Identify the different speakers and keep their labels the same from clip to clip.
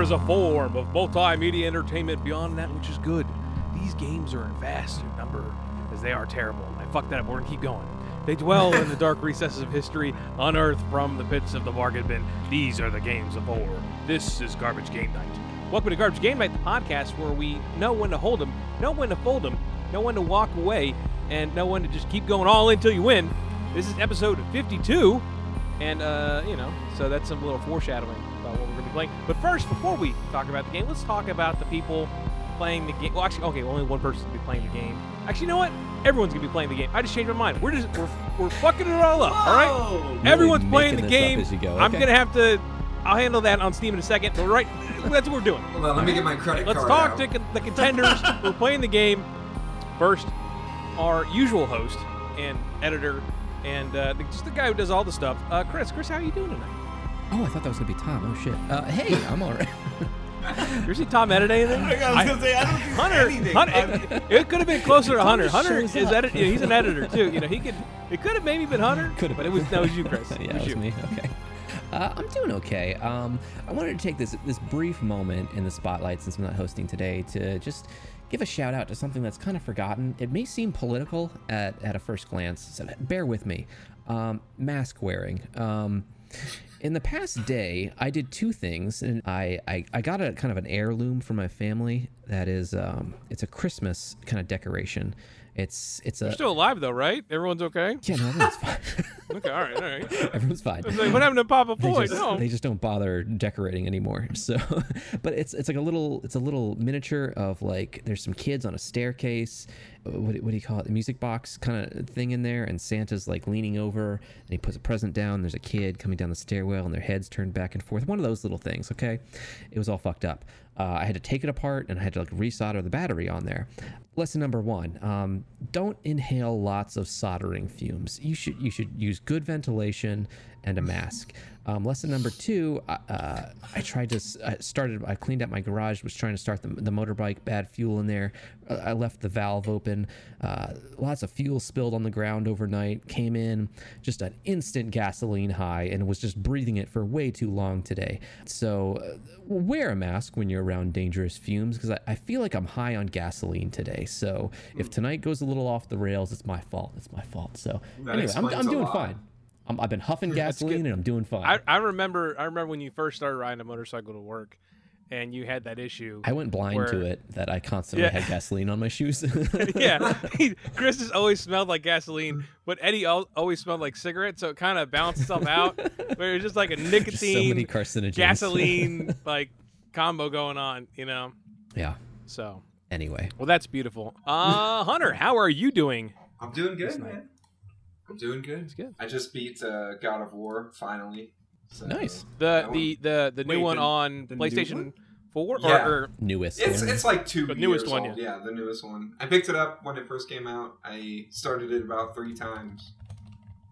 Speaker 1: is a form of multimedia entertainment beyond that which is good. These games are in vast in number as they are terrible. I fucked that up. We're gonna keep going. They dwell in the dark recesses of history, unearthed from the pits of the market bin. These are the games of horror. This is Garbage Game Night. Welcome to Garbage Game Night, the podcast where we know when to hold 'em, know when to fold 'em, know when to walk away, and know when to just keep going all in till you win. This is episode 52, and uh, you know, so that's some little foreshadowing about what we're gonna be playing. But first, before we talk about the game, let's talk about the people playing the game. Well, actually, okay, only one person's gonna be playing the game. Actually, you know what? Everyone's gonna be playing the game. I just changed my mind. We're just we're, we're fucking it all up. All right.
Speaker 2: Oh,
Speaker 3: Really
Speaker 1: Everyone's playing the
Speaker 3: making this up
Speaker 1: game.
Speaker 3: as you go.
Speaker 1: I'm
Speaker 3: Okay.
Speaker 1: gonna have to. I'll handle that on Steam in a second. But right, that's what we're doing.
Speaker 4: Hold on, let me get my credit
Speaker 1: Let's
Speaker 4: card.
Speaker 1: talk
Speaker 4: out.
Speaker 1: to con- the contenders. we're playing the game. First, our usual host and editor, and uh, the, just the guy who does all the stuff. Uh, Chris, Chris, how are you doing tonight?
Speaker 3: Oh, I thought that was gonna be Tom. Oh shit. Uh, hey, I'm all right.
Speaker 1: You see Tom edit anything?
Speaker 2: I was gonna say I don't do
Speaker 1: Hunter,
Speaker 2: anything.
Speaker 1: Hunter
Speaker 2: I'm-
Speaker 1: it, could have been closer to
Speaker 3: Tom
Speaker 1: Hunter.
Speaker 3: just
Speaker 1: Hunter
Speaker 3: shows
Speaker 1: is
Speaker 3: up.
Speaker 1: edit, yeah, he's an editor too. You know, he could. It could have maybe been Hunter.
Speaker 3: Could have,
Speaker 1: but it was that was you, Chris.
Speaker 3: yeah,
Speaker 1: it
Speaker 3: it was
Speaker 1: you.
Speaker 3: me. Okay. Uh, I'm doing okay. Um, I wanted to take this this brief moment in the spotlight since I'm not hosting today to just give a shout out to something that's kind of forgotten. It may seem political at, at a first glance, so bear with me. Um, mask wearing. Um, in the past day, I did two things, and I, I, I got a kind of an heirloom from my family. That is, um, it's a Christmas kind of decoration. It's it's a
Speaker 1: You're still alive though, right? Everyone's okay.
Speaker 3: yeah, no, everyone's fine.
Speaker 1: Okay, all right, all right.
Speaker 3: everyone's fine.
Speaker 1: It's like, what happened to Papa
Speaker 3: They
Speaker 1: Floyd?
Speaker 3: just,
Speaker 1: no.
Speaker 3: they just don't bother decorating anymore. So, but it's it's like a little it's a little miniature of like there's some kids on a staircase. uh, What, do- what do you call it? The music box kind of thing in there, and Santa's like leaning over and he puts a present down. There's a kid coming down the stairwell and their heads turned back and forth. One of those little things. Okay, it was all fucked up. Uh, I had to take it apart and I had to like resolder the battery on there. Lesson number one: um, Don't inhale lots of soldering fumes. You should you should use good ventilation and a mask. Um, lesson number two: I- uh, I tried to s- I started. I cleaned out my garage. Was trying to start the, the motorbike. Bad fuel in there. Uh, I left the valve open. Uh, lots of fuel spilled on the ground overnight. Came in just an instant gasoline high and was just breathing it for way too long today. So uh, wear a mask when you're around dangerous fumes because I, I feel like I'm high on gasoline today. So
Speaker 4: Hmm.
Speaker 3: if tonight goes a little off the rails, it's my fault. It's my fault. So
Speaker 4: That
Speaker 3: anyway, I'm,
Speaker 4: explains
Speaker 3: I'm
Speaker 4: a
Speaker 3: doing
Speaker 4: lot.
Speaker 3: fine. I'm, I've been huffing gasoline and I'm doing fine.
Speaker 1: I, I remember I remember when you first started riding a motorcycle to work, and you had that issue.
Speaker 3: I went blind to
Speaker 1: where-
Speaker 3: it that I constantly
Speaker 1: Yeah.
Speaker 3: had gasoline on my shoes.
Speaker 1: yeah, he- Chris has always smelled like gasoline, but Eddie al- always smelled like cigarettes, so it kind of balanced itself out. But it was just like a
Speaker 3: Just so many
Speaker 1: nicotine
Speaker 3: carcinogens.
Speaker 1: gasoline like combo going on, you know.
Speaker 3: yeah.
Speaker 1: So
Speaker 3: Anyway,
Speaker 1: well, that's beautiful. Uh, Hunter, how are you doing?
Speaker 4: I'm doing
Speaker 1: This
Speaker 4: good,
Speaker 1: night.
Speaker 4: man. I'm doing good.
Speaker 1: It's good.
Speaker 4: I just beat uh, God of War finally. So.
Speaker 3: nice.
Speaker 1: The
Speaker 4: That
Speaker 1: the the the new
Speaker 2: Wait,
Speaker 1: one
Speaker 2: the-
Speaker 1: on
Speaker 2: the new
Speaker 1: PlayStation
Speaker 2: one?
Speaker 1: Four or-
Speaker 4: Yeah.
Speaker 1: or
Speaker 3: Newest.
Speaker 4: It's
Speaker 3: one.
Speaker 4: it's like two
Speaker 1: The newest
Speaker 4: years
Speaker 1: one,
Speaker 4: old. Yeah. the newest one. I picked it up when it first came out. I started it about three times,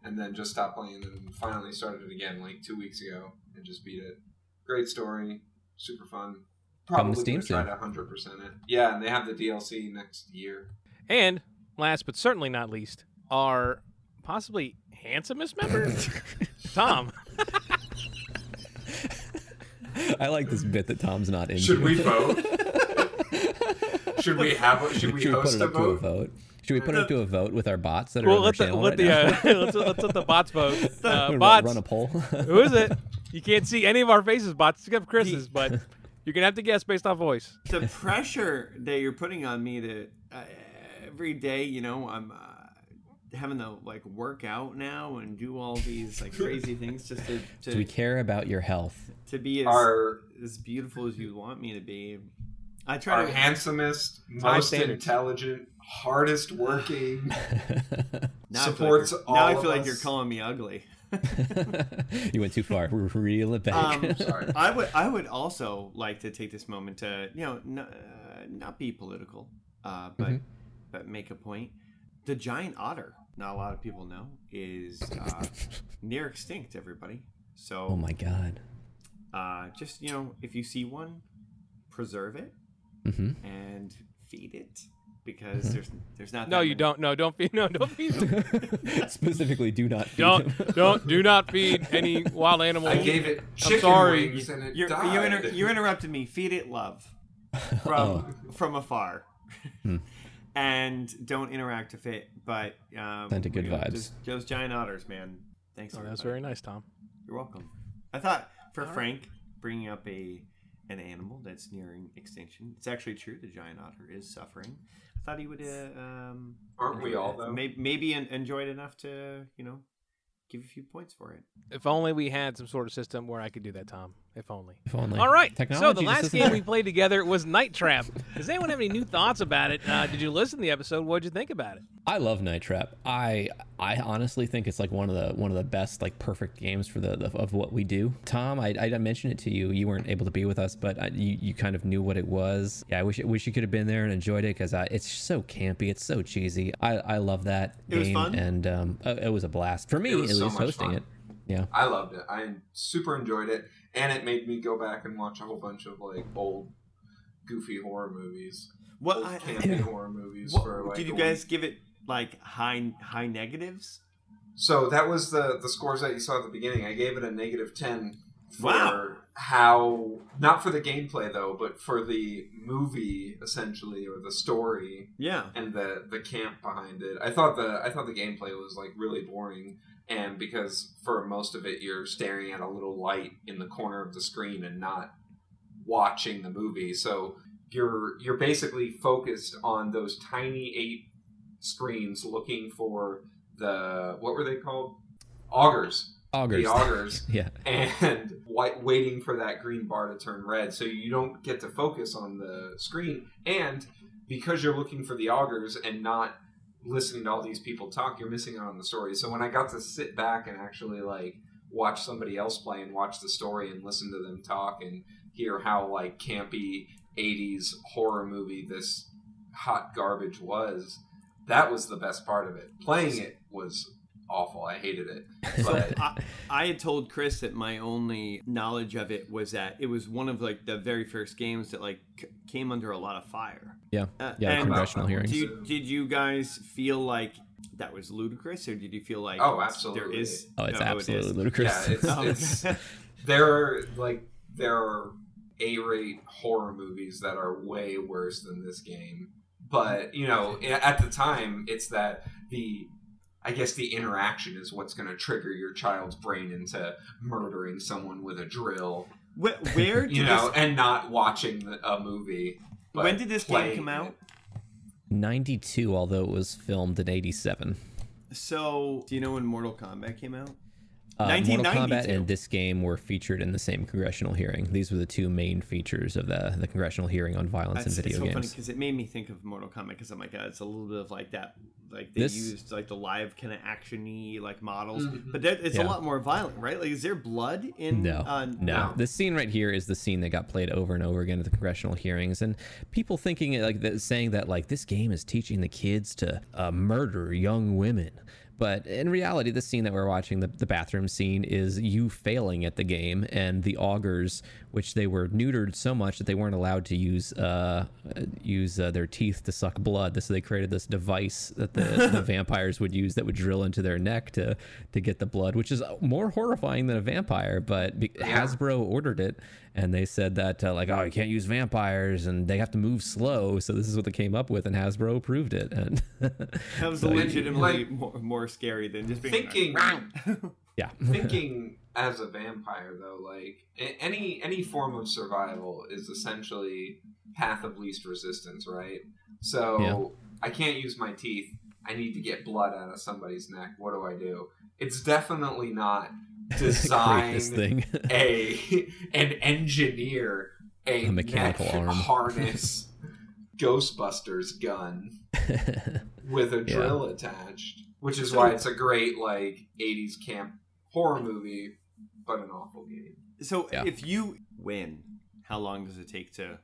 Speaker 4: and then just stopped playing, and finally started it again like two weeks ago, and just beat it. Great story, super fun.
Speaker 3: Come to
Speaker 4: Probably
Speaker 3: Steam
Speaker 4: gonna try to 100 percent it. Yeah, and they have the DLC next year.
Speaker 1: And last but certainly not least, our possibly handsomest member, Tom.
Speaker 3: I like this bit that Tom's not in.
Speaker 4: Should we vote? should we have? a- Should we
Speaker 3: Should we put
Speaker 4: host
Speaker 3: it
Speaker 4: a
Speaker 3: up to a
Speaker 4: vote? Uh,
Speaker 3: vote? Should we put it up to a vote with our bots that are
Speaker 1: Well,
Speaker 3: on our
Speaker 1: let the,
Speaker 3: channel
Speaker 1: let,
Speaker 3: right
Speaker 1: the,
Speaker 3: now?
Speaker 1: uh, let's, let's let the bots vote.
Speaker 3: We're
Speaker 1: Uh,
Speaker 3: gonna
Speaker 1: bots,
Speaker 3: run a poll.
Speaker 1: who is it? You can't see any of our faces, bots, except Chris's, but you're going to have to guess based off voice.
Speaker 2: the pressure that you're putting on me to uh, every day, you know, I'm uh, having to like work out now and do all these like crazy things just to
Speaker 3: Do
Speaker 2: to,
Speaker 3: we care about your health?
Speaker 2: to be as
Speaker 4: Our
Speaker 2: as beautiful as you want me to be. I try
Speaker 4: our
Speaker 2: to
Speaker 4: handsomest,
Speaker 1: High
Speaker 4: most
Speaker 1: standards.
Speaker 4: intelligent, hardest working.
Speaker 2: now I feel like
Speaker 4: supports
Speaker 2: you're-
Speaker 4: all
Speaker 2: Now I
Speaker 4: of
Speaker 2: feel like
Speaker 4: us.
Speaker 2: you're calling me ugly.
Speaker 3: you went too far. We're Reel it back.
Speaker 2: Um,
Speaker 4: Sorry.
Speaker 2: I would I would also like to take this moment to you know n- uh, not be political, uh, but but make a point. The giant otter, not a lot of people know, is uh, near extinct. Everybody,
Speaker 3: oh
Speaker 2: so
Speaker 3: my god.
Speaker 2: uh, just you know, if you see one, preserve it
Speaker 3: hmm
Speaker 2: and feed it because there's there's not.
Speaker 5: No,
Speaker 2: that
Speaker 5: you
Speaker 2: many-
Speaker 5: don't. No, don't feed. No, don't feed. them.
Speaker 3: Specifically, do not feed them.
Speaker 5: don't don't do not feed any wild animals.
Speaker 4: I gave it chicken
Speaker 5: sorry.
Speaker 4: wings and it
Speaker 2: You're,
Speaker 4: died.
Speaker 2: you, inter- you interrupted me. Feed it love from
Speaker 3: Oh.
Speaker 2: from afar,
Speaker 3: Hmm.
Speaker 2: and don't interact with it. But um,
Speaker 3: Sent it good
Speaker 2: you know,
Speaker 3: vibes.
Speaker 2: just- those giant otters, man. Thanks.
Speaker 5: Oh, that's
Speaker 2: everybody.
Speaker 5: very nice, Tom.
Speaker 2: You're welcome. I thought for Frank bringing up a an animal that's nearing extinction. It's actually true. The giant otter is suffering. I thought he would. Uh, um,
Speaker 4: Aren't we all,
Speaker 2: uh,
Speaker 4: though?
Speaker 2: Maybe, maybe en- enjoy it enough to you know give a few points for it.
Speaker 5: If only we had some sort of system where I could do that, Tom. If only.
Speaker 3: If only.
Speaker 5: All right.
Speaker 3: Technology
Speaker 5: so the
Speaker 3: just
Speaker 5: last
Speaker 3: isn't
Speaker 5: game
Speaker 3: there.
Speaker 5: we played together was Night Trap. Does anyone have any new thoughts about it? Uh, did you listen to the episode? What did you think about it?
Speaker 3: I love Night Trap. I I honestly think it's like one of the one of the best like perfect games for the, the of what we do. Tom, I, I mentioned it to you. You weren't able to be with us, but I, you, you kind of knew what it was. Yeah, I wish wish you could have been there and enjoyed it because it's so campy. It's so cheesy. I, I love that
Speaker 2: It
Speaker 3: game
Speaker 2: was fun.
Speaker 3: and um, uh, it was a blast for me
Speaker 4: It was
Speaker 3: at
Speaker 4: so
Speaker 3: least
Speaker 4: much
Speaker 3: hosting
Speaker 4: fun.
Speaker 3: it. Yeah.
Speaker 4: I loved it. I super enjoyed it, and it made me go back and watch a whole bunch of like old, goofy horror movies,
Speaker 2: What,
Speaker 4: old
Speaker 2: I,
Speaker 4: campy
Speaker 3: Yeah.
Speaker 4: horror movies.
Speaker 2: what-
Speaker 4: for like
Speaker 2: did
Speaker 4: a
Speaker 2: you
Speaker 4: week.
Speaker 2: guys give it? Like high high negatives?
Speaker 4: So that was the the scores that you saw at the beginning. I gave it a negative ten for
Speaker 2: Wow.
Speaker 4: how not for the gameplay though, but for the movie essentially or the story
Speaker 2: Yeah.
Speaker 4: and the the camp behind it. I thought the I thought the gameplay was like really boring and because for most of it you're staring at a little light in the corner of the screen and not watching the movie. So you're you're basically focused on those tiny eight screens looking for the what were they called? Augers.
Speaker 3: Augers.
Speaker 4: The augers
Speaker 3: yeah.
Speaker 4: and white, waiting for that green bar to turn red so you don't get to focus on the screen and because you're looking for the augers and not listening to all these people talk you're missing out on the story so when i got to sit back and actually like watch somebody else play and watch the story and listen to them talk and hear how like campy 80s horror movie this hot garbage was that was the best part of it playing it was awful i hated it but
Speaker 2: I, I had told Chris that my only knowledge of it was that it was one of like the very first games that like c- came under a lot of fire.
Speaker 3: Yeah.
Speaker 2: Uh,
Speaker 3: Yeah.
Speaker 2: and-
Speaker 3: congressional hearings.
Speaker 2: Do you, did you guys feel like that was ludicrous, or did you feel like
Speaker 4: Oh,
Speaker 2: there
Speaker 4: absolutely.
Speaker 2: is
Speaker 3: oh, it's
Speaker 2: it
Speaker 3: absolutely
Speaker 2: is.
Speaker 3: ludicrous.
Speaker 4: Yeah, it's-
Speaker 2: Oh,
Speaker 4: it's-
Speaker 2: okay.
Speaker 4: there are like there are A-rate horror movies that are way worse than this game. But you know, a- at the time, it's that the I guess the interaction is what's going to trigger your child's brain into murdering someone with a drill,
Speaker 2: Where, where did
Speaker 4: you know,
Speaker 2: this,
Speaker 4: and not watching the, a movie. but
Speaker 2: when did this game
Speaker 4: playing
Speaker 2: come
Speaker 4: it.
Speaker 2: out?
Speaker 3: 92, although it was filmed in 87.
Speaker 2: So, do you know when Mortal Kombat came out?
Speaker 3: Uh, Mortal Kombat
Speaker 2: 1992.
Speaker 3: and this game were featured in the same congressional hearing. These were the two main features of the, the congressional hearing on violence in
Speaker 2: That's it's
Speaker 3: video
Speaker 2: so funny
Speaker 3: games.
Speaker 2: because it made me think of Mortal Kombat because I'm like, uh, it's a little bit of like that, like they
Speaker 3: This-
Speaker 2: used like the live kind of actiony like models,
Speaker 4: Mhm.
Speaker 2: but that, it's
Speaker 3: Yeah.
Speaker 2: a lot more violent, right? Like, is there blood in?
Speaker 3: No,
Speaker 2: uh,
Speaker 3: no.
Speaker 4: no.
Speaker 3: This scene right here is the scene that got played over and over again at the congressional hearings, and people thinking it like that, saying that like this game is teaching the kids to uh, murder young women. But in reality, the scene that we're watching, the, the bathroom scene, is you failing at the game and the augers, which they were neutered so much that they weren't allowed to use uh, uh, use uh, their teeth to suck blood. So they created this device that the, the vampires would use that would drill into their neck to to get the blood, which is more horrifying than a vampire. But be- Hasbro ordered it, and they said that uh, like, oh, you can't use vampires, and they have to move slow. So this is what they came up with, and Hasbro approved it. And
Speaker 2: That was
Speaker 3: So,
Speaker 2: legitimately
Speaker 4: like-
Speaker 2: more, more scary than just being like,
Speaker 4: Thinking
Speaker 3: yeah,
Speaker 4: thinking as a vampire though like a- any any form of survival is essentially path of least resistance right so i can't use my teeth i need to get blood out of somebody's neck what do i do it's definitely not
Speaker 3: create this
Speaker 4: designed
Speaker 3: thing.
Speaker 4: a an engineer a,
Speaker 3: A mechanical
Speaker 4: neck
Speaker 3: arm.
Speaker 4: harness ghostbusters gun with a drill attached, which is why it's a great like '80s camp horror movie, but an awful game.
Speaker 2: So
Speaker 3: Yeah.
Speaker 2: if you win, how long does it take to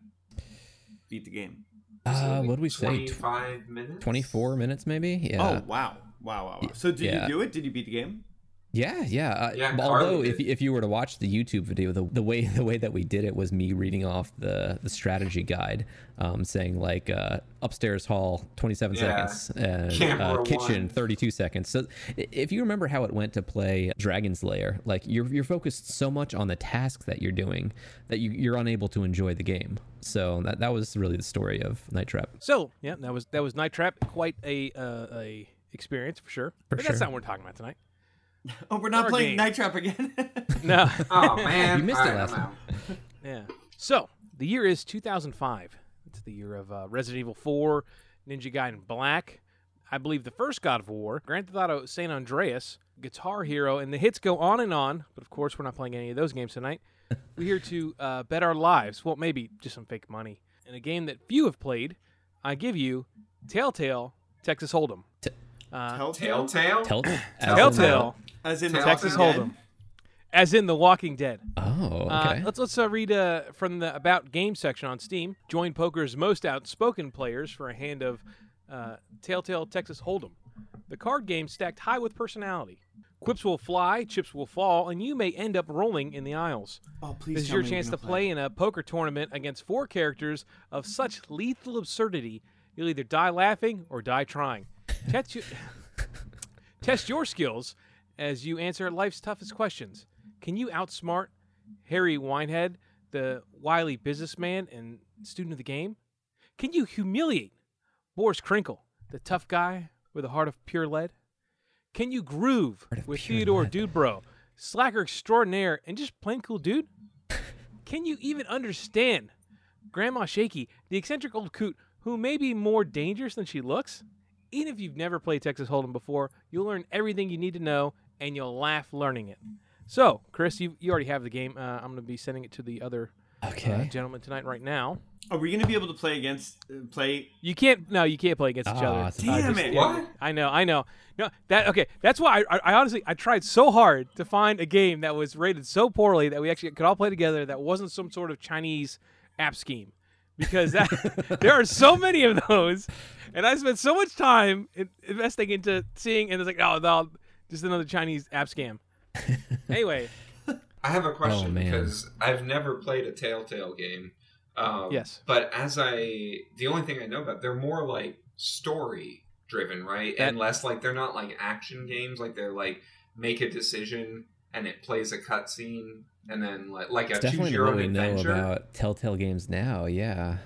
Speaker 2: beat the game?
Speaker 3: uh, what do we say? Tw-
Speaker 4: Twenty-five minutes.
Speaker 3: 24 minutes, maybe? Yeah.
Speaker 2: Oh wow, wow, wow! wow. So did
Speaker 3: Yeah.
Speaker 2: you do it? Did you beat the game?
Speaker 3: Yeah, yeah. Uh,
Speaker 4: Yeah,
Speaker 3: although
Speaker 4: Carly
Speaker 3: if,
Speaker 4: did.
Speaker 3: if you were to watch the YouTube video, the, the way the way that we did it was me reading off the the strategy guide, um, saying like uh, upstairs hall twenty seven
Speaker 4: Yeah.
Speaker 3: seconds and
Speaker 4: Camera
Speaker 3: uh, kitchen
Speaker 4: one.
Speaker 3: thirty two seconds. So i- if you remember how it went to play Dragon's Lair, like you're you're focused so much on the task that you're doing that you, you're unable to enjoy the game. So that that was really the story of Night Trap.
Speaker 1: So yeah, that was that was Night Trap. Quite a uh, a experience for sure. but that's
Speaker 3: sure.
Speaker 1: not what we're talking about tonight.
Speaker 2: Oh, we're not
Speaker 1: Our
Speaker 2: playing
Speaker 1: game.
Speaker 2: Night Trap again.
Speaker 1: No.
Speaker 4: Oh man,
Speaker 3: You missed
Speaker 4: All
Speaker 3: it
Speaker 4: right,
Speaker 3: last
Speaker 4: I'm
Speaker 3: time.
Speaker 4: out.
Speaker 1: yeah. So the year is 2005. It's the year of uh, Resident Evil 4, Ninja Gaiden Black. I believe the first God of War, Grand Theft Auto San Andreas, Guitar Hero, and the hits go on and on. But of course, we're not playing any of those games tonight. We're here to uh, bet our lives. Well, maybe just some fake money. In a game that few have played, I give you Telltale Texas Hold'em. Uh,
Speaker 2: Telltale,
Speaker 4: Telltale.
Speaker 3: Tell, as in-
Speaker 1: Telltale
Speaker 2: as in
Speaker 4: Telltale.
Speaker 1: Texas
Speaker 2: Texas
Speaker 4: Walking
Speaker 1: Hold'em, as in The Walking Dead.
Speaker 3: Oh,
Speaker 1: Uh,
Speaker 3: okay.
Speaker 1: let's let's uh, read uh, from the about game section on Steam. Join poker's most outspoken players for a hand of uh, Telltale Texas Hold'em, the card game stacked high with personality. Quips will fly, chips will fall, and you may end up rolling in the aisles.
Speaker 2: Oh, please.
Speaker 1: This is
Speaker 2: tell
Speaker 1: your
Speaker 2: me you're
Speaker 1: chance to
Speaker 2: gonna
Speaker 1: play in a poker tournament against four characters of such lethal absurdity, you'll either die laughing or die trying. Test, you, test your skills as you answer life's toughest questions. Can you outsmart Harry Winehead, the wily businessman and student of the game? Can you humiliate Boris Krinkle, the tough guy with a heart of pure lead? Can you groove
Speaker 3: Heart of
Speaker 1: with
Speaker 3: pure
Speaker 1: Theodore
Speaker 3: lead.
Speaker 1: Dudebro, slacker extraordinaire, and just plain cool dude? Can you even understand Grandma Shaky, the eccentric old coot who may be more dangerous than she looks? Even if you've never played Texas Hold'em before, you'll learn everything you need to know, and you'll laugh learning it. So, Chris, you, you already have the game. Uh, I'm going to be sending it to the other
Speaker 3: okay.
Speaker 1: uh, gentleman tonight, right now.
Speaker 2: Are we gonna be able to play against uh, play? uh,
Speaker 1: You can't. No, you can't play against each
Speaker 3: Ah,
Speaker 1: other.
Speaker 3: I thought
Speaker 2: Damn
Speaker 3: just-
Speaker 2: it!
Speaker 1: Yeah,
Speaker 4: What?
Speaker 1: I know, I know. No, that okay. That's why I, I, I honestly I tried so hard to find a game that was rated so poorly that we actually could all play together that wasn't some sort of Chinese app scheme, because that there are so many of those, and I spent so much time in, investing into seeing, and it's like oh no, just another Chinese app scam. anyway,
Speaker 4: I have a question
Speaker 3: Oh, man.
Speaker 4: because I've never played a Telltale game. Um,
Speaker 1: Yes.
Speaker 4: But as I, the only thing I know about, they're more like story driven, right?
Speaker 1: That-
Speaker 4: and less like they're not like action games. Like they're like make a decision and it plays a cutscene and then like, like a
Speaker 3: It's
Speaker 4: choose
Speaker 3: definitely
Speaker 4: your
Speaker 3: what
Speaker 4: own
Speaker 3: we know
Speaker 4: adventure.
Speaker 3: about Telltale games now. Yeah.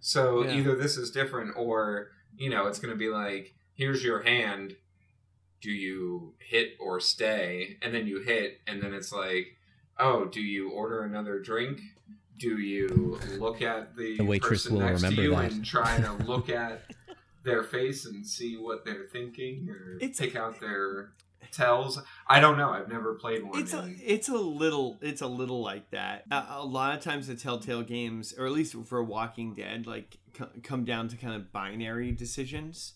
Speaker 4: So
Speaker 1: Yeah.
Speaker 4: either this is different, or you know, it's going to be like, here's your hand. Do you hit or stay? And then you hit, and then it's like, oh, do you order another drink? Do you look at the,
Speaker 3: The waitress
Speaker 4: person
Speaker 3: will
Speaker 4: next
Speaker 3: remember
Speaker 4: to you
Speaker 3: that.
Speaker 4: and try to look at their face and see what they're thinking, or
Speaker 2: It's-
Speaker 4: pick out their tells? I don't know. I've never played one.
Speaker 2: It's a,
Speaker 4: and-
Speaker 2: it's a little, it's a little like that. A, a lot of times, the Telltale games, or at least for Walking Dead, like c- come down to kind of binary decisions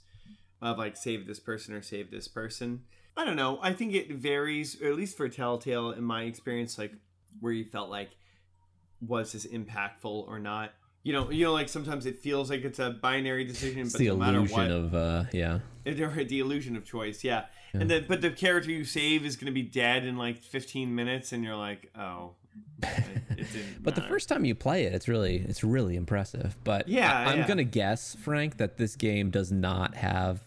Speaker 2: of like save this person or save this person. I don't know. I think it varies, or at least for Telltale, in my experience, like where you felt like was this impactful or not. You know, you know, like sometimes it feels like it's a binary decision,
Speaker 3: It's
Speaker 2: but
Speaker 3: the
Speaker 2: no matter
Speaker 3: illusion
Speaker 2: what,
Speaker 3: of uh yeah.
Speaker 2: It- or the illusion of choice, yeah.
Speaker 3: Yeah.
Speaker 2: And then, but the character you save is going to be dead in like 15 minutes, and you're like, oh. It, it didn't
Speaker 3: But the
Speaker 2: matter.
Speaker 3: first time you play it, it's really it's really impressive. But
Speaker 2: Yeah,
Speaker 3: I, am
Speaker 2: yeah.
Speaker 3: gonna guess, Frank, that this game does not have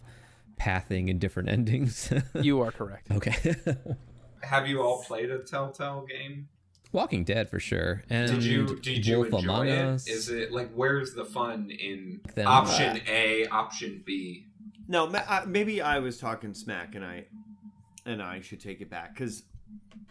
Speaker 3: pathing and different endings.
Speaker 1: you are correct.
Speaker 3: okay.
Speaker 4: Have you all played a Telltale game?
Speaker 3: Walking Dead for sure. And
Speaker 4: Did you did you
Speaker 3: Wolf
Speaker 4: enjoy
Speaker 3: Among
Speaker 4: it?
Speaker 3: Us.
Speaker 4: Is it like where's the fun in
Speaker 3: Then-
Speaker 4: option
Speaker 3: uh,
Speaker 4: A, option B?
Speaker 2: No, ma- I- maybe I was talking smack, and I and I should take it back because,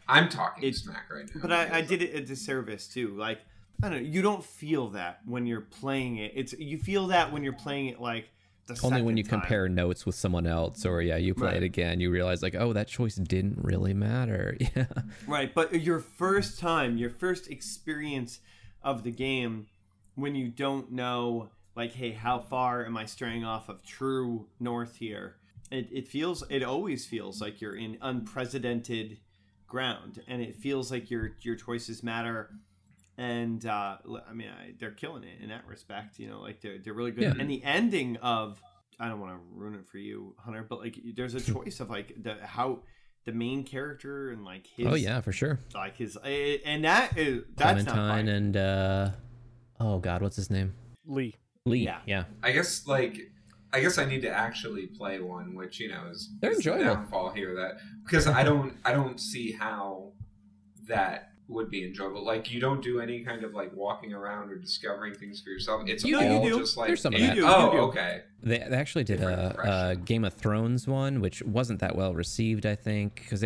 Speaker 4: I'm talking
Speaker 2: It-
Speaker 4: smack right now.
Speaker 2: but I, I did it a disservice too. Like, I don't know. You don't feel that when you're playing it. It's you feel that when you're playing it like the
Speaker 3: Only when
Speaker 2: second
Speaker 3: you
Speaker 2: time.
Speaker 3: compare notes with someone else, or yeah, you play
Speaker 2: Right.
Speaker 3: it again, you realize like, oh, that choice didn't really matter. Yeah,
Speaker 2: Right, but your first time, your first experience of the game, when you don't know, like, hey, how far am I straying off of true north here? It, it feels, it always feels like you're in unprecedented ground, and it feels like your your choices matter. And uh, l- I mean, I, they're killing it in that respect. You know, like they're they're really good.
Speaker 3: Yeah.
Speaker 2: And the ending of I don't want to ruin it for you, Hunter, but like, there's a choice of like the how the main character and like his
Speaker 3: oh yeah, for sure.
Speaker 2: like his eh, and that is that's not
Speaker 3: Clementine
Speaker 2: fine.
Speaker 3: and uh, oh god, what's his name?
Speaker 1: Lee.
Speaker 3: Lee.
Speaker 2: Yeah.
Speaker 4: I guess like I guess I need to actually play one, which you know is,
Speaker 3: They're
Speaker 4: is the
Speaker 3: enjoyable.
Speaker 4: downfall here that because I don't I don't see how that would be enjoyable. Like you don't do any kind of like walking around or discovering things for yourself. It's
Speaker 3: You
Speaker 4: all
Speaker 2: do.
Speaker 4: just like
Speaker 3: There's some of
Speaker 4: it-
Speaker 3: that.
Speaker 2: You do,
Speaker 4: Oh,
Speaker 2: you do.
Speaker 4: okay.
Speaker 3: They, they actually did
Speaker 4: Different
Speaker 3: a, a
Speaker 4: impression.
Speaker 3: Game of Thrones one, which wasn't that well received, I think, because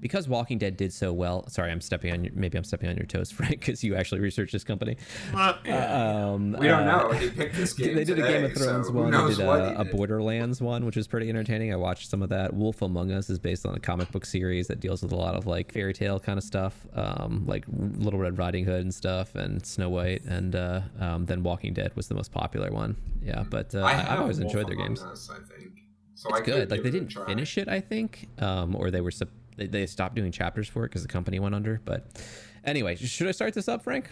Speaker 3: because Walking Dead did so well. Sorry, I'm stepping on your, maybe I'm stepping on your toes, Frank, because you actually researched this company.
Speaker 2: Uh, yeah.
Speaker 3: Um,
Speaker 4: We don't
Speaker 3: uh,
Speaker 4: know. He picked this game.
Speaker 3: they did a Game of
Speaker 4: today, so
Speaker 3: Thrones
Speaker 4: who
Speaker 3: one. They
Speaker 4: knows
Speaker 3: did
Speaker 4: what he
Speaker 3: a, a
Speaker 4: did.
Speaker 3: Borderlands one, which was pretty entertaining. I watched some of that. Wolf Among Us is based on a comic book series that deals with a lot of like fairy tale kind of stuff, um, like Little Red Riding Hood and stuff, and Snow White, and uh, um, then Walking Dead was the most popular one. Yeah, but uh, I have
Speaker 4: have
Speaker 3: always
Speaker 4: Wolf
Speaker 3: enjoyed their
Speaker 4: Among
Speaker 3: games.
Speaker 4: Us, I think. So I
Speaker 3: It's
Speaker 4: could
Speaker 3: good. Like
Speaker 4: give
Speaker 3: they
Speaker 4: it a
Speaker 3: didn't
Speaker 4: try.
Speaker 3: finish it, I think, um, or they were sup- they, they stopped doing chapters for it because the company went under. But anyway, should I start this up, Frank?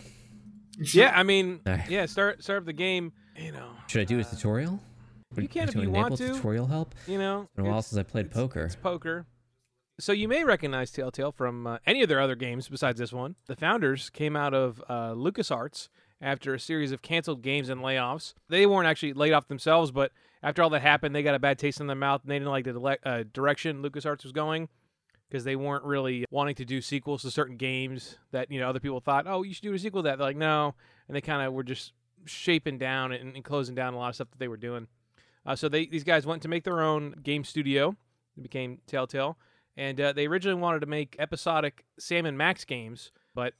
Speaker 1: Yeah, I mean,
Speaker 3: All right.
Speaker 1: yeah, start start up the game. You know,
Speaker 3: Should I do a
Speaker 1: Uh,
Speaker 3: tutorial?
Speaker 1: you
Speaker 3: Would-
Speaker 1: can
Speaker 3: would
Speaker 1: if you want
Speaker 3: enable
Speaker 1: to.
Speaker 3: Tutorial help.
Speaker 1: you know.
Speaker 3: It's been a while
Speaker 1: it's-
Speaker 3: since I played
Speaker 1: it's-
Speaker 3: poker.
Speaker 1: It's poker. So you may recognize Telltale from uh, any of their other games besides this one. The founders came out of uh, LucasArts after a series of canceled games and layoffs. They weren't actually laid off themselves, but after all that happened, they got a bad taste in their mouth and they didn't like the dile- uh, direction LucasArts was going because they weren't really wanting to do sequels to certain games that, you know, other people thought, "Oh, you should do a sequel to that." They're like, "No." And they kind of were just shaping down and, and closing down a lot of stuff that they were doing. Uh, so they these guys went to make their own game studio. It became Telltale, and uh, they originally wanted to make episodic Sam and Max games, but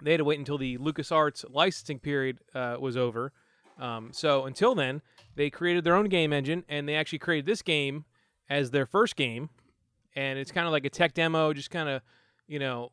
Speaker 1: they had to wait until the LucasArts licensing period uh, was over. Um, so until then, they created their own game engine, and they actually created this game as their first game, and it's kind of like a tech demo, just kind of you know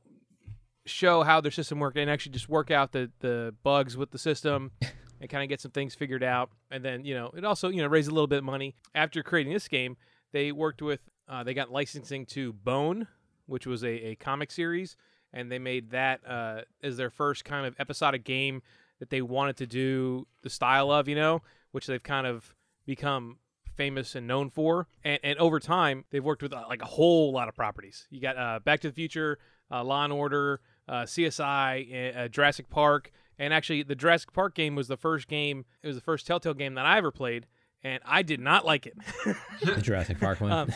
Speaker 1: show how their system worked and actually just work out the the bugs with the system and kind of get some things figured out and then you know it also you know raised a little bit of money after creating this game they worked with uh, they got licensing to bone which was a, a comic series and they made that uh, as their first kind of episodic game that they wanted to do the style of you know which they've kind of become famous and known for and, and over time they've worked with uh, like a whole lot of properties you got uh, back to the future uh, law and order uh, csi uh, uh, jurassic park and actually the jurassic park game was the first game it was the first telltale game that i ever played and i did not like it
Speaker 3: The Jurassic Park one.
Speaker 1: Um,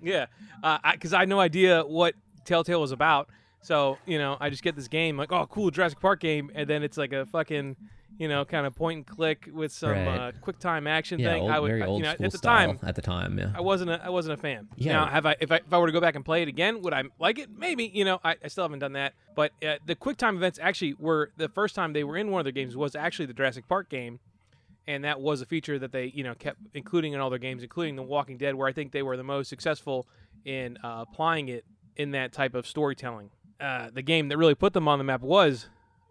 Speaker 1: Yeah, because I had no idea what Telltale was about. So you know, I just get this game like, oh, cool Jurassic Park game, and then it's like a fucking, you know, kind of point and click with some
Speaker 3: Right.
Speaker 1: uh, quick time action
Speaker 3: yeah,
Speaker 1: thing.
Speaker 3: old,
Speaker 1: I would,
Speaker 3: very
Speaker 1: I-
Speaker 3: old
Speaker 1: you know,
Speaker 3: school
Speaker 1: at the
Speaker 3: style.
Speaker 1: time,
Speaker 3: At the time, yeah.
Speaker 1: I wasn't a, I wasn't a fan.
Speaker 3: Yeah.
Speaker 1: Now, have I if I if I were to go back and play it again, would I like it? Maybe. You know, I, I still haven't done that. But uh, the QuickTime events actually were the first time they were in one of their games was actually the Jurassic Park game, and that was a feature that they you know kept including in all their games, including The Walking Dead, where I think they were the most successful in uh, applying it in that type of storytelling. Uh, the game that really put them on the map was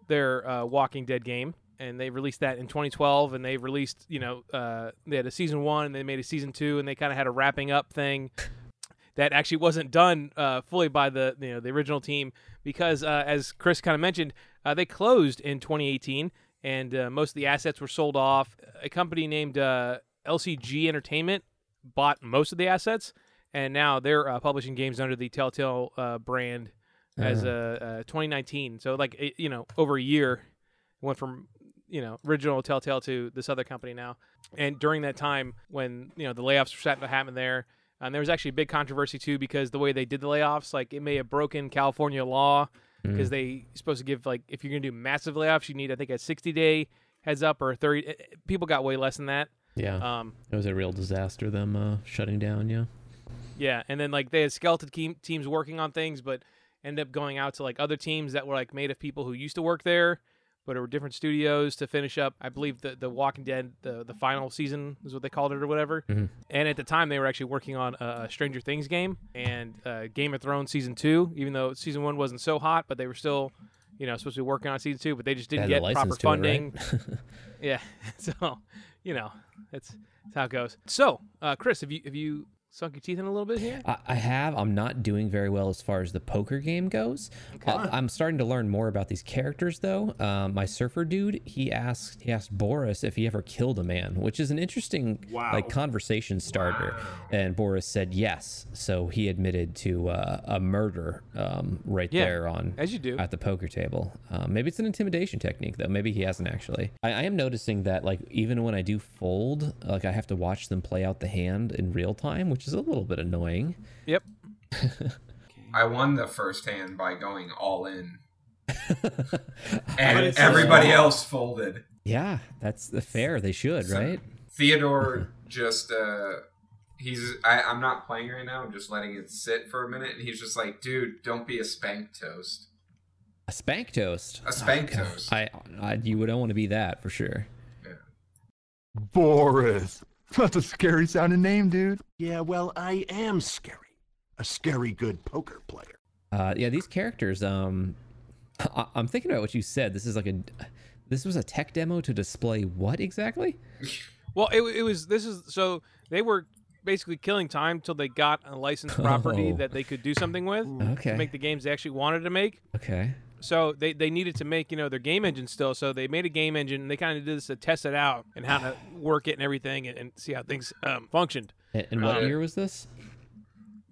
Speaker 1: their uh, Walking Dead game, and they released that in 2012. And they released, you know, uh, they had a season one, and they made a season two, and they kind of had a wrapping up thing that actually wasn't done uh, fully by the you know the original team because uh, as Chris kind of mentioned, uh, they closed in 2018, and uh, most of the assets were sold off. A company named uh, LCG Entertainment bought most of the assets, and now they're uh, publishing games under the Telltale uh, brand as
Speaker 3: Uh.
Speaker 1: uh, uh, 2019. So like it, you know over a year, it went from you know original Telltale to this other company now. And during that time, when you know the layoffs were starting to happen there, and there was actually a big controversy too because the way they did the layoffs, like it may have broken California law because they supposed to give like if you're gonna do massive layoffs, you need I think a 60 day heads up or a 30. eh, eh, People got way less than that.
Speaker 3: yeah,
Speaker 1: Um,
Speaker 3: it was a real disaster. Them uh, shutting down. Yeah,
Speaker 1: yeah, and then like they had skeleton team, teams working on things, but ended up going out to like other teams that were like made of people who used to work there, but it were different studios to finish up. I believe the the Walking Dead the the final season is what they called it or whatever.
Speaker 3: Mhm.
Speaker 1: And at the time they were actually working on a a Stranger Things game and uh, Game of Thrones season two, even though season one wasn't so hot, but they were still you know supposed to be working on season two, but they just didn't
Speaker 3: They had
Speaker 1: get
Speaker 3: the
Speaker 1: proper
Speaker 3: license to it, right?
Speaker 1: funding. Yeah, so you know that's that's how it goes. So uh, Chris, have you have you Sunk your teeth in a little bit here.
Speaker 3: I, I have. I'm not doing very well as far as the poker game goes.
Speaker 1: Okay.
Speaker 3: I, I'm starting to learn more about these characters, though. Um, my surfer dude, he asked he asked Boris if he ever killed a man, which is an interesting
Speaker 2: Wow.
Speaker 3: like conversation starter. And Boris said yes, so he admitted to uh, a murder um, right
Speaker 1: Yeah,
Speaker 3: there on
Speaker 1: as you do.
Speaker 3: at the poker table. Um, maybe it's an intimidation technique, though. Maybe he hasn't actually. I, I am noticing that, like, even when I do fold, like, I have to watch them play out the hand in real time, which is a little bit annoying.
Speaker 1: Yep.
Speaker 4: I won the first hand by going all in,
Speaker 2: But
Speaker 4: and
Speaker 2: it's-
Speaker 4: everybody else folded.
Speaker 3: yeah, that's the fair. They should,
Speaker 4: So-
Speaker 3: right?
Speaker 4: Theodore just uh he's I, I'm not playing right now, I'm just letting it sit for a minute and he's just like, dude, don't be a spank toast.
Speaker 3: A spank toast.
Speaker 4: A spank
Speaker 3: God.
Speaker 4: toast.
Speaker 3: I, I, you would don't want to be that for sure.
Speaker 6: Boris. That's a scary sounding name, dude.
Speaker 7: Yeah, well, I am scary. A scary good poker player.
Speaker 3: Uh, yeah, these characters. Um, I, I'm thinking about what you said. This is like a, this was a tech demo to display what exactly?
Speaker 1: Well, it, it was. This is so they were basically killing time till they got a licensed property
Speaker 3: Oh.
Speaker 1: that they could do something with
Speaker 3: Okay.
Speaker 1: to make the games they actually wanted to make.
Speaker 3: okay.
Speaker 1: So they, they needed to make you know their game engine still. So they made a game engine. and They kind of did this to test it out and how to work it and everything and, and see how things um, functioned.
Speaker 3: And, and what
Speaker 4: Uh,
Speaker 3: year was this?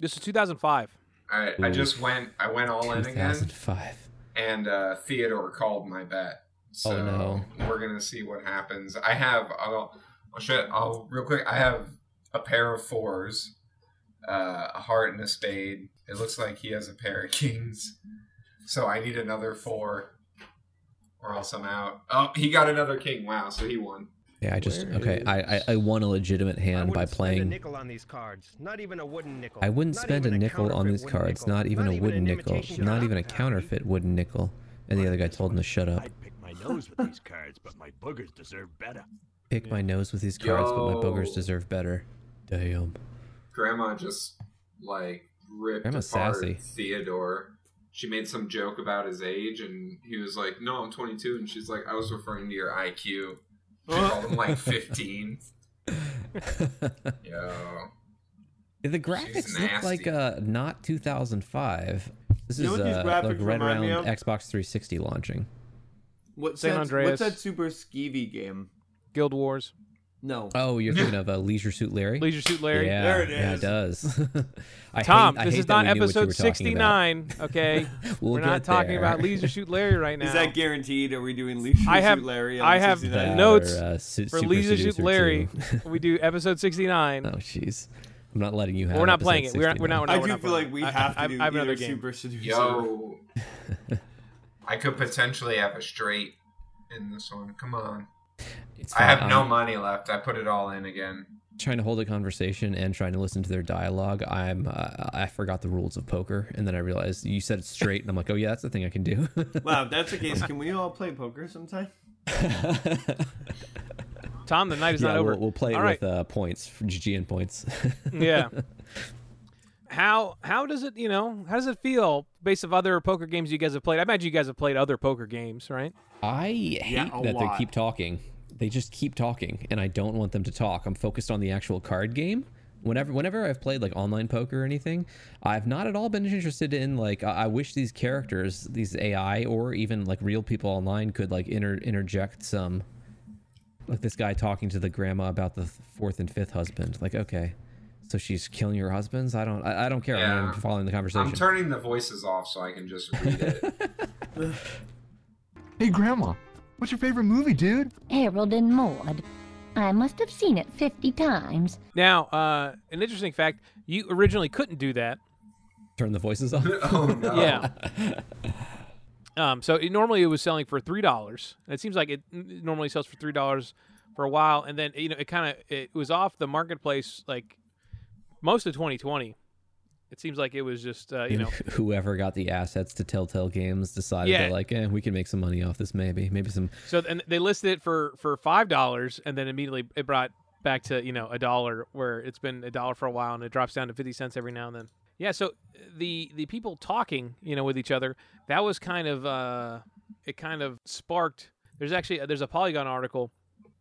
Speaker 1: This was 2005.
Speaker 4: I, I just went I went all in again
Speaker 3: 2005.
Speaker 4: and uh Theodore called my bet. So
Speaker 3: Oh, no.
Speaker 4: we're gonna see what happens. I have I'll I'll shit I'll real quick I have a pair of fours, uh, a heart and a spade. It looks like he has a pair of kings. So I need another four. Or else I'm out. Oh, he got another king. Wow, so he won.
Speaker 3: Yeah, I just
Speaker 4: Where
Speaker 3: okay. I, I I won a legitimate
Speaker 8: I
Speaker 3: hand by
Speaker 8: wouldn't spend a
Speaker 3: playing.
Speaker 8: nickel on these cards. Not even a wooden nickel.
Speaker 3: I wouldn't
Speaker 8: Not
Speaker 3: spend a
Speaker 8: even
Speaker 3: nickel on
Speaker 8: counterfeit
Speaker 3: these
Speaker 8: wooden
Speaker 3: cards.
Speaker 8: nickel.
Speaker 3: Not even a wooden
Speaker 8: an
Speaker 3: nickel.
Speaker 8: imitation
Speaker 3: Not even a
Speaker 8: copy.
Speaker 3: counterfeit wooden nickel. And the other guy told him to shut up.
Speaker 7: I'd pick my nose with these cards, but my boogers deserve better.
Speaker 3: Pick my nose with these cards, but my boogers
Speaker 4: Yo.
Speaker 3: deserve better. Damn.
Speaker 4: Grandma just like ripped
Speaker 3: Grandma
Speaker 4: apart
Speaker 3: sassy.
Speaker 4: Theodore. She made some joke about his age, and he was like, "No, I'm 22," and she's like, "I was referring to your IQ." She called him like 15. Yo,
Speaker 3: The graphics look
Speaker 4: nasty.
Speaker 3: like uh not 2005. This
Speaker 2: You know
Speaker 3: is
Speaker 2: what these
Speaker 3: uh, like
Speaker 2: graphics
Speaker 3: right
Speaker 2: remind me
Speaker 3: around
Speaker 2: of?
Speaker 3: Xbox 360 launching.
Speaker 2: What's
Speaker 1: San
Speaker 2: that,
Speaker 1: Andreas.
Speaker 2: What's that super skeevy game?
Speaker 1: Guild Wars,
Speaker 2: No.
Speaker 3: Oh, you're thinking of uh, Leisure Suit Larry?
Speaker 1: Leisure Suit Larry.
Speaker 3: Yeah,
Speaker 2: There it
Speaker 3: yeah, it
Speaker 2: is.
Speaker 3: does. I
Speaker 1: Tom,
Speaker 3: hate- I
Speaker 1: this
Speaker 3: hate
Speaker 1: is
Speaker 3: that
Speaker 1: not
Speaker 3: we knew what you were
Speaker 1: episode
Speaker 3: talking
Speaker 1: 69.
Speaker 3: about.
Speaker 1: Okay,
Speaker 3: We'll
Speaker 1: we're not
Speaker 3: get
Speaker 1: talking
Speaker 3: there.
Speaker 1: about Leisure Shoot Larry right now.
Speaker 2: Is that guaranteed? Are we doing Leisure
Speaker 1: I have-
Speaker 2: Suit Larry?
Speaker 1: I have
Speaker 3: That
Speaker 1: no-
Speaker 2: no.
Speaker 1: notes
Speaker 3: or, uh, Su-
Speaker 1: for
Speaker 3: Super
Speaker 1: Leisure
Speaker 3: Seducer
Speaker 1: Shoot Larry,
Speaker 3: 2.
Speaker 1: we do episode 69.
Speaker 3: oh, jeez. I'm not letting you have
Speaker 1: Well, we're not
Speaker 3: episode
Speaker 1: playing it. We're not- we're
Speaker 3: 69.
Speaker 1: not-
Speaker 2: I
Speaker 1: No, we're
Speaker 2: do feel
Speaker 1: playing.
Speaker 2: like we
Speaker 1: I-
Speaker 2: have to
Speaker 1: I-
Speaker 2: do
Speaker 1: I have another
Speaker 2: either
Speaker 1: game.
Speaker 2: Super Seducer.
Speaker 4: yo, I could potentially have a straight in this one. Come on,
Speaker 3: It's
Speaker 4: I have
Speaker 3: fine.
Speaker 4: no
Speaker 3: I'm
Speaker 4: money left. I put it all in again.
Speaker 3: Trying to hold a conversation and trying to listen to their dialogue. I'm. Uh, I forgot the rules of poker, and then I realized you said it straight, and I'm like, oh yeah, that's the thing I can do.
Speaker 2: Wow, if that's the case, can we all play poker sometime?
Speaker 1: Tom, the night is
Speaker 3: yeah,
Speaker 1: not over.
Speaker 3: We'll, we'll play it
Speaker 1: All right.
Speaker 3: with uh, points, GG and points.
Speaker 1: yeah. How how does it you know how does it feel based of other poker games you guys have played? I imagine you guys have played other poker games, right?
Speaker 3: I hate
Speaker 2: a
Speaker 3: that they
Speaker 2: lot.
Speaker 3: keep talking. They just keep talking, and I don't want them to talk. I'm focused on the actual card game. Whenever, whenever I've played like online poker or anything, I've not at all been interested in like. I, I wish these characters, these AI or even like real people online, could like inter- interject some. Like this guy talking to the grandma about the fourth and fifth husband. Like, okay, so she's killing your husbands. I don't. I, I don't care. I'm not
Speaker 4: Yeah.
Speaker 3: even following the conversation.
Speaker 4: I'm turning the voices off so I can just read it.
Speaker 6: Hey, Grandma, what's your favorite movie, dude?
Speaker 9: Harold and Maude. I must have seen it 50 times.
Speaker 1: Now, uh, an interesting fact: you originally couldn't do that.
Speaker 3: Turn the voices off.
Speaker 4: oh no.
Speaker 1: Yeah. um, so it, normally it was selling for three dollars. It seems like it n- normally sells for three dollars for a while, and then you know it kind of it was off the marketplace like most of 2020. It seems like it was just uh, you
Speaker 3: And
Speaker 1: know
Speaker 3: whoever got the assets to Telltale Games decided
Speaker 1: Yeah.
Speaker 3: they're like, eh, we can make some money off this. Maybe, maybe some.
Speaker 1: So and they listed it for for five dollars, and then immediately it brought back to you know a dollar, where it's been a dollar for a while, and it drops down to fifty cents every now and then. Yeah. So the the people talking, you know, with each other, that was kind of uh, it kind of sparked. There's actually there's a Polygon article,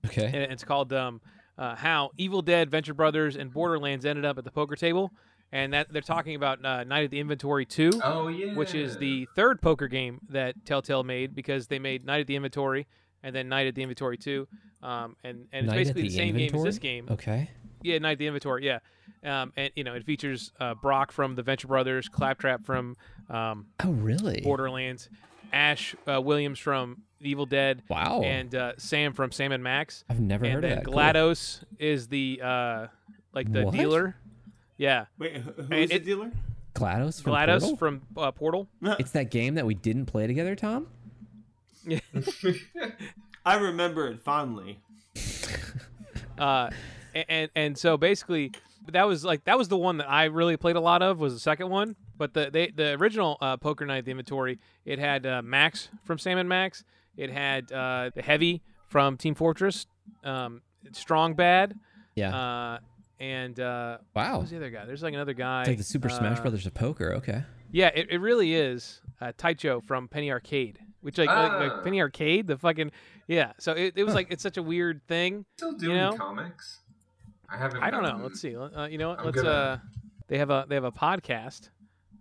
Speaker 3: Okay.
Speaker 1: and it's called um, uh, how Evil Dead, Venture Brothers, and Borderlands ended up at the poker table, and that they're talking about uh, Night at the Inventory Two
Speaker 4: Oh yeah.
Speaker 1: which is the third poker game that Telltale made because they made Night at the Inventory and then Night at the Inventory 2. Um, and, and it's
Speaker 3: Night at
Speaker 1: basically the, same game as this
Speaker 3: Inventory? Oh.
Speaker 1: game.
Speaker 3: Okay.
Speaker 1: Yeah, Night at the Inventory, yeah. Um, and, you know, it features uh, Brock from the Venture Brothers, Claptrap from um,
Speaker 3: Oh, really?
Speaker 1: Borderlands, Ash uh, Williams from Evil Dead,
Speaker 3: Wow.
Speaker 1: and uh, Sam from Sam and Max.
Speaker 3: I've never
Speaker 1: and
Speaker 3: heard
Speaker 1: then
Speaker 3: of that. Cool.
Speaker 1: GLaDOS is the, uh, like, the
Speaker 3: What?
Speaker 1: dealer. Yeah.
Speaker 2: Wait, who- who
Speaker 1: And
Speaker 2: is the
Speaker 1: it-
Speaker 2: dealer?
Speaker 3: GLaDOS from
Speaker 1: GLaDOS
Speaker 3: Portal?
Speaker 1: from uh, Portal.
Speaker 3: It's that game that we didn't play together, Tom?
Speaker 2: I remember it fondly.
Speaker 1: uh, a- and and so basically that was like that was the one that I really played a lot of was the second one. But the they, the original uh, Poker Night at the Inventory it had uh, Max from Sam and Max. It had uh, the Heavy from Team Fortress, um, Strong Bad,
Speaker 3: Yeah.
Speaker 1: uh, and uh,
Speaker 3: wow.
Speaker 1: who's the other guy? There's like another guy.
Speaker 3: It's like the Super Smash
Speaker 1: uh,
Speaker 3: Brothers of poker. Okay.
Speaker 1: Yeah, it, it really is uh, Taicho from Penny Arcade, which like, like- like
Speaker 4: Ah.
Speaker 1: Penny Arcade, the fucking yeah. So it, it was like it's such a weird thing.
Speaker 4: still doing
Speaker 1: know?
Speaker 4: comics. I haven't.
Speaker 1: I don't know.
Speaker 4: gotten-
Speaker 1: Let's see. Let- Uh, you know what?
Speaker 4: I'm
Speaker 1: Let's.
Speaker 4: good
Speaker 1: Uh,
Speaker 4: at
Speaker 1: they have a they have a podcast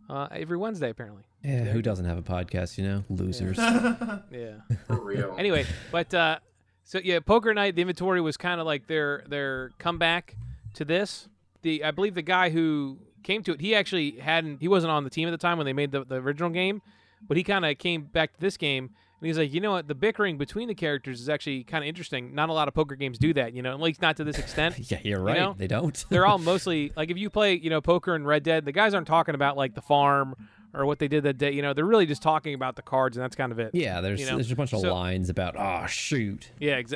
Speaker 1: uh, every Wednesday apparently.
Speaker 3: Yeah, who doesn't have a podcast, you know? Losers.
Speaker 1: Yeah.
Speaker 4: For real.
Speaker 1: anyway, but uh, so yeah, Poker Night. The inventory was kind of like their their comeback to this. The I believe the guy who came to it, he actually hadn't. He wasn't on the team at the time when they made the, the original game, but he kind of came back to this game. And he's like, you know what? The bickering between the characters is actually kind of interesting. Not a lot of poker games do that, you know, at least not to this extent.
Speaker 3: yeah, you're right.
Speaker 1: know?
Speaker 3: they don't.
Speaker 1: they're all mostly like if you play you know poker and Red Dead, the guys aren't talking about like the farm or what they did that day. You know, they're really just talking about the cards, and that's kind of it.
Speaker 3: Yeah, there's
Speaker 1: you know,
Speaker 3: there's a bunch of
Speaker 1: so-
Speaker 3: lines about oh shoot.
Speaker 1: yeah, exa-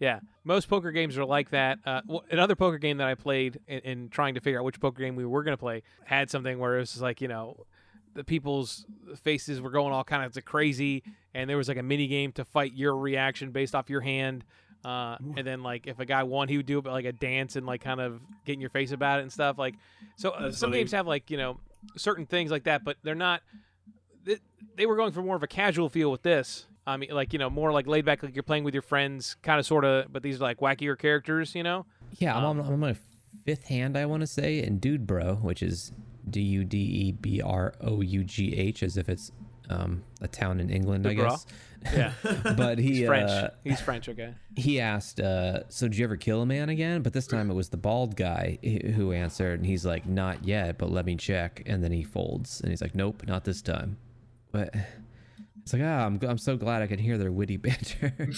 Speaker 1: yeah. Most poker games are like that. Uh, well, another poker game that I played in, in trying to figure out which poker game we were gonna play had something where it was just like you know the people's faces were going all kinds of crazy, and there was like a mini game to fight your reaction based off your hand. Uh, and then like if a guy won, he would do like a dance and like kind of get in your face about it and stuff. Like so, uh,
Speaker 2: That's
Speaker 1: some
Speaker 2: funny.
Speaker 1: games have like you know certain things like that, but they're not. They, they were going for more of a casual feel with this. I mean, like you know, more like laid back, like you're playing with your friends, kind of, sort of. But these are like wackier characters, you know.
Speaker 3: Yeah, I'm,
Speaker 1: Um,
Speaker 3: on, I'm on a fifth hand, I want to say, and dude bro, which is D U D E B R O U G H, as if it's um, a town in England, I
Speaker 1: Dude bro.
Speaker 3: guess.
Speaker 1: Yeah,
Speaker 3: But he
Speaker 1: he's
Speaker 3: uh,
Speaker 1: French. He's French, okay.
Speaker 3: he asked, uh, "So did you ever kill a man again?" But this time it was the bald guy wh- who answered, and he's like, "Not yet, but let me check." And then he folds, and he's like, "Nope, not this time." But it's like, ah, I'm, gl- I'm so glad I can hear their witty banter.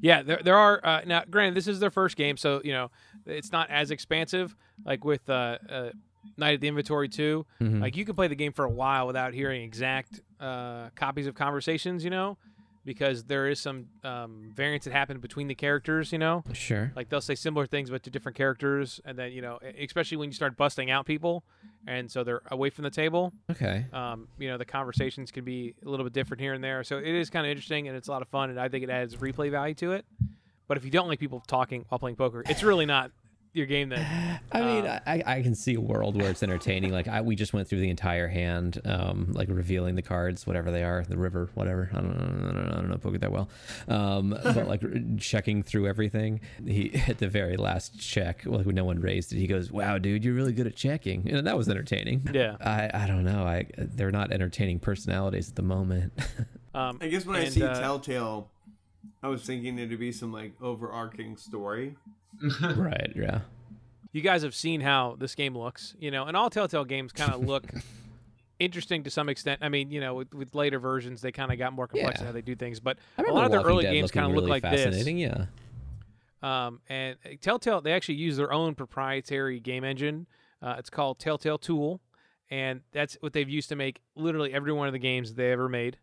Speaker 1: Yeah, there, there are uh, now. Granted, this is their first game, so you know it's not as expansive. Like with uh, uh, Night at the Inventory 2
Speaker 3: Mhm.
Speaker 1: like you can play the game for a while without hearing exact uh, copies of conversations, you know, because there is some um, variance that happened between the characters, you know.
Speaker 3: sure.
Speaker 1: Like they'll say similar things but to different characters, and then you know, e- especially when you start busting out people, and so they're away from the table.
Speaker 3: Okay.
Speaker 1: Um, you know, the conversations can be a little bit different here and there. So it is kind of interesting, and it's a lot of fun, and I think it adds replay value to it. But if you don't like people talking while playing poker, it's really not your game. Then
Speaker 3: I mean,
Speaker 1: Uh,
Speaker 3: I, I can see a world where it's entertaining. like I, we just went through the entire hand, um, like revealing the cards, whatever they are, the river, whatever. I don't, know, I don't, know, I don't know poker that well, um, but like r- checking through everything. He at the very last check, like when no one raised it, he goes, "Wow, dude, you're really good at checking," and that was entertaining.
Speaker 1: Yeah.
Speaker 3: I, I don't know. I they're not entertaining personalities at the moment.
Speaker 1: um,
Speaker 2: I guess when I
Speaker 1: and,
Speaker 2: see
Speaker 1: uh,
Speaker 2: Telltale, I was thinking it'd be some like overarching story.
Speaker 3: right? Yeah.
Speaker 1: you guys have seen how this game looks, you know, and all Telltale games kind of look interesting to some extent. I mean, you know, with, with later versions, they kind of got more complex in
Speaker 3: Yeah.
Speaker 1: how they do things, but a
Speaker 3: I remember
Speaker 1: lot of their
Speaker 3: Walking
Speaker 1: early
Speaker 3: Dead
Speaker 1: games
Speaker 3: looking
Speaker 1: kind of
Speaker 3: really
Speaker 1: look like this.
Speaker 3: fascinating. Yeah.
Speaker 1: Um, and uh, Telltale, they actually use their own proprietary game engine. Uh, it's called Telltale Tool, and that's what they've used to make literally every one of the games they ever made.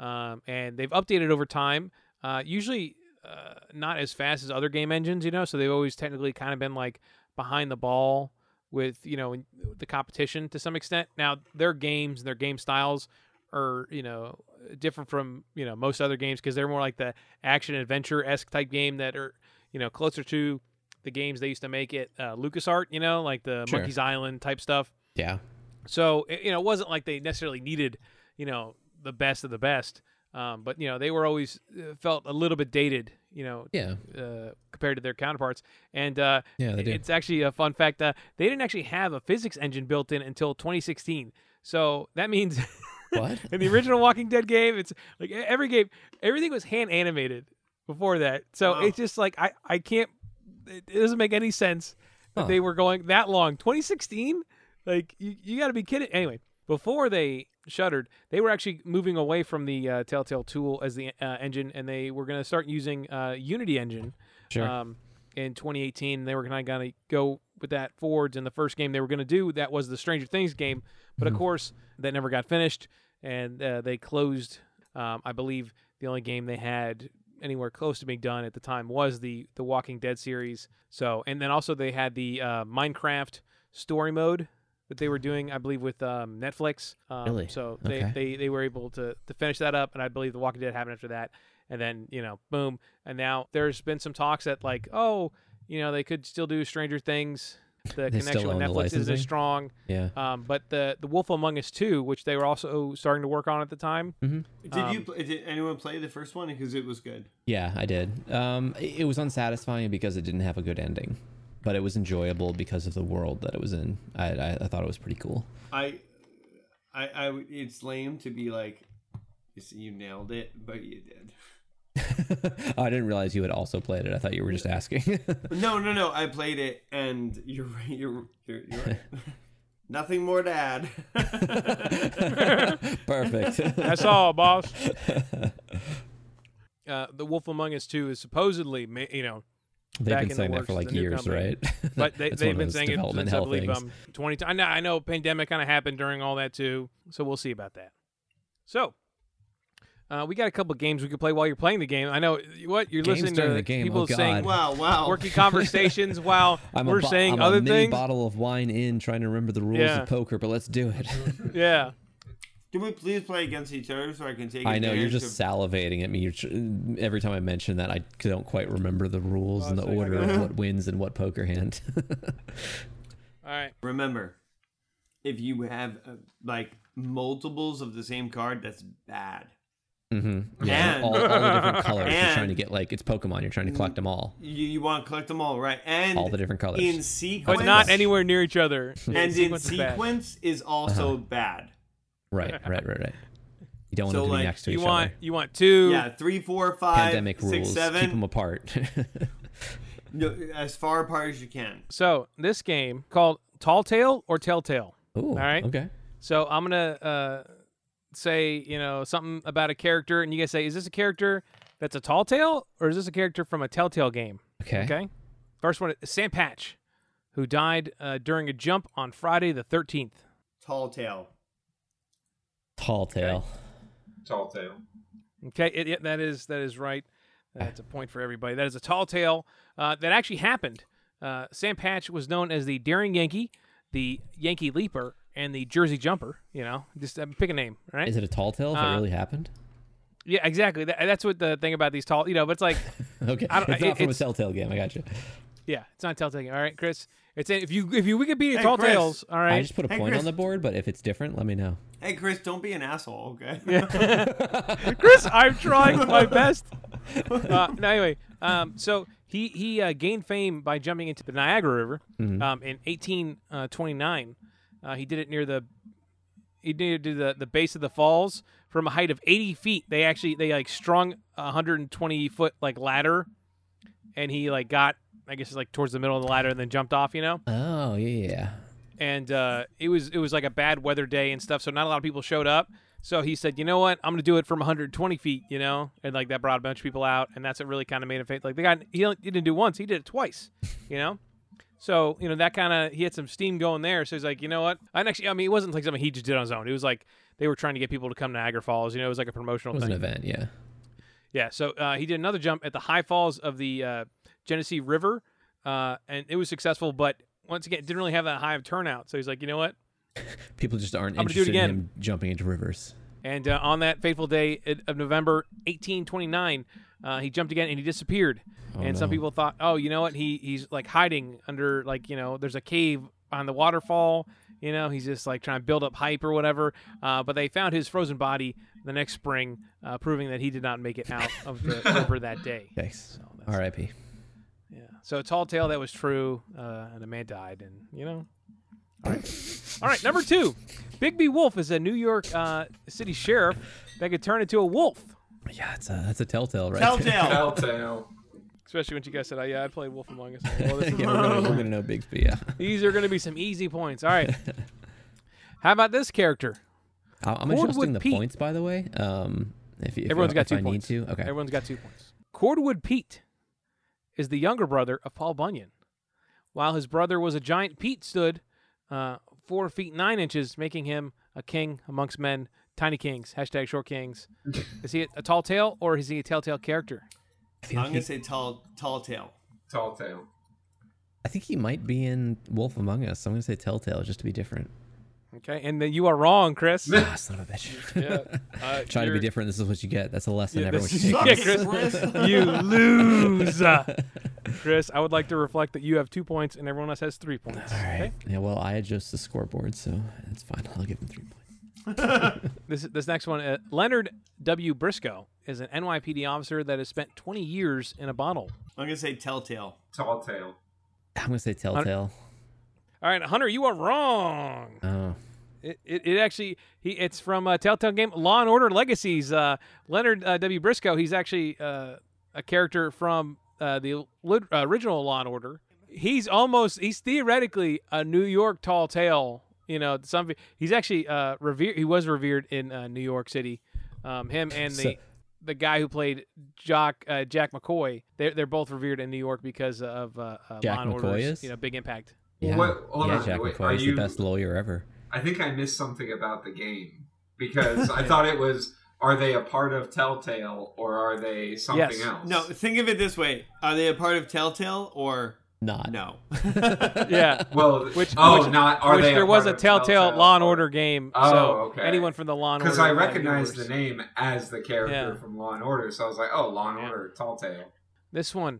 Speaker 1: Um, and they've updated over time, uh, usually uh, not as fast as other game engines, you know. So they've always technically kind of been like behind the ball with you know the competition to some extent. Now their games and their game styles are you know different from you know most other games because they're more like the action adventure esque type game that are you know closer to the games they used to make at uh, LucasArts, you know, like the
Speaker 3: Sure.
Speaker 1: Monkey's Island type stuff.
Speaker 3: Yeah.
Speaker 1: So it, you know, it wasn't like they necessarily needed, you know, the best of the best. Um, but you know, they were always uh, felt a little bit dated, you know,
Speaker 3: Yeah.
Speaker 1: uh, compared to their counterparts. And uh,
Speaker 3: Yeah, they do.
Speaker 1: it's actually a fun fact. Uh, they didn't actually have a physics engine built in until 2016. So that means
Speaker 3: What?
Speaker 1: in the original Walking Dead game, it's like e- every game, everything was hand animated before that. So
Speaker 2: Wow.
Speaker 1: it's just like I, I can't. It, it doesn't make any sense that
Speaker 3: Huh.
Speaker 1: they were going that long. 2016, like you, you got to be kidding. Anyway, before they shuttered, they were actually moving away from the uh, Telltale tool as the uh, engine, and they were going to start using uh, Unity engine
Speaker 3: Sure.
Speaker 1: um, in 2018. They were kind of going to go with that forwards. And the first game they were going to do that was the Stranger Things game, but
Speaker 3: Mhm.
Speaker 1: of course that never got finished, and uh, they closed. Um, I believe the only game they had anywhere close to being done at the time was the the Walking Dead series. So, and then also they had the uh, Minecraft story mode that they were doing, I believe, with um, Netflix. Um,
Speaker 3: Really?
Speaker 1: So they,
Speaker 3: Okay.
Speaker 1: they they were able to to finish that up, and I believe the Walking Dead happened after that. And then you know, boom, and now there's been some talks that like, oh, you know, they could still do Stranger Things. The
Speaker 3: They
Speaker 1: connection
Speaker 3: still
Speaker 1: with
Speaker 3: own the
Speaker 1: Netflix isn't
Speaker 3: licensing?
Speaker 1: as strong.
Speaker 3: yeah.
Speaker 1: Um, but the the Wolf Among Us 2, which they were also starting to work on at the time.
Speaker 2: Did you?
Speaker 1: Um,
Speaker 2: pl- Did anyone play the first one? Because it was good.
Speaker 3: Yeah, I did. Um, it it was unsatisfying because it didn't have a good ending, but it was enjoyable because of the world that it was in. I, I, I thought it was pretty cool.
Speaker 2: I, I, I would- It's lame to be like, "Yes, you nailed it, but you did.
Speaker 3: Oh, I didn't realize you had also played it. I thought you were just asking.
Speaker 2: No, no, no. I played it, and you're right. You're, you're, you're right. Nothing more to add.
Speaker 3: Perfect.
Speaker 1: That's all, boss. Uh, the Wolf Among Us 2 is supposedly, ma- you know,
Speaker 3: They've
Speaker 1: Back
Speaker 3: been
Speaker 1: in the
Speaker 3: saying that
Speaker 1: works,
Speaker 3: for like
Speaker 1: the new
Speaker 3: years,
Speaker 1: company.
Speaker 3: right?
Speaker 1: but they,
Speaker 3: That's
Speaker 1: they've
Speaker 3: one of
Speaker 1: been
Speaker 3: those
Speaker 1: saying it
Speaker 3: development
Speaker 1: since I
Speaker 3: hell
Speaker 1: believe
Speaker 3: things.
Speaker 1: um, 20 times. I know, I know pandemic kind of happened during all that too, so we'll see about that. So uh, we got a couple games we could play while you're playing the game. I know what you're
Speaker 3: Games
Speaker 1: listening
Speaker 3: during
Speaker 1: to
Speaker 3: the game,
Speaker 1: people
Speaker 3: oh,
Speaker 1: saying
Speaker 3: God.
Speaker 2: wow, wow.
Speaker 1: quirky conversations while
Speaker 3: I'm
Speaker 1: we're
Speaker 3: a bo-
Speaker 1: saying
Speaker 3: I'm
Speaker 1: other
Speaker 3: a mini
Speaker 1: things.
Speaker 3: bottle of wine in, trying to remember the rules
Speaker 1: Yeah.
Speaker 3: of poker, but let's do it.
Speaker 1: Yeah.
Speaker 2: Can we please play against each other so I can take?
Speaker 3: I know you're
Speaker 2: advantage
Speaker 3: just
Speaker 2: of-
Speaker 3: salivating at me. You're tr- every time I mention that, I don't quite remember the rules and the
Speaker 1: Honestly, I
Speaker 3: order of what wins and what poker hand.
Speaker 1: All right.
Speaker 2: Remember, if you have uh, like multiples of the same card, that's bad.
Speaker 3: hmm
Speaker 2: And-
Speaker 3: all, all the different colors. you're trying to
Speaker 2: and-
Speaker 3: get like it's Pokemon. You're trying to collect them all,
Speaker 2: You, you want to collect them all, right? And
Speaker 3: all the different colors.
Speaker 2: in sequence,
Speaker 1: But not anywhere near each other.
Speaker 2: And in
Speaker 1: Sequence is bad.
Speaker 2: sequence is
Speaker 3: Uh-huh.
Speaker 2: also bad.
Speaker 3: right, right, right, right. You don't want
Speaker 2: So,
Speaker 3: them to
Speaker 2: like,
Speaker 3: be next to
Speaker 1: You
Speaker 3: each
Speaker 1: want
Speaker 3: other.
Speaker 1: you want two.
Speaker 2: Yeah, three, four, five,
Speaker 3: Pandemic
Speaker 2: six,
Speaker 3: rules. Keep
Speaker 2: seven,
Speaker 3: them apart.
Speaker 2: no, as far apart as you can.
Speaker 1: So this game called Tall Tale or Telltale.
Speaker 3: Ooh, all
Speaker 1: right.
Speaker 3: Okay.
Speaker 1: So I'm gonna uh, say you know something about a character, and you guys say, is this a character that's a Tall Tale or is this a character from a Telltale game?
Speaker 3: Okay.
Speaker 1: Okay. First one is Sam Patch, who died uh, during a jump on Friday the 13th.
Speaker 2: Tall tale.
Speaker 3: Tall tale.
Speaker 4: Tall tale.
Speaker 1: Okay, it, it- that is that is right. That's a point for everybody. That is a tall tale uh, that actually happened. Uh, Sam Patch was known as the Daring Yankee, the Yankee Leaper, and the Jersey Jumper. You know, just uh, pick a name, all right?
Speaker 3: Is it a tall tale? If it
Speaker 1: Uh,
Speaker 3: really happened?
Speaker 1: yeah, exactly. That, that's what the thing about these tall, you know. But it's like,
Speaker 3: Okay.
Speaker 1: I don't-
Speaker 3: it's not
Speaker 1: it-
Speaker 3: from
Speaker 1: it's-
Speaker 3: a telltale game. I got you.
Speaker 1: yeah, it's not Telltale. All right, Chris. It's in, if you if you Wikipedia
Speaker 2: Hey,
Speaker 1: tall
Speaker 2: Chris.
Speaker 1: tales. All
Speaker 3: I
Speaker 1: right.
Speaker 3: just put a
Speaker 2: Hey,
Speaker 3: point
Speaker 2: Chris.
Speaker 3: on the board, but if it's different, let me know.
Speaker 2: Hey, Chris, don't be an asshole, okay?
Speaker 1: Chris, I'm trying my best. Uh, no, anyway, um, so he he uh, gained fame by jumping into the Niagara River
Speaker 3: Mm-hmm.
Speaker 1: um, in 1829. Uh, he did it near the he did it to the the base of the falls from a height of 80 feet. They actually they like strung a 120 foot like ladder, and he like got I guess like towards the middle of the ladder and then jumped off. You know
Speaker 3: Oh yeah.
Speaker 1: and uh, it was it was like a bad weather day and stuff, so not a lot of people showed up. So he said, you know what, I'm gonna do it from 120 feet, you know, and like that brought a bunch of people out, and that's what really kind of made him famous. Like the guy, he, don't- he didn't do once, he did it twice, you know. So you know that kind of he had some steam going there. So he's like, you know what, and actually, I mean, it wasn't like something he just did on his own. It was like they were trying to get people to come to Niagara Falls, you know, it was like a promotional
Speaker 3: It was
Speaker 1: thing.
Speaker 3: an event. Yeah.
Speaker 1: Yeah, so uh, he did another jump at the high falls of the uh, Genesee River, uh, and it was successful, but once again, it didn't really have that high of turnout. So he's like, you know what,
Speaker 3: People just aren't
Speaker 1: I'm gonna do it
Speaker 3: interested
Speaker 1: again.
Speaker 3: in him jumping into rivers.
Speaker 1: And uh, on that fateful day i- of November 1829, uh, he jumped again and he disappeared. and some
Speaker 3: Oh, no.
Speaker 1: people thought, oh, you know what? He he's like hiding under like you know there's a cave on the waterfall. You know he's just like trying to build up hype or whatever. Uh, but they found his frozen body the next spring, uh, proving that he did not make it out of the river that day.
Speaker 3: Yikes.
Speaker 1: So that's-
Speaker 3: R.I.P.
Speaker 1: Yeah. So a tall tale that was true, uh, and a man died, and you know. All right. All right. Number two, Bigby Wolf is a New York uh, City sheriff that could turn into a wolf,
Speaker 3: Yeah, that's a that's a telltale, right?
Speaker 2: Telltale.
Speaker 4: Telltale.
Speaker 1: especially when you guys said, "Oh yeah, I played Wolf Among Us." Well,
Speaker 3: yeah,
Speaker 1: this is-
Speaker 3: we're gonna, we're gonna know Bigsby. Yeah,
Speaker 1: These are going to be some easy points. All right. How about this character?
Speaker 3: I- I'm
Speaker 1: Cornwood
Speaker 3: adjusting the
Speaker 1: Pete.
Speaker 3: points, by the way. Um, if, you- if
Speaker 1: Everyone's
Speaker 3: you-
Speaker 1: got
Speaker 3: if
Speaker 1: two
Speaker 3: I
Speaker 1: points.
Speaker 3: need to. Okay.
Speaker 1: Everyone's got two points. Cordwood Pete is the younger brother of Paul Bunyan. While his brother was a giant, Pete stood uh, four feet nine inches, making him a king amongst men. Tiny kings. Hashtag short kings. is he a tall tale or is he a telltale character?
Speaker 3: I,
Speaker 2: I'm
Speaker 3: feel like
Speaker 2: gonna
Speaker 3: he,
Speaker 2: say tall, tall tale.
Speaker 4: Tall tale.
Speaker 3: I think he might be in Wolf Among Us. So I'm gonna say Telltale just to be different.
Speaker 1: Okay. And then you are wrong, Chris.
Speaker 3: Ah, son of a bitch.
Speaker 1: Uh,
Speaker 3: Try to be
Speaker 1: you're-
Speaker 3: different. This is what you get. That's a lesson
Speaker 1: Yeah,
Speaker 3: everyone
Speaker 1: this
Speaker 3: should
Speaker 1: is-
Speaker 3: take.
Speaker 1: yeah, Chris, you lose. Chris, I would like to reflect that you have two points and everyone else has three points.
Speaker 3: All
Speaker 1: okay?
Speaker 3: right. Yeah. Well, I adjust the scoreboard, so it's fine. I'll give him three points.
Speaker 1: This this next one, uh, Leonard W. Briscoe is an NYPD officer that has spent 20 years in a bottle.
Speaker 2: I'm gonna say telltale.
Speaker 4: Tall tale.
Speaker 3: I'm gonna say Telltale.
Speaker 1: All right, Hunter, you are wrong.
Speaker 3: Oh,
Speaker 1: It, it, it actually he it's from uh, Telltale game Law and Order Legacies. Uh, Leonard uh, W. Briscoe, he's actually uh, a character from uh, the lit- uh, original Law and Order. He's almost he's theoretically a New York tall tale. You know, some he's actually uh, revered. He was revered in uh, New York City. Um, him and the
Speaker 3: So-
Speaker 1: the guy who played Jock uh, Jack McCoy, they're they're both revered in New York because of uh, uh,
Speaker 3: Jack
Speaker 1: Law and
Speaker 3: McCoy
Speaker 1: Order's
Speaker 3: is?
Speaker 1: you know big impact.
Speaker 3: yeah.
Speaker 4: What- hold
Speaker 3: yeah.
Speaker 4: on,
Speaker 3: Jack
Speaker 4: wait,
Speaker 3: McCoy
Speaker 4: are
Speaker 3: is
Speaker 4: you-
Speaker 3: the best lawyer ever.
Speaker 4: I think I missed something about the game because I thought it was are they a part of Telltale or are they something
Speaker 1: Yes.
Speaker 4: else?
Speaker 2: No, think of it this way: Are they a part of Telltale or
Speaker 3: Not.
Speaker 2: no?
Speaker 1: Yeah.
Speaker 4: Well,
Speaker 1: Which-
Speaker 4: which, oh,
Speaker 1: which-
Speaker 4: not are
Speaker 1: which
Speaker 4: they?
Speaker 1: there
Speaker 4: a
Speaker 1: was a
Speaker 4: part of
Speaker 1: telltale,
Speaker 4: Telltale
Speaker 1: law and order game
Speaker 4: Oh,
Speaker 1: so
Speaker 4: okay.
Speaker 1: anyone from the law and order
Speaker 4: Because I
Speaker 1: uh,
Speaker 4: recognized the
Speaker 1: universe.
Speaker 4: name as the character
Speaker 1: Yeah.
Speaker 4: from Law and Order, so I was like, "Oh, Law and
Speaker 1: Yeah.
Speaker 4: Order, Tall Tale."
Speaker 1: this one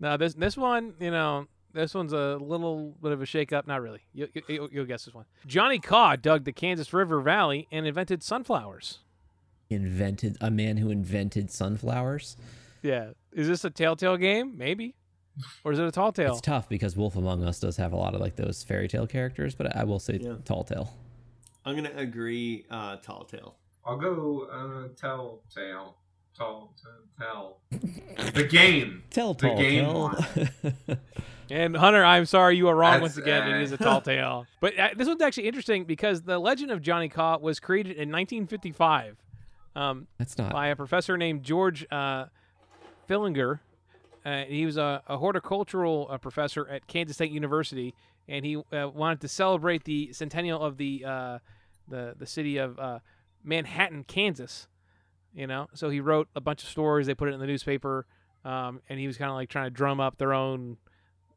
Speaker 1: no this this one you know this one's a little bit of a shake up not really you, you, you, you'll guess this one johnny caw dug the kansas river valley and invented sunflowers
Speaker 3: Invented a man who invented sunflowers.
Speaker 1: yeah is this a telltale game maybe or is it a tall tale
Speaker 3: It's tough because Wolf Among Us does have a lot of like those fairy tale characters, but I will say
Speaker 2: Yeah.
Speaker 3: Tall Tale.
Speaker 2: I'm gonna agree. Uh, tall tale.
Speaker 4: I'll go uh, Tell Tale, Tall Tell. The game,
Speaker 3: Tell
Speaker 4: the
Speaker 3: Tall
Speaker 4: game.
Speaker 3: Tale.
Speaker 4: one.
Speaker 1: And Hunter, I'm sorry you are wrong
Speaker 4: That's-
Speaker 1: once again. It
Speaker 4: uh,
Speaker 1: is a tall tale. But uh, this one's actually interesting because the legend of Johnny Caw was created in 1955. Um,
Speaker 3: That's not.
Speaker 1: by a professor named George uh, Fillinger. Uh, he was a, a horticultural uh, professor at Kansas State University, and he uh, wanted to celebrate the centennial of the uh, the the city of uh, Manhattan, Kansas. You know, so he wrote a bunch of stories. They put it in the newspaper, um, and he was kind of like trying to drum up their own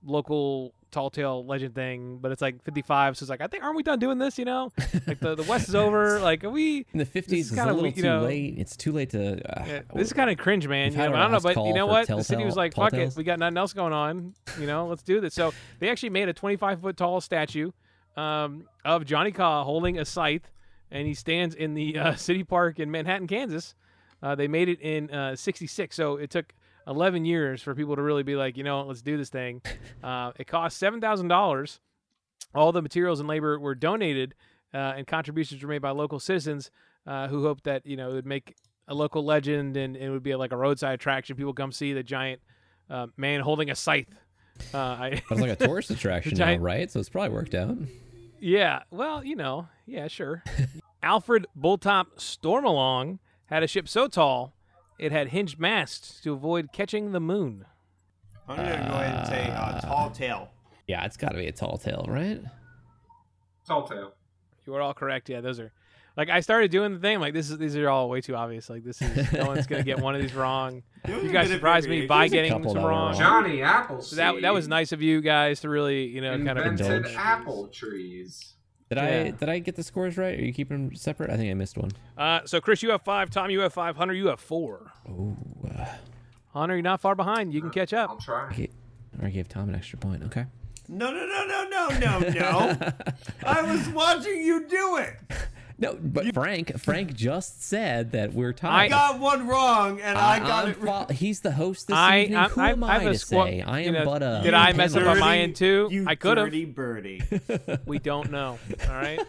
Speaker 1: local tall tale legend thing. But it's like 55, so it's like I think aren't we done doing this? You know, like the the West is over. Like are we?
Speaker 3: In the 50s, it's
Speaker 1: kinda
Speaker 3: a little
Speaker 1: we- you
Speaker 3: too
Speaker 1: know-
Speaker 3: late. It's too late to. Uh,
Speaker 1: Yeah, this is kind of cringe, man.
Speaker 3: We've
Speaker 1: You
Speaker 3: had
Speaker 1: know,
Speaker 3: our
Speaker 1: I don't know,
Speaker 3: last
Speaker 1: but
Speaker 3: call
Speaker 1: you know
Speaker 3: for
Speaker 1: what? The city was
Speaker 3: Telltale-
Speaker 1: like, "Fuck it,
Speaker 3: Telltales."
Speaker 1: we got nothing else going on. You know, let's do this." So they actually made a 25 foot tall statue um, of Johnny Caw holding a scythe, and he stands in the uh, city park in Manhattan, Kansas. Uh, they made it in uh, '66, so it took 11 years for people to really be like, you know, let's do this thing. Uh, it cost seven thousand dollars. All the materials and labor were donated, uh, and contributions were made by local citizens uh, who hoped that you know it would make a local legend and it would be like a roadside attraction. People come see the giant uh, man holding a scythe. Uh, I,
Speaker 3: but it's like a tourist attraction now,
Speaker 1: giant-
Speaker 3: right? So it's probably worked out.
Speaker 1: yeah, well, you know, yeah, sure. Alfred Bulltop Stormalong had a ship so tall it had hinged masts to avoid catching the moon.
Speaker 2: I'm gonna go ahead and say uh, tall tale.
Speaker 3: Yeah, it's got to be a Tall Tale, right?
Speaker 4: Tall Tale.
Speaker 1: You are all correct. Yeah, those are. Like I started doing the thing. I'm like this is these are all way too obvious. Like this is no one's gonna get one of these wrong.
Speaker 2: was
Speaker 1: You
Speaker 2: a
Speaker 1: guys
Speaker 2: bit of
Speaker 1: surprised me
Speaker 2: variation.
Speaker 1: by
Speaker 3: There's a
Speaker 1: getting
Speaker 3: couple
Speaker 1: some
Speaker 3: that were
Speaker 1: wrong.
Speaker 3: wrong.
Speaker 4: Johnny Appleseed.
Speaker 1: So that that was nice of you guys to really you know kind of
Speaker 4: Invented
Speaker 3: indulge.
Speaker 4: apple trees.
Speaker 3: Did I
Speaker 1: Yeah.
Speaker 3: did I get the scores right? Are you keeping them separate? I think I missed one.
Speaker 1: Uh, so Chris, you have five. Tom, you have five. Hunter, you have four.
Speaker 3: Oh, uh,
Speaker 1: Hunter, you're not far behind. You can catch up.
Speaker 4: I'll try.
Speaker 3: I I gave Tom an extra point. Okay.
Speaker 2: No, no, no, no, no, no, no. I was watching you do it.
Speaker 3: No, but Frank, Frank just said that we're
Speaker 2: I
Speaker 3: tired.
Speaker 2: got one wrong, and I, got
Speaker 3: Uh, I'm
Speaker 2: it. Wrong.
Speaker 3: fo- he's the host this
Speaker 1: I-
Speaker 3: evening.
Speaker 1: I'm-
Speaker 3: Who
Speaker 1: I'm-
Speaker 3: am
Speaker 1: I'm
Speaker 3: I
Speaker 1: a
Speaker 3: to
Speaker 1: squat-
Speaker 3: say? I
Speaker 1: you
Speaker 3: am
Speaker 1: know,
Speaker 3: but a.
Speaker 1: did I mess up on
Speaker 3: panelist.
Speaker 1: my end too?
Speaker 2: You
Speaker 1: I could have.
Speaker 2: dirty birdie.
Speaker 1: We don't know. All right.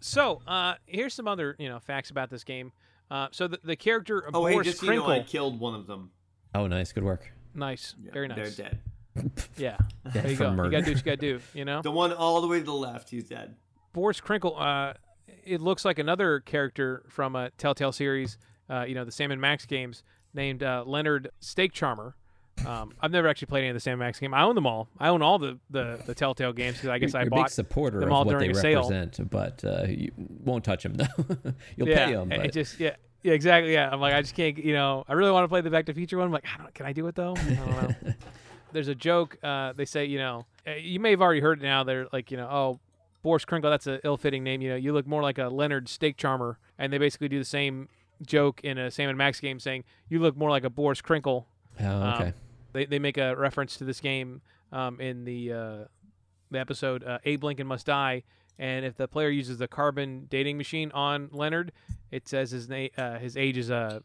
Speaker 1: so uh, here's some other you know facts about this game. Uh, so the, the character of
Speaker 2: oh, hey,
Speaker 1: Boris
Speaker 2: just so you know,
Speaker 1: Crinkle.
Speaker 2: I killed one of them.
Speaker 3: Oh, nice, good work.
Speaker 1: nice,
Speaker 2: Yeah,
Speaker 1: very nice.
Speaker 2: They're dead.
Speaker 1: Yeah,
Speaker 3: Death
Speaker 1: there you
Speaker 3: for
Speaker 1: go. You
Speaker 3: murder.
Speaker 1: gotta do what you gotta do. You know,
Speaker 2: The one all the way to the left, he's dead.
Speaker 1: Boris Crinkle. Uh, it looks like another character from a Telltale series. Uh, you know, the Sam and Max games, named uh, Leonard Steak Charmer. Um, I've never actually played any of the Sam and Max game. I own them all. I own all the the, the Telltale games because I guess
Speaker 3: You're
Speaker 1: I
Speaker 3: a big
Speaker 1: bought
Speaker 3: supporter
Speaker 1: them
Speaker 3: of
Speaker 1: all
Speaker 3: what
Speaker 1: during
Speaker 3: they
Speaker 1: a sale.
Speaker 3: represent, but uh, you won't touch them though. You'll
Speaker 1: yeah,
Speaker 3: pay them,
Speaker 1: it-
Speaker 3: but
Speaker 1: It just yeah, yeah, exactly. Yeah, I'm like I just can't. You know, I really want to play the Back to the Future one. I'm like, I don't, can I do it though? I don't know. There's a joke. Uh, they say, you know, uh, you may have already heard it now. They're like, you know, oh, Boris Krinkle. That's an ill-fitting name. You know, you look more like a Leonard Steak Charmer, and they basically do the same joke in a Sam and Max game, saying you look more like a Boris Krinkle.
Speaker 3: oh,
Speaker 1: Um,
Speaker 3: okay.
Speaker 1: They they make a reference to this game um, in the uh, the episode uh, Abe Lincoln Must Die, and if the player uses the carbon dating machine on Leonard, it says his name uh, his age is uh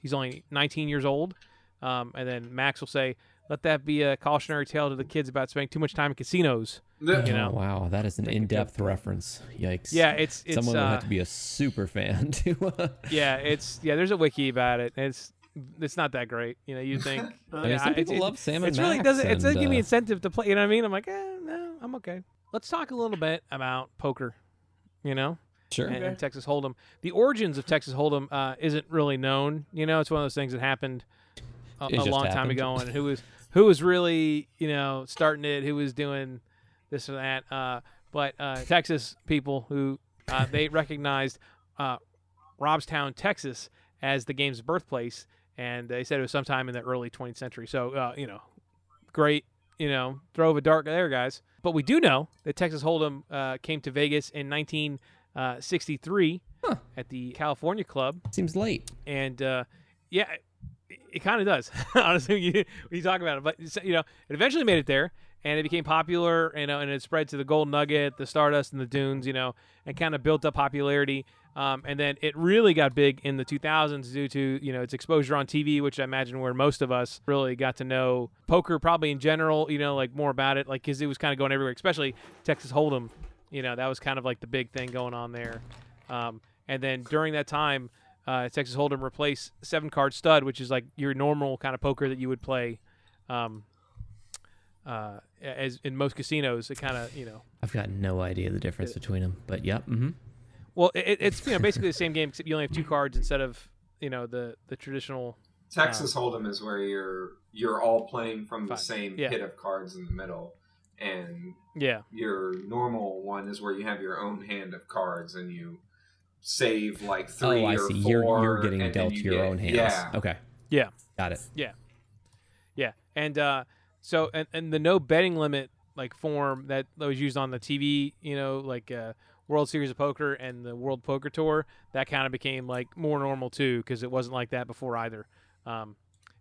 Speaker 1: he's only 19 years old, um, and then Max will say, "Let that be a cautionary tale to the kids about spending too much time in casinos."
Speaker 4: No,
Speaker 1: You know,
Speaker 3: oh, wow, that is an
Speaker 1: Thank you,
Speaker 3: in-depth reference. Yikes.
Speaker 1: yeah, it's it's
Speaker 3: Someone will
Speaker 1: uh,
Speaker 3: have to be a super fan to. Uh,
Speaker 1: yeah, it's yeah. There's a wiki about it. and It's it's not that great, you know. You think
Speaker 3: I mean,
Speaker 1: yeah,
Speaker 3: some
Speaker 1: it's-
Speaker 3: people
Speaker 1: it-
Speaker 3: love Sam and
Speaker 1: It's really
Speaker 3: Max
Speaker 1: doesn't. It doesn't
Speaker 3: and,
Speaker 1: give me
Speaker 3: uh,
Speaker 1: incentive to play. You know what I mean? I'm like, eh, no, I'm okay. Let's talk a little bit about poker. You know,
Speaker 3: uh, Sure.
Speaker 1: and, and Texas Hold'em. The origins of Texas Hold'em uh, isn't really known. You know, it's one of those things that happened a,
Speaker 3: It
Speaker 1: a
Speaker 3: just
Speaker 1: long time
Speaker 3: happened.
Speaker 1: ago, and who was who was really you know starting it, who was doing this or that. Uh, but uh, Texas people who uh, they recognized uh, Robstown, Texas, as the game's birthplace, and they said it was sometime in the early 20th century. So uh, you know, great, you know, throw of a dart there, guys. But we do know that Texas Hold'em uh, came to Vegas in 1963 at the California Club,
Speaker 3: Seems late.
Speaker 1: and uh, yeah, it, it kind of does. Honestly, you, when you talk about it, but it's- you know, it eventually made it there, and it became popular, you know, and it spread to the Gold Nugget, the Stardust, and the Dunes, you know, and kind of built up popularity. Um, and then it really got big in the 2000s due to you know its exposure on TV, which I imagine where most of us really got to know poker, probably in general, you know, like more about it, like because it was kind of going everywhere, especially Texas Hold'em. You know, that was kind of like the big thing going on there. Um, and then during that time, uh, Texas Hold'em replaced seven card stud, which is like your normal kind of poker that you would play, um, uh, as in most casinos. It kind of you know,
Speaker 3: I've got no idea the
Speaker 1: Uh,
Speaker 3: difference between them, but yep. Mm-hmm.
Speaker 1: well, it, it- it's you know basically the same game except you only have two cards instead of you know the the traditional.
Speaker 4: Texas
Speaker 3: Ah.
Speaker 4: Hold'em is where you're you're all playing from the
Speaker 1: Fine.
Speaker 4: same
Speaker 1: Yeah.
Speaker 4: pit of cards in the middle, and
Speaker 1: Yeah,
Speaker 4: your normal one is where you have your own hand of cards and you save like three
Speaker 3: Oh, I
Speaker 4: or
Speaker 3: see.
Speaker 4: 4
Speaker 3: You're you're getting
Speaker 4: and then
Speaker 3: dealt
Speaker 4: you
Speaker 3: your
Speaker 4: get-
Speaker 3: own hands.
Speaker 4: Yeah,
Speaker 3: Okay.
Speaker 1: Yeah.
Speaker 3: Got it.
Speaker 1: yeah, and uh, so and, and the no betting limit like form that, that was used on the TV, you know, like uh, World Series of Poker and the World Poker Tour, that kind of became like more normal too because it wasn't like that before either. Um,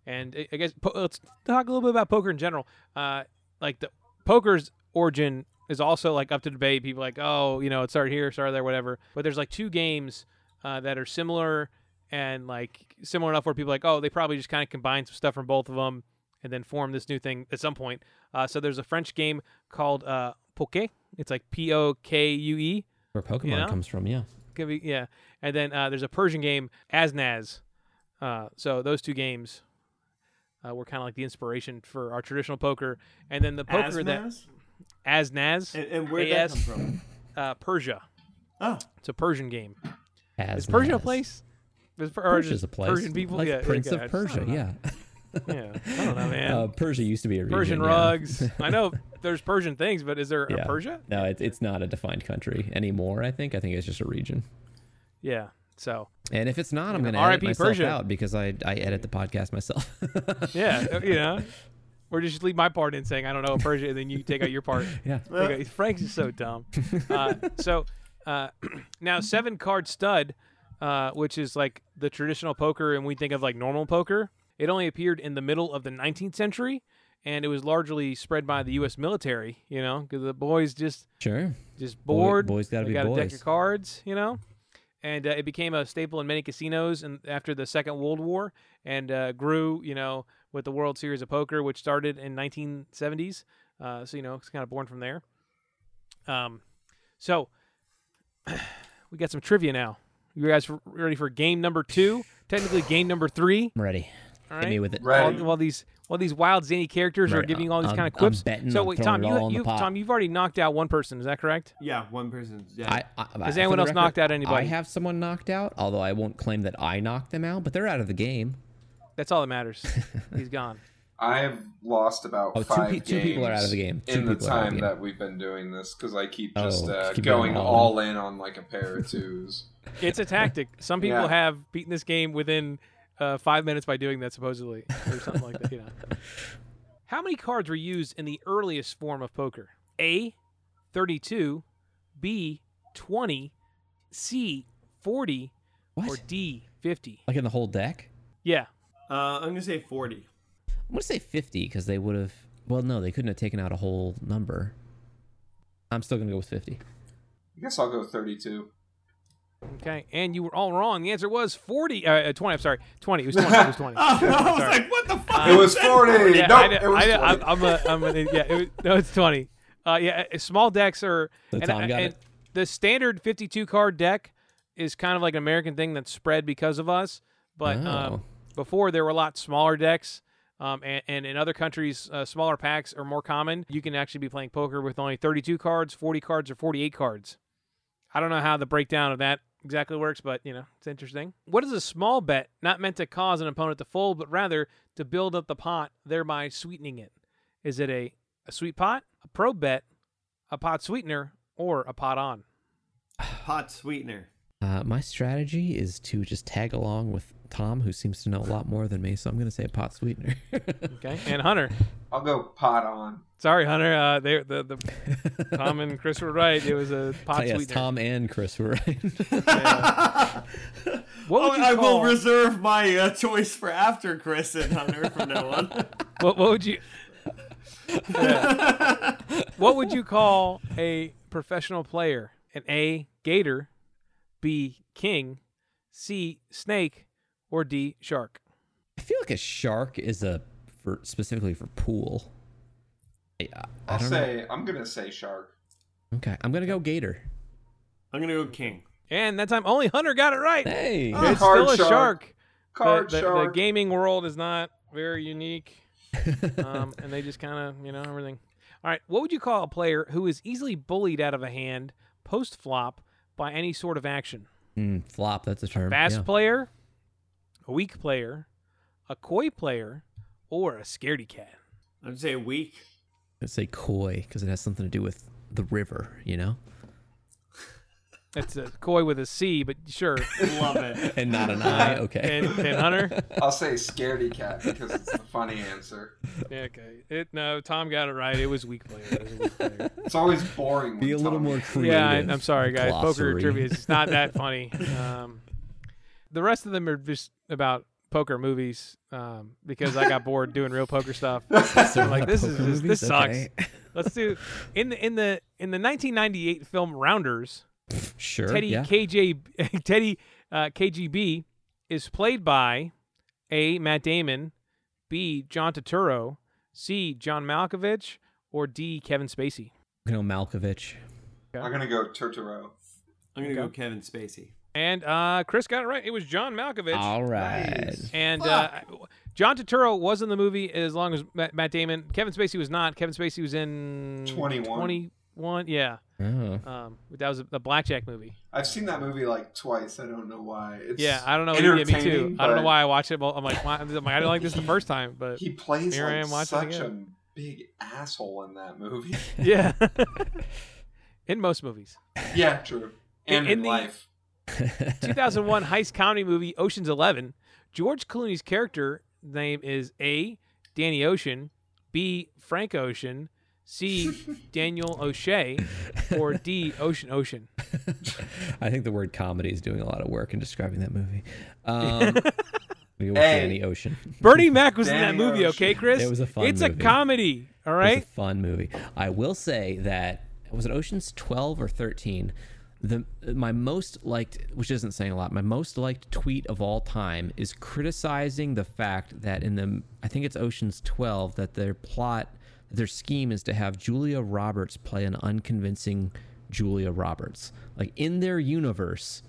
Speaker 1: and I- I guess po- let's talk a little bit about poker in general. Uh, like the poker's origin is also like up to debate. People are like, oh, you know, it started here, started there, whatever. But there's like two games uh, that are similar and like similar enough where people are like, oh, they probably just kind of combined some stuff from both of them and then formed this new thing at some point. Uh, so there's a French game called uh, Poké. It's like P O K U E.
Speaker 3: Where Pokemon
Speaker 1: You know?
Speaker 3: comes from, yeah.
Speaker 1: Could be yeah. And then uh, there's a Persian game, Aznaz. Uh, so those two games uh, were kind of like the inspiration for our traditional poker. And then the poker
Speaker 2: Asmaz?
Speaker 1: that Aznaz,
Speaker 2: and, and where'd
Speaker 1: AS,
Speaker 2: that come from?
Speaker 1: uh, Persia.
Speaker 2: Oh,
Speaker 1: It's a Persian game.
Speaker 3: As
Speaker 1: Is Persia a
Speaker 3: Maz.
Speaker 1: place? Is Per- or
Speaker 3: Persia's
Speaker 1: just
Speaker 3: a place.
Speaker 1: Persian people,
Speaker 3: like
Speaker 1: yeah,
Speaker 3: Prince
Speaker 1: okay, I
Speaker 3: of
Speaker 1: just- I
Speaker 3: Persia,
Speaker 1: don't know.
Speaker 3: yeah.
Speaker 1: yeah. I don't know, man.
Speaker 3: Uh, Persia used to be a region.
Speaker 1: Persian
Speaker 3: yeah.
Speaker 1: rugs. I know there's Persian things, but is there
Speaker 3: Yeah.
Speaker 1: a Persia?
Speaker 3: No, it, it's not a defined country anymore. I think. I think it's just a region.
Speaker 1: Yeah. So
Speaker 3: And if it's not, I'm going to edit
Speaker 1: R.I.P.
Speaker 3: myself
Speaker 1: Persia.
Speaker 3: out because I, I edit the podcast myself.
Speaker 1: yeah, uh, you know, or just leave my part in saying I don't know a Persia, and then you take out your part.
Speaker 3: yeah.
Speaker 1: Okay, Frank's is so dumb. Uh, so uh, now seven card stud, uh, which is like the traditional poker, and we think of like normal poker. It only appeared in the middle of the 19th century, and it was largely spread by the U.S. military. You know, because the boys just
Speaker 3: Sure.
Speaker 1: just
Speaker 3: Boy-
Speaker 1: bored.
Speaker 3: boys gotta
Speaker 1: they
Speaker 3: be
Speaker 1: got a deck
Speaker 3: boys.
Speaker 1: of cards, you know. And uh, it became a staple in many casinos and after the Second World War, and uh, grew, you know, with the World Series of Poker, which started in 1970s. Uh, so you know, it's kind of born from there. Um, so we got some trivia now. You guys r- ready for game number two? Technically, game number three.
Speaker 3: I'm ready.
Speaker 1: All
Speaker 3: Hit me
Speaker 1: right.
Speaker 3: with it.
Speaker 4: Right.
Speaker 1: All, while these while these wild zany characters are
Speaker 3: Right,
Speaker 1: giving
Speaker 3: I'm-
Speaker 1: you all these
Speaker 3: I'm-
Speaker 1: kind of
Speaker 3: I'm
Speaker 1: quips.
Speaker 3: betting
Speaker 1: so
Speaker 3: I'm
Speaker 1: wait, Tom,
Speaker 3: throwing it all in
Speaker 1: you,
Speaker 3: the
Speaker 1: you
Speaker 3: pot.
Speaker 1: Tom, you've already knocked out one person. Is that correct?
Speaker 2: Yeah, one person's dead.
Speaker 3: I, I, I-
Speaker 1: Has
Speaker 3: for
Speaker 1: anyone
Speaker 3: the
Speaker 1: else
Speaker 3: record,
Speaker 1: knocked out anybody?
Speaker 3: I have someone knocked out, although I won't claim that I knocked them out, but they're out of the game.
Speaker 1: That's all that matters. He's gone.
Speaker 4: I have lost about
Speaker 3: Oh,
Speaker 4: five
Speaker 3: two pe- two people are out of the game.
Speaker 4: games
Speaker 3: Two
Speaker 4: in the
Speaker 3: people are out of the
Speaker 4: time
Speaker 3: game.
Speaker 4: that we've been doing this because I keep
Speaker 3: Oh,
Speaker 4: just uh,
Speaker 3: keep
Speaker 4: going
Speaker 3: going all
Speaker 4: all in on like a pair of twos.
Speaker 1: It's a tactic. Some people
Speaker 4: Yeah.
Speaker 1: have beaten this game within uh, five minutes by doing that, supposedly, or something like that. You know. How many cards were used in the earliest form of poker? A, thirty-two, B, twenty, C, forty,
Speaker 3: What?
Speaker 1: or D, fifty.
Speaker 3: like in the whole deck?
Speaker 1: Yeah,
Speaker 2: Uh, I'm gonna say 40.
Speaker 3: I'm going to say 50 because they would have. Well, no, they couldn't have taken out a whole number. I'm still going to go with 50.
Speaker 4: I guess I'll go 32.
Speaker 1: Okay, and you were all wrong. The answer was forty. Uh, uh, twenty. I'm sorry, twenty. It was twenty. It was twenty.
Speaker 2: Oh, I was
Speaker 1: Sorry.
Speaker 2: like, what the fuck?
Speaker 4: It was 40.
Speaker 1: yeah,
Speaker 4: nope,
Speaker 1: I, know-
Speaker 4: it was
Speaker 1: I, know-
Speaker 4: 40.
Speaker 1: I'm, I'm a, I'm a, yeah, it was, no, it's 20. Uh, yeah, uh, small decks are.
Speaker 3: So Tom got it.
Speaker 1: The standard 52 card deck is kind of like an American thing that's spread because of us. But
Speaker 3: Oh.
Speaker 1: um, before, there were a lot smaller decks. Um, and, and in other countries, uh, smaller packs are more common. You can actually be playing poker with only 32 cards, 40 cards, or 48 cards. I don't know how the breakdown of that exactly works, but you know, it's interesting. What is a small bet not meant to cause an opponent to fold, but rather to build up the pot, thereby sweetening it? Is it a, a sweet pot, a probe bet, a pot sweetener, or a pot on?
Speaker 2: Pot sweetener.
Speaker 3: Uh, my strategy is to just tag along with Tom, who seems to know a lot more than me, so I'm going to say a pot sweetener.
Speaker 1: Okay. And Hunter.
Speaker 4: I'll go pot on.
Speaker 1: Sorry, Hunter. Uh, they, the, the Tom and Chris were right. It was a pot
Speaker 3: yes,
Speaker 1: sweetener.
Speaker 3: Tom and Chris were right.
Speaker 1: What would
Speaker 2: Oh,
Speaker 1: you
Speaker 2: I
Speaker 1: call-
Speaker 2: will reserve my uh, choice for after Chris and Hunter from now on.
Speaker 1: What, what would you? what would you call a professional player? An A gator, B king, C snake, or D shark?
Speaker 3: I feel like a shark is a for specifically for pool. I, I- I
Speaker 4: I'll
Speaker 3: don't
Speaker 4: say, I'm going to say shark.
Speaker 3: know. Okay, I'm gonna go gator.
Speaker 2: I'm gonna go king.
Speaker 1: And that time only Hunter got it right.
Speaker 3: Hey,
Speaker 1: It's still
Speaker 4: Card
Speaker 1: a
Speaker 4: shark.
Speaker 1: shark. The-
Speaker 4: Card
Speaker 1: the, the
Speaker 4: shark.
Speaker 1: gaming world is not very unique, um, and they just kind of you know everything. All right, what would you call a player who is easily bullied out of a hand post flop by any sort of action?
Speaker 3: Mm, flop. That's a term.
Speaker 1: fast
Speaker 3: yeah.
Speaker 1: player, a weak player, a coy player, or a scaredy cat.
Speaker 2: I'd say weak.
Speaker 3: I'd say koi because it has something to do with the river. You know,
Speaker 1: That's a coy with a C, but sure.
Speaker 2: Love it.
Speaker 3: and not an eye. Okay.
Speaker 1: And, and Hunter,
Speaker 4: I'll say scaredy cat because it's the funny answer.
Speaker 1: Yeah, okay. It no, Tom got it right. It was weak player. It was a weak player.
Speaker 4: It's always boring. When
Speaker 3: Be a little
Speaker 4: Tom-
Speaker 3: more creative.
Speaker 1: yeah, I, I'm sorry, guys. Poker
Speaker 3: Glossary.
Speaker 1: trivia is not that funny. Um, the rest of them are just about poker movies um, because I got bored doing real poker stuff.
Speaker 3: So
Speaker 1: like, this
Speaker 3: poker
Speaker 1: is just-
Speaker 3: movies?
Speaker 1: this sucks.
Speaker 3: Okay.
Speaker 1: Let's do in the in the in the 1998 film Rounders.
Speaker 3: Sure.
Speaker 1: Teddy
Speaker 3: yeah.
Speaker 1: KJ Teddy uh, KGB is played by A Matt Damon, B John Turturro, C John Malkovich, or D Kevin Spacey.
Speaker 3: You know Malkovich.
Speaker 4: I'm going to go Turturro.
Speaker 2: I'm gonna go Kevin Spacey.
Speaker 1: And uh, Chris got it right. It was John Malkovich.
Speaker 3: All right.
Speaker 1: And uh, John Turturro was in the movie as long as Matt, Matt Damon. Kevin Spacey was not. Kevin Spacey was in
Speaker 4: 21.
Speaker 1: 21. Yeah.
Speaker 3: Oh.
Speaker 1: Um, that was a, a blackjack movie.
Speaker 4: I've seen that movie like twice. I don't know why. It's
Speaker 1: yeah, I don't know. Yeah, me
Speaker 4: Entertaining,
Speaker 1: too. I don't know
Speaker 4: but
Speaker 1: why I watched it. But I'm like, why? I'm like, I didn't like this the first time, but
Speaker 4: He plays
Speaker 1: Here I
Speaker 4: like
Speaker 1: am watching it
Speaker 4: such a big asshole in that movie.
Speaker 1: yeah. in most movies.
Speaker 4: yeah, true.
Speaker 1: In-
Speaker 4: And in,
Speaker 1: in the-
Speaker 4: life.
Speaker 1: 2001 heist comedy movie Ocean's 11. George Clooney's character name is A. Danny Ocean, B. Frank Ocean, C. Daniel O'Shea, or D. Ocean Ocean.
Speaker 3: I think the word comedy is doing a lot of work in describing that movie. Um, The
Speaker 4: Hey.
Speaker 3: Ocean, the ocean.
Speaker 1: Bernie Mac was in that
Speaker 4: Danny
Speaker 1: movie,
Speaker 4: Ocean.
Speaker 1: okay, Chris?
Speaker 3: It was a fun
Speaker 1: It's a
Speaker 3: movie.
Speaker 1: comedy, all
Speaker 3: It's
Speaker 1: right?
Speaker 3: a fun movie. I will say that was it Ocean's 12 or 13? The my most liked, which isn't saying a lot, my most liked tweet of all time is criticizing the fact that in the I think it's Ocean's 12 that their plot, their scheme is to have Julia Roberts play an unconvincing Julia Roberts. Like in their universe,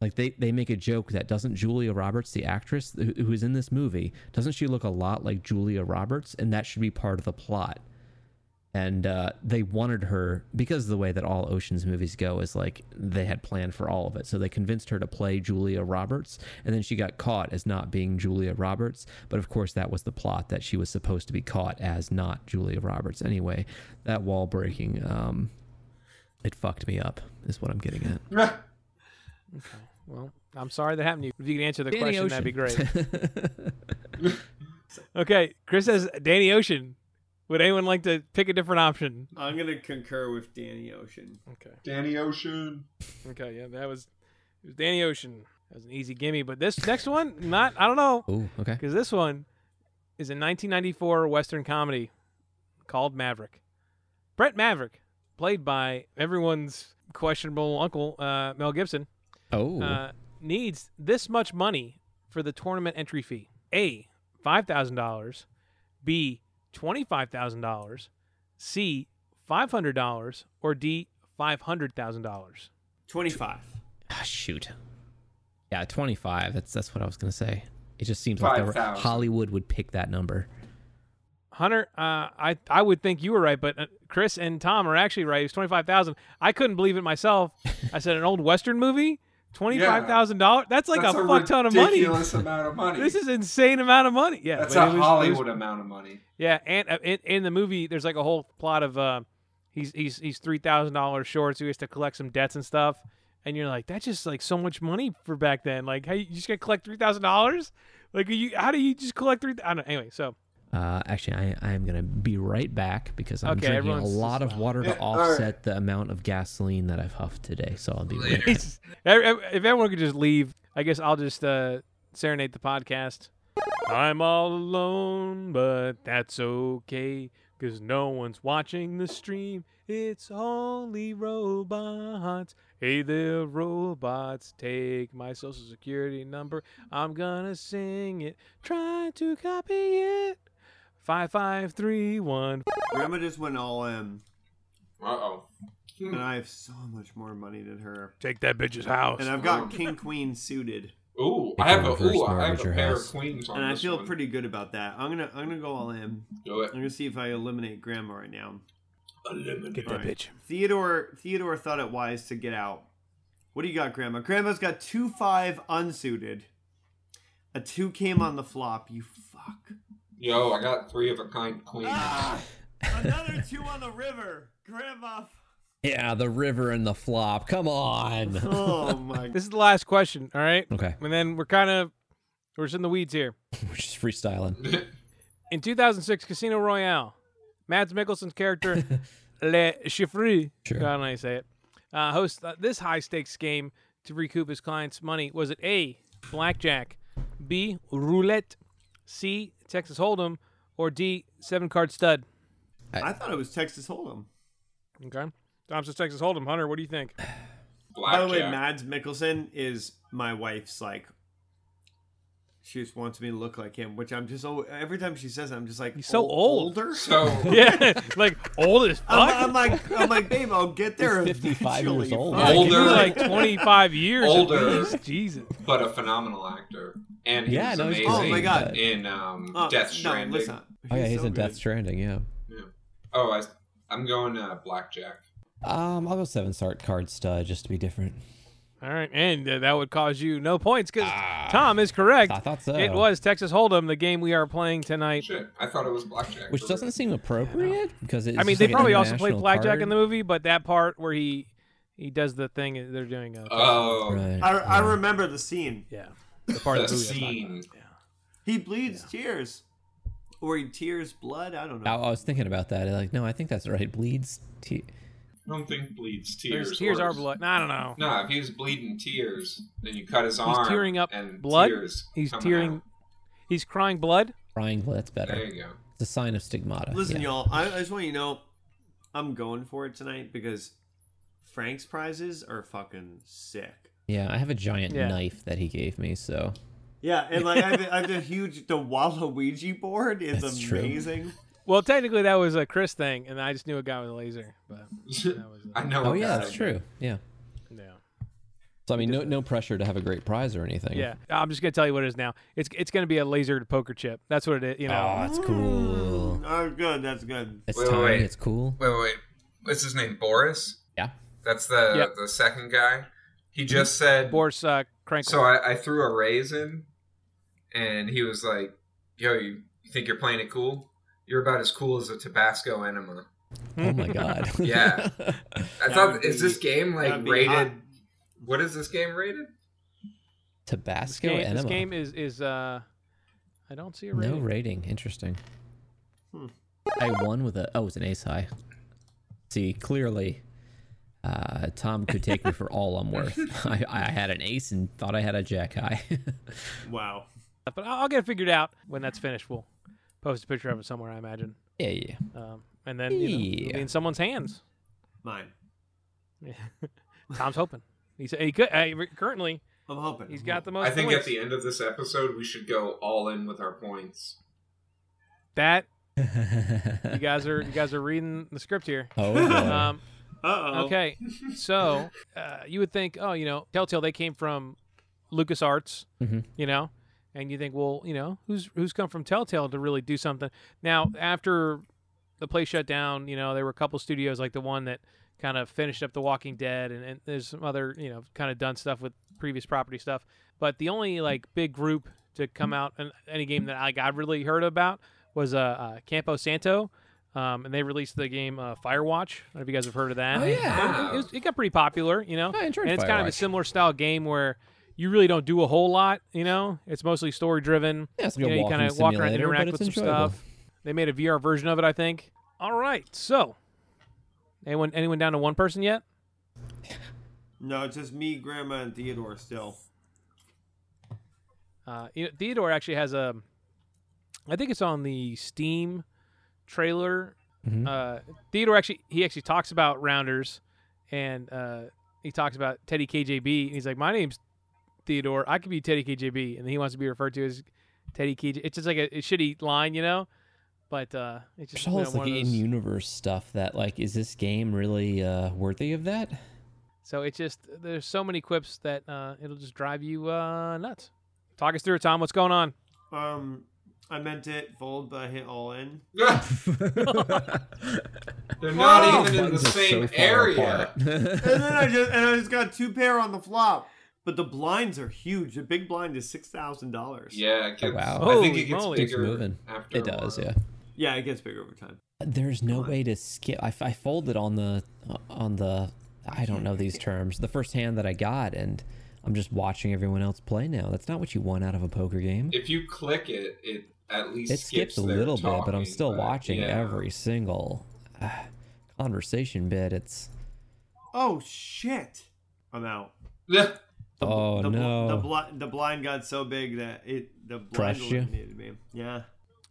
Speaker 3: like they, they make a joke that doesn't Julia Roberts, the actress who who is in this movie, doesn't she look a lot like Julia Roberts? And that should be part of the plot. And uh, they wanted her because of the way that all Ocean's movies go is like they had planned for all of it. So they convinced her to play Julia Roberts, and then she got caught as not being Julia Roberts. But of course, that was the plot that she was supposed to be caught as not Julia Roberts. Anyway, that wall breaking, um, it fucked me up. Is what I'm getting at.
Speaker 1: Well, I'm sorry that happened to you. If you could answer the
Speaker 3: Danny
Speaker 1: question, that'd be great.
Speaker 3: Ocean.
Speaker 1: Okay, Chris says Danny Ocean. Would anyone like to pick a different option?
Speaker 2: I'm gonna concur with Danny Ocean.
Speaker 1: Okay.
Speaker 4: Danny Ocean.
Speaker 1: Okay, yeah, that was it was Danny Ocean. That was an easy gimme, but this next one, not I don't know,
Speaker 3: oh, okay.
Speaker 1: because this one is a 1994 western comedy called Maverick. Brett Maverick, played by everyone's questionable uncle uh, Mel Gibson,
Speaker 3: Oh,
Speaker 1: uh, needs this much money for the tournament entry fee: a five thousand dollars, b twenty five thousand dollars, c five hundred dollars, or d five hundred thousand dollars.
Speaker 2: Twenty-five.
Speaker 3: Ah, shoot. Yeah, 25. That's that's what I was going to say. It just seems like the,
Speaker 4: 5,000.
Speaker 3: Hollywood would pick that number.
Speaker 1: Hunter, uh, I I would think you were right, but uh, Chris and Tom are actually right. It was twenty five thousand. I couldn't believe it myself. I said an old western movie, twenty five thousand dollars. That's like
Speaker 4: That's
Speaker 1: a, fuck ton of money.
Speaker 4: Ridiculous amount of money.
Speaker 1: This is insane amount of money. Yeah,
Speaker 4: That's
Speaker 1: but
Speaker 4: a
Speaker 1: it was- it was-
Speaker 4: Hollywood amount of money.
Speaker 1: yeah, and uh, in, in the movie, there's like a whole plot of uh, he's he's he's three thousand dollars short, so he has to collect some debts and stuff. And you're like, that's just like so much money for back then. Like, how you you just gonna collect three thousand dollars? Like, you how do you just collect three? I don't. Anyway, so
Speaker 3: Uh, actually, I, I am going to be right back because I'm
Speaker 1: Okay,
Speaker 3: drinking a
Speaker 1: everyone's-
Speaker 3: lot of water
Speaker 4: Yeah,
Speaker 3: to
Speaker 4: all right.
Speaker 3: offset the amount of gasoline that I've huffed today. So I'll be right back.
Speaker 1: If- if everyone could just leave, I guess I'll just uh, serenade the podcast. I'm all alone, but that's okay, because no one's watching the stream. It's only robots. Hey there, robots, take my social security number. I'm gonna sing it. Try to copy it. 5531.
Speaker 2: Grandma just went all in,
Speaker 4: Uh oh.
Speaker 2: and I have so much more money than her.
Speaker 1: Take that bitch's house.
Speaker 2: And I've got king queen suited,
Speaker 4: Ooh,
Speaker 3: They
Speaker 4: I have
Speaker 3: can
Speaker 4: a
Speaker 3: reverse
Speaker 4: ooh, I have
Speaker 3: mortgage
Speaker 4: a
Speaker 3: your
Speaker 4: pair
Speaker 3: house.
Speaker 4: of queens on
Speaker 2: and I
Speaker 4: this
Speaker 2: feel
Speaker 4: one.
Speaker 2: pretty good about that. I'm gonna I'm gonna go all in.
Speaker 4: Do it.
Speaker 2: I'm gonna see if I eliminate grandma right now.
Speaker 1: Get that bitch.
Speaker 2: Theodore Theodore thought it wise to get out. What do you got, Grandma? Grandma's got two five unsuited. A two came on the flop. You fuck.
Speaker 4: Yo, I got three of a kind queens.
Speaker 2: Ah. another two on the river, Grandma.
Speaker 3: Yeah, the river and the flop. Come on.
Speaker 2: Oh my.
Speaker 1: This is the last question, all right?
Speaker 3: okay,
Speaker 1: And then we're kind of we're just in the weeds here.
Speaker 3: we're just freestyling.
Speaker 1: In 2006, Casino Royale, Mads Mikkelsen's character Le Chiffre,
Speaker 3: Sure.
Speaker 1: God, I don't know how you say it, uh, hosts uh, this high stakes game to recoup his client's money. Was it A, blackjack, B, roulette, C, Texas Hold'em, or D, seven card stud?
Speaker 2: I thought it was Texas Hold'em.
Speaker 1: Okay. Tom says Texas Hold'em. Hunter, what do you think?
Speaker 2: By
Speaker 4: Blackjack.
Speaker 2: the way, Mads Mikkelsen is my wife's like. She just wants me to look like him, which I'm just al- every time she says it, I'm just like
Speaker 1: He's so
Speaker 2: "Ol-
Speaker 1: old."
Speaker 2: older.
Speaker 4: So
Speaker 1: yeah, like old as fuck.
Speaker 2: I'm, I'm like I'm like babe, I'll get there.
Speaker 3: He's 55 years
Speaker 2: eventually."
Speaker 3: old.
Speaker 1: Like,
Speaker 4: Older.
Speaker 1: you're like 25 years. at
Speaker 4: Older.
Speaker 1: least. Jesus.
Speaker 4: but a phenomenal actor. And he
Speaker 3: Yeah,
Speaker 4: was
Speaker 3: no, he's
Speaker 4: amazing
Speaker 2: great. Oh my God.
Speaker 4: in um,
Speaker 2: Uh,
Speaker 4: Death
Speaker 2: no,
Speaker 4: Stranding.
Speaker 2: listen.
Speaker 3: Oh yeah, he's
Speaker 2: so
Speaker 3: in Death
Speaker 2: good.
Speaker 3: Stranding. Yeah.
Speaker 4: Oh, I, I'm going uh, Blackjack.
Speaker 3: Um, I'll go seven start card stud just to be different.
Speaker 1: All right, and uh, that would cause you no points because
Speaker 4: Ah,
Speaker 1: Tom is correct.
Speaker 3: I thought so.
Speaker 1: It was Texas Hold'em, the game we are playing tonight.
Speaker 4: Shit, I thought it was Blackjack.
Speaker 3: Which
Speaker 4: for
Speaker 3: doesn't
Speaker 4: real.
Speaker 3: seem appropriate because it's
Speaker 1: I mean,
Speaker 3: just
Speaker 1: they
Speaker 3: like an
Speaker 1: probably also played
Speaker 3: international
Speaker 1: blackjack
Speaker 3: card.
Speaker 1: in the movie, but that part where he he does the thing they're doing. Uh,
Speaker 4: Oh,
Speaker 3: Right.
Speaker 2: I, I remember the scene.
Speaker 1: yeah, the part of
Speaker 4: the
Speaker 1: the movie. I was talking about.
Speaker 4: scene.
Speaker 2: He bleeds tears, or he tears blood. I don't
Speaker 3: I,
Speaker 2: know.
Speaker 3: I was thinking about that. and Like, no, I think that's right. Bleeds. Te-
Speaker 4: I don't think bleeds tears.
Speaker 1: There's tears are
Speaker 4: works.
Speaker 1: blood. I don't know.
Speaker 4: No, if he was bleeding tears, then you cut his
Speaker 1: He's
Speaker 4: arm.
Speaker 1: tearing up
Speaker 4: and
Speaker 1: blood?
Speaker 4: Tears
Speaker 1: He's
Speaker 4: coming
Speaker 1: tearing.
Speaker 4: out.
Speaker 1: He's crying blood.
Speaker 3: Crying, well, that's
Speaker 4: There
Speaker 3: better.
Speaker 4: you go.
Speaker 3: It's a sign of stigmata.
Speaker 2: Listen,
Speaker 3: uh, yeah.
Speaker 2: y'all, I, I just want you to know I'm going for it tonight because Frank's prizes are fucking sick.
Speaker 3: Yeah, I have a giant
Speaker 1: Yeah.
Speaker 3: knife that he gave me, so
Speaker 2: Yeah, and like I have, I have the huge the Waluigi board is
Speaker 3: That's true.
Speaker 2: amazing.
Speaker 1: Well, technically that was a Chris thing, and I just knew a guy with a laser. But that was
Speaker 4: I know.
Speaker 3: Oh
Speaker 4: a
Speaker 3: yeah,
Speaker 4: guy.
Speaker 3: that's true. Yeah.
Speaker 1: yeah.
Speaker 3: So I mean, no no pressure to have a great prize or anything.
Speaker 1: Yeah, I'm just gonna tell you what it is now. It's it's gonna be a lasered poker chip. That's what it is. You know,
Speaker 3: Oh, it's cool.
Speaker 2: Oh, good, that's good.
Speaker 3: It's
Speaker 4: Wait, wait,
Speaker 3: tiny.
Speaker 4: wait.
Speaker 3: It's cool.
Speaker 4: Wait, wait, wait. What's his name? Boris.
Speaker 3: Yeah. Mm-hmm.
Speaker 4: That's the
Speaker 1: Yep.
Speaker 4: the second guy. He just said.
Speaker 1: Boris uh, Crank.
Speaker 4: So I, I threw a raisin, and he was like, "Yo, you, you think you're playing it cool? You're about as cool as a Tabasco enema."
Speaker 3: Oh my god.
Speaker 4: Yeah. I
Speaker 2: That
Speaker 4: thought,
Speaker 2: would
Speaker 4: is
Speaker 2: be-
Speaker 4: this game like
Speaker 2: that'd be
Speaker 4: rated?
Speaker 2: hot.
Speaker 4: What is this game rated?
Speaker 1: this
Speaker 3: Tabasco
Speaker 1: game, this
Speaker 3: enema.
Speaker 1: game is is uh, I don't see a
Speaker 3: no
Speaker 1: rating.
Speaker 3: rating. Interesting.
Speaker 1: Hmm.
Speaker 3: I won with a oh, it's an ace high. See, clearly, uh, Tom could take me for all I'm worth. I, I had an ace and thought I had a jack high.
Speaker 2: Wow.
Speaker 1: but I'll, I'll get it figured out when that's finished. We'll post a picture of it somewhere, I imagine.
Speaker 3: yeah, yeah.
Speaker 1: Um, and then you know, it'll
Speaker 3: Yeah.
Speaker 1: be in someone's hands.
Speaker 2: Mine.
Speaker 1: Yeah. Tom's hoping. He said he could. Uh, currently,
Speaker 2: I'm hoping.
Speaker 1: he's got the most.
Speaker 4: I think
Speaker 1: points.
Speaker 4: at the end of this episode, we should go all in with our points.
Speaker 1: that you
Speaker 3: yeah.
Speaker 1: guys are you guys are reading the script here.
Speaker 3: oh, boy.
Speaker 1: Um,
Speaker 2: Uh oh.
Speaker 1: okay, so uh, you would think, oh, you know, Telltale they came from LucasArts,
Speaker 3: Mhm.
Speaker 1: you know, and you think, well, you know, who's who's come from Telltale to really do something? Now after the play shut down, you know, there were a couple studios like the one that kind of finished up The Walking Dead, and, and there's some other, you know, kind of done stuff with previous property stuff. But the only like big group to come out in any game that like I really heard about was uh, uh Campo Santo. Um, and they released the game uh, Firewatch. I don't know if you guys have heard of that.
Speaker 3: Oh, yeah.
Speaker 1: It, was- it got pretty popular, you know.
Speaker 3: I enjoyed
Speaker 1: and it's kind of a
Speaker 3: Firewatch.
Speaker 1: similar style game where you really don't do a whole lot, you know. It's mostly story driven.
Speaker 3: Yeah, it's
Speaker 1: you
Speaker 3: like a
Speaker 1: know, you
Speaker 3: walking
Speaker 1: kind of walk around,
Speaker 3: simulator,
Speaker 1: interact
Speaker 3: but
Speaker 1: with
Speaker 3: it's
Speaker 1: some
Speaker 3: enjoyable.
Speaker 1: stuff. They made a VR version of it, I think. All right, so anyone anyone down to one person yet?
Speaker 2: No, it's just me, Grandma, and Theodore still.
Speaker 1: Uh, you know, Theodore actually has a, I think it's on the Steam trailer.
Speaker 3: Mhm.
Speaker 1: Uh, Theodore actually he actually talks about Rounders, and uh, he talks about Teddy KJB, and he's like, my name's Theodore. I could be Teddy KJB, and he wants to be referred to as Teddy KJ. It's just like a, a shitty line, you know. But uh, it's just
Speaker 3: There's
Speaker 1: you
Speaker 3: all
Speaker 1: know,
Speaker 3: this
Speaker 1: one
Speaker 3: like
Speaker 1: of those.
Speaker 3: in-universe stuff that like, is this game really uh, worthy of that?
Speaker 1: So it's just there's so many quips that uh, it'll just drive you uh, nuts. Talk us through it, Tom. What's going on?
Speaker 2: Um, I meant it fold, but I hit all in.
Speaker 4: They're not
Speaker 2: Wow.
Speaker 4: even in the
Speaker 3: Buttons are so
Speaker 4: same
Speaker 3: far
Speaker 4: area.
Speaker 3: apart.
Speaker 2: And then I just and I just got two pair on the flop. But the blinds are huge. The big blind is six thousand dollars.
Speaker 4: Yeah, it gets,
Speaker 3: Wow.
Speaker 4: I think
Speaker 1: Holy
Speaker 4: it gets
Speaker 1: moly.
Speaker 3: Keeps
Speaker 4: bigger
Speaker 3: moving.
Speaker 4: after
Speaker 3: It
Speaker 4: a
Speaker 3: does,
Speaker 4: while.
Speaker 3: yeah.
Speaker 2: Yeah, it gets bigger over time.
Speaker 3: There's no way to skip. I, I folded on the uh, on the I don't know these terms. The first hand that I got, and I'm just watching everyone else play now. That's not what you want out of a poker game. It,
Speaker 4: If you click it, it at least
Speaker 3: skips,
Speaker 4: skips
Speaker 3: a
Speaker 4: their
Speaker 3: little bit, but I'm
Speaker 4: talking,
Speaker 3: still watching
Speaker 4: yeah.
Speaker 3: every single uh, conversation bit. It's
Speaker 2: Oh shit! I'm out.
Speaker 4: Yeah.
Speaker 2: The,
Speaker 3: Oh,
Speaker 2: the, bl-
Speaker 3: no.
Speaker 2: The, bli- the blind got so big that it the blind
Speaker 3: Crushed you?
Speaker 2: eliminated me. Yeah.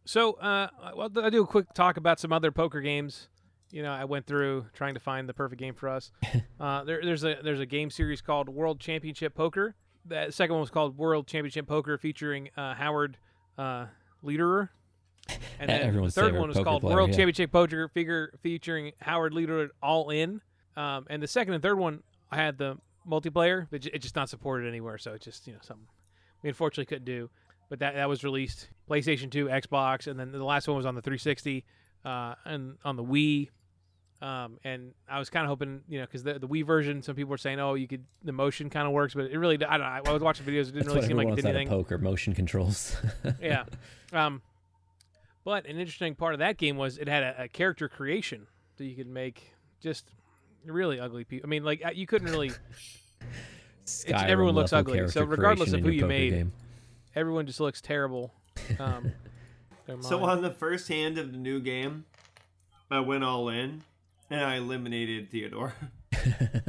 Speaker 1: So, uh, well, I do a quick talk about some other poker games. You know, I went through trying to find the perfect game for us. Uh, there, there's a there's a game series called World Championship Poker. That second one was called World Championship Poker, featuring uh, Howard uh, Lederer. And then
Speaker 3: Everyone's
Speaker 1: the third
Speaker 3: favorite
Speaker 1: one was
Speaker 3: poker
Speaker 1: called
Speaker 3: player,
Speaker 1: World
Speaker 3: yeah.
Speaker 1: Championship Poker, figure, featuring Howard Lederer all in. Um, and the second and third one had the multiplayer, but ju- it's just not supported anywhere. So it's just you know something we unfortunately couldn't do. But that that was released PlayStation 2, Xbox, and then the last one was on the 360 uh, and on the Wii. Um, and I was kind of hoping, you know, because the, the Wii version, some people were saying, oh, you could the motion kind of works, but it really, I don't know. I was watching videos, it didn't
Speaker 3: that's
Speaker 1: really
Speaker 3: what
Speaker 1: seem
Speaker 3: everyone
Speaker 1: like it
Speaker 3: wants
Speaker 1: did
Speaker 3: out of
Speaker 1: anything
Speaker 3: poker: motion controls.
Speaker 1: yeah. Um, but an interesting part of that game was it had a, a character creation that you could make just really ugly people. I mean, like uh, you couldn't really.
Speaker 3: Skyrim
Speaker 1: everyone looks
Speaker 3: level
Speaker 1: ugly, so
Speaker 3: character
Speaker 1: regardless
Speaker 3: creation
Speaker 1: of
Speaker 3: in
Speaker 1: who
Speaker 3: your
Speaker 1: you
Speaker 3: poker
Speaker 1: made,
Speaker 3: game.
Speaker 1: everyone just looks terrible. Um, their
Speaker 2: So uh,
Speaker 1: mind-
Speaker 2: on the first hand of the new game, I went all in, and I eliminated Theodore.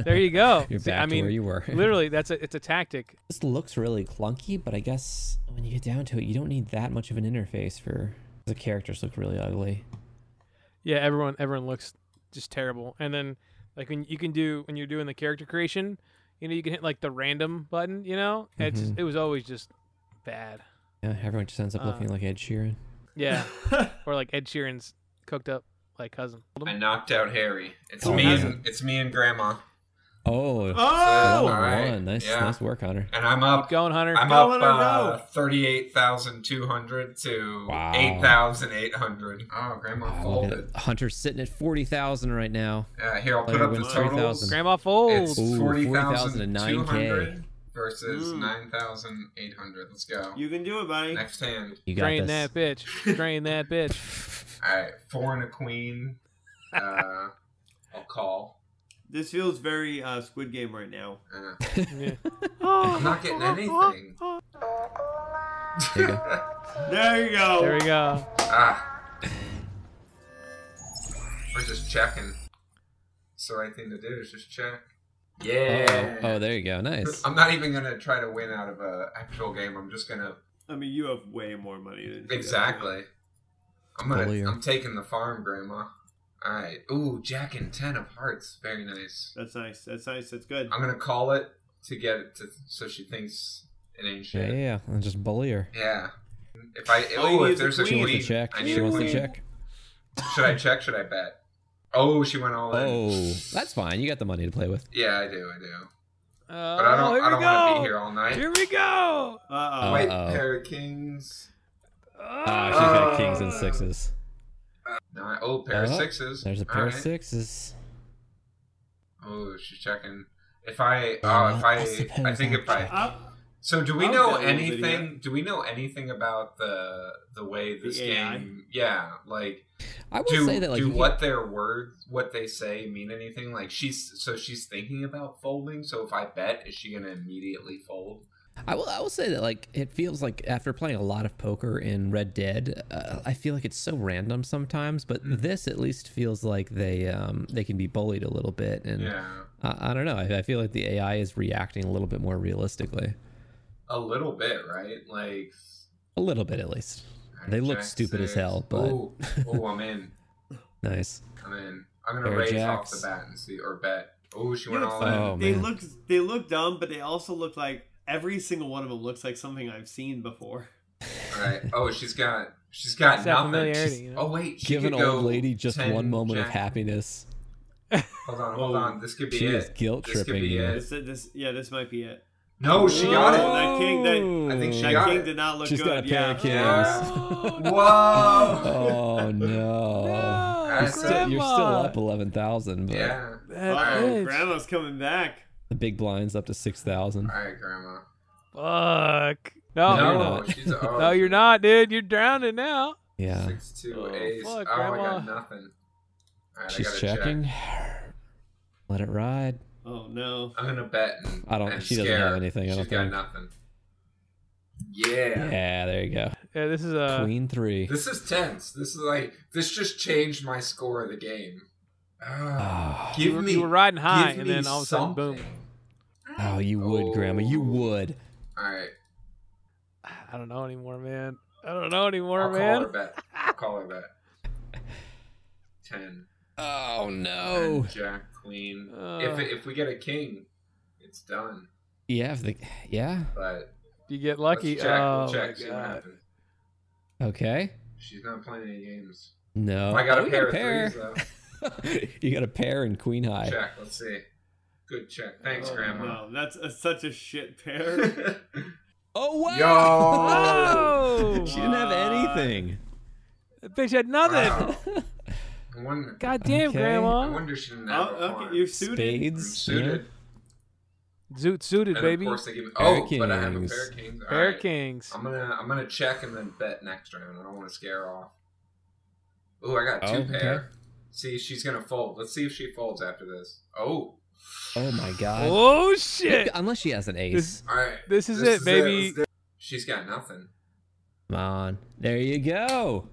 Speaker 1: There you go.
Speaker 3: You're
Speaker 1: See,
Speaker 3: back
Speaker 1: I
Speaker 3: to
Speaker 1: mean,
Speaker 3: where you were.
Speaker 1: literally, that's a, it's a tactic.
Speaker 3: This looks really clunky, but I guess when you get down to it, you don't need that much of an interface for the characters look really ugly.
Speaker 1: Yeah, everyone everyone looks just terrible. And then like when you can do when you're doing the character creation, you know, you can hit like the random button. You know, it's
Speaker 3: Mhm.
Speaker 1: it was always just bad.
Speaker 3: Yeah, everyone just ends up
Speaker 1: Uh.
Speaker 3: looking like Ed Sheeran.
Speaker 1: Yeah, or like Ed Sheeran's cooked up like cousin.
Speaker 4: I knocked out Harry. It's
Speaker 3: Oh,
Speaker 4: me.
Speaker 3: yeah.
Speaker 4: And, it's me and Grandma.
Speaker 3: Oh,
Speaker 2: Oh,
Speaker 3: one on
Speaker 4: alright,
Speaker 3: one. Nice,
Speaker 4: yeah.
Speaker 3: nice work, Hunter.
Speaker 4: And I'm
Speaker 1: Keep
Speaker 4: up.
Speaker 1: going, Hunter.
Speaker 4: I'm
Speaker 2: Go
Speaker 4: up
Speaker 2: let her
Speaker 4: uh,
Speaker 2: know.
Speaker 4: thirty-eight thousand two hundred to
Speaker 3: Wow.
Speaker 4: eight thousand eight hundred. Oh, Grandma
Speaker 3: Oh, look at
Speaker 4: folded.
Speaker 3: it. Hunter's sitting at forty thousand right now.
Speaker 4: Uh, here, I'll put
Speaker 3: Player
Speaker 4: up the
Speaker 3: wins 3,000.
Speaker 4: totals.
Speaker 1: Grandma
Speaker 4: It's
Speaker 1: folds.
Speaker 3: Ooh,
Speaker 4: forty
Speaker 3: 40,000
Speaker 4: thousand
Speaker 3: and
Speaker 4: two
Speaker 3: 9K.
Speaker 4: hundred versus
Speaker 2: Ooh.
Speaker 4: nine thousand eight hundred. Let's go.
Speaker 2: you can do it, buddy.
Speaker 4: Next hand.
Speaker 3: You got
Speaker 1: Drain
Speaker 3: this.
Speaker 1: that bitch. Drain that bitch.
Speaker 4: All right, four and a queen. Uh, I'll call.
Speaker 2: This feels very uh, Squid Game right now.
Speaker 4: Uh,
Speaker 1: Yeah.
Speaker 4: I'm not getting anything.
Speaker 3: There you go.
Speaker 2: There you go.
Speaker 1: There we go.
Speaker 4: Ah. We're just checking. It's the right thing to do is just check. Yeah.
Speaker 3: Oh, oh, there you go. Nice.
Speaker 4: I'm not even gonna try to win out of a actual game. I'm just gonna
Speaker 2: I mean, you have way more money than
Speaker 4: exactly. I'm gonna.
Speaker 3: Bullier.
Speaker 4: I'm taking the farm, Grandma. All right. Ooh, Jack and ten of hearts. Very nice.
Speaker 2: That's nice. That's nice. That's good.
Speaker 4: I'm gonna call it to get it to so she thinks it ain't
Speaker 3: Yeah,
Speaker 4: shit.
Speaker 3: yeah, yeah. And just bully her.
Speaker 4: Yeah. If I
Speaker 2: Oh,
Speaker 4: oh,
Speaker 2: he
Speaker 4: if
Speaker 2: is a
Speaker 4: there's a
Speaker 2: queen.
Speaker 3: She
Speaker 4: queen,
Speaker 3: wants to check.
Speaker 4: I need
Speaker 3: She
Speaker 4: a
Speaker 3: wants to
Speaker 4: queen.
Speaker 3: check.
Speaker 4: Should I check? Should I bet? Oh, she went all in.
Speaker 3: Oh, that's fine. You got the money to play with.
Speaker 4: Yeah, I do. I do.
Speaker 1: Oh,
Speaker 4: But I don't.
Speaker 1: here
Speaker 4: I don't
Speaker 1: we
Speaker 4: want
Speaker 1: go.
Speaker 4: to be here all night.
Speaker 1: Here we go.
Speaker 2: Uh
Speaker 4: Wait,
Speaker 3: Uh-oh.
Speaker 4: pair of kings.
Speaker 3: Oh, she's got
Speaker 4: Oh.
Speaker 3: kings and sixes.
Speaker 4: Nine. Oh, pair of
Speaker 3: Oh,
Speaker 4: sixes.
Speaker 3: There's a pair of
Speaker 4: Alright.
Speaker 3: sixes.
Speaker 4: Oh, she's checking. If I,
Speaker 3: Uh,
Speaker 4: oh, if I,
Speaker 3: I suppose
Speaker 4: I think
Speaker 3: I'll
Speaker 4: if I.
Speaker 3: check.
Speaker 2: oh.
Speaker 4: So, do we
Speaker 2: I'll
Speaker 4: know
Speaker 2: download the video.
Speaker 4: anything? Do we know anything about the the way
Speaker 2: The
Speaker 4: this
Speaker 2: AI?
Speaker 4: game? Yeah, like
Speaker 3: I would
Speaker 4: do
Speaker 3: say that like
Speaker 4: do
Speaker 3: you
Speaker 4: what their words, what they say, mean anything? Like she's so she's thinking about folding. So if I bet, is she gonna immediately fold?
Speaker 3: I will. I will say that like it feels like after playing a lot of poker in Red Dead, uh, I feel like it's so random sometimes. But
Speaker 4: Hmm.
Speaker 3: this at least feels like they um they can be bullied a little bit, and
Speaker 4: Yeah,
Speaker 3: I, I don't know. I, I feel like the AI is reacting a little bit more realistically,
Speaker 4: a little bit, right? Like
Speaker 3: a little bit at least. They look
Speaker 4: Jack
Speaker 3: stupid as
Speaker 4: six.
Speaker 3: hell, but
Speaker 4: Ooh, ooh, I'm in.
Speaker 3: nice.
Speaker 4: I'm in. I'm gonna
Speaker 3: Pair of
Speaker 4: raise
Speaker 3: jacks.
Speaker 4: off the bat and see, or bet. Oh, she
Speaker 2: You
Speaker 4: went
Speaker 2: know,
Speaker 4: all
Speaker 2: it's
Speaker 4: in.
Speaker 2: funny.
Speaker 3: Oh,
Speaker 2: they
Speaker 3: man.
Speaker 2: look they look dumb, but they also look like every single one of them looks like something I've seen before.
Speaker 4: Right. Oh, she's got she's got
Speaker 1: It's that
Speaker 4: nothing.
Speaker 1: familiarity,
Speaker 4: She's-
Speaker 1: you know?
Speaker 4: Oh wait, she
Speaker 3: Give
Speaker 4: could
Speaker 3: an old
Speaker 4: go
Speaker 3: lady just
Speaker 4: 10
Speaker 3: one moment of
Speaker 4: jack-
Speaker 3: happiness.
Speaker 4: Hold on, hold
Speaker 2: Oh,
Speaker 4: on. This could be
Speaker 3: she
Speaker 4: it.
Speaker 3: is guilt
Speaker 4: This could
Speaker 3: tripping
Speaker 4: be
Speaker 3: you.
Speaker 4: it.
Speaker 2: This, this yeah, this might be it.
Speaker 4: No, she got
Speaker 2: Whoa,
Speaker 4: it.
Speaker 2: That king, that,
Speaker 4: I think she
Speaker 2: that
Speaker 4: got
Speaker 2: king
Speaker 4: it.
Speaker 2: did not look
Speaker 3: She's
Speaker 2: good.
Speaker 3: got a pair
Speaker 2: yeah.
Speaker 3: of kings.
Speaker 4: Whoa.
Speaker 3: Oh no! You're,
Speaker 4: That's
Speaker 3: still, you're still
Speaker 1: Grandma.
Speaker 3: up eleven thousand, but
Speaker 4: Yeah.
Speaker 1: That
Speaker 2: Oh,
Speaker 1: bitch.
Speaker 2: grandma's coming back.
Speaker 3: the big blind's up to six thousand.
Speaker 4: All right, Grandma.
Speaker 1: Fuck. No.
Speaker 3: No,
Speaker 1: No, you're
Speaker 3: you're not.
Speaker 1: not.
Speaker 4: she's oh,
Speaker 1: dude. You're drowning now.
Speaker 3: Yeah.
Speaker 4: Six two
Speaker 1: Oh,
Speaker 4: ace.
Speaker 1: fuck,
Speaker 4: oh, I
Speaker 1: Grandma.
Speaker 4: got nothing. All right, I
Speaker 3: She's
Speaker 4: gotta check.
Speaker 3: checking. Let it ride.
Speaker 2: Oh no.
Speaker 4: I'm gonna bet. And,
Speaker 3: I don't-
Speaker 4: And
Speaker 3: she doesn't
Speaker 4: scare
Speaker 3: have
Speaker 4: her.
Speaker 3: anything, I
Speaker 4: She's
Speaker 3: don't
Speaker 4: got
Speaker 3: think.
Speaker 4: nothing. Yeah.
Speaker 3: Yeah, there you go.
Speaker 1: Yeah, this is uh, a.
Speaker 3: Queen three.
Speaker 4: This is tense. This is like this just changed my score of the game. Ah,
Speaker 3: Ah.
Speaker 4: give
Speaker 1: You were-
Speaker 4: me
Speaker 1: you were riding high,
Speaker 4: give
Speaker 1: and
Speaker 4: me
Speaker 1: then all of a sudden, boom.
Speaker 4: something.
Speaker 3: Oh, you would, Grandma. You
Speaker 4: Oh.
Speaker 3: would.
Speaker 4: All right,
Speaker 1: I don't know anymore, man. I don't know anymore,
Speaker 4: I'll call her
Speaker 1: man.
Speaker 4: bet. I'll call her bet. Ten.
Speaker 3: Oh no.
Speaker 4: Oh. Jack Queen.
Speaker 1: Uh.
Speaker 4: if if we get a king, it's done.
Speaker 3: Yeah. If the, yeah.
Speaker 4: But
Speaker 1: You get lucky.
Speaker 4: let's check.
Speaker 1: oh,
Speaker 4: we'll check.
Speaker 1: my
Speaker 4: See what
Speaker 1: God.
Speaker 4: happens.
Speaker 3: Okay.
Speaker 4: She's not playing any games.
Speaker 3: No.
Speaker 4: I got
Speaker 3: Oh,
Speaker 4: a
Speaker 3: you
Speaker 4: pair of threes though.
Speaker 3: pair. you got a pair and queen high.
Speaker 4: Check. Let's see. Good check. Thanks,
Speaker 2: Oh,
Speaker 4: Grandma.
Speaker 2: No, that's a, such a shit pair.
Speaker 3: Oh wow.
Speaker 1: Yo!
Speaker 3: she didn't have anything.
Speaker 1: That Oh! bitch had nothing.
Speaker 4: Wow. I wonder.
Speaker 1: God damn,
Speaker 3: Okay.
Speaker 4: I
Speaker 1: Grandma.
Speaker 4: wonder she didn't have
Speaker 2: oh,
Speaker 4: a farm.
Speaker 2: okay, you're suited.
Speaker 4: I'm
Speaker 3: Spades. yeah.
Speaker 4: suited.
Speaker 1: Zoot suited,
Speaker 4: And
Speaker 1: baby.
Speaker 4: of course they give me.
Speaker 3: Pair
Speaker 4: oh, but I have a
Speaker 3: kings.
Speaker 4: pair of kings. All
Speaker 1: Bear
Speaker 4: right.
Speaker 1: Kings.
Speaker 4: I'm gonna I'm gonna check and then bet next round. I don't want to scare her off. Ooh, I got two
Speaker 3: Oh, okay.
Speaker 4: pair. See, she's gonna fold. Let's see if she folds after this. Oh,
Speaker 3: Oh my god.
Speaker 1: Oh, shit.
Speaker 3: Unless she has an ace.
Speaker 4: all right.
Speaker 1: This is it, baby.
Speaker 4: Let's do- She's got nothing.
Speaker 3: Come on. There you go.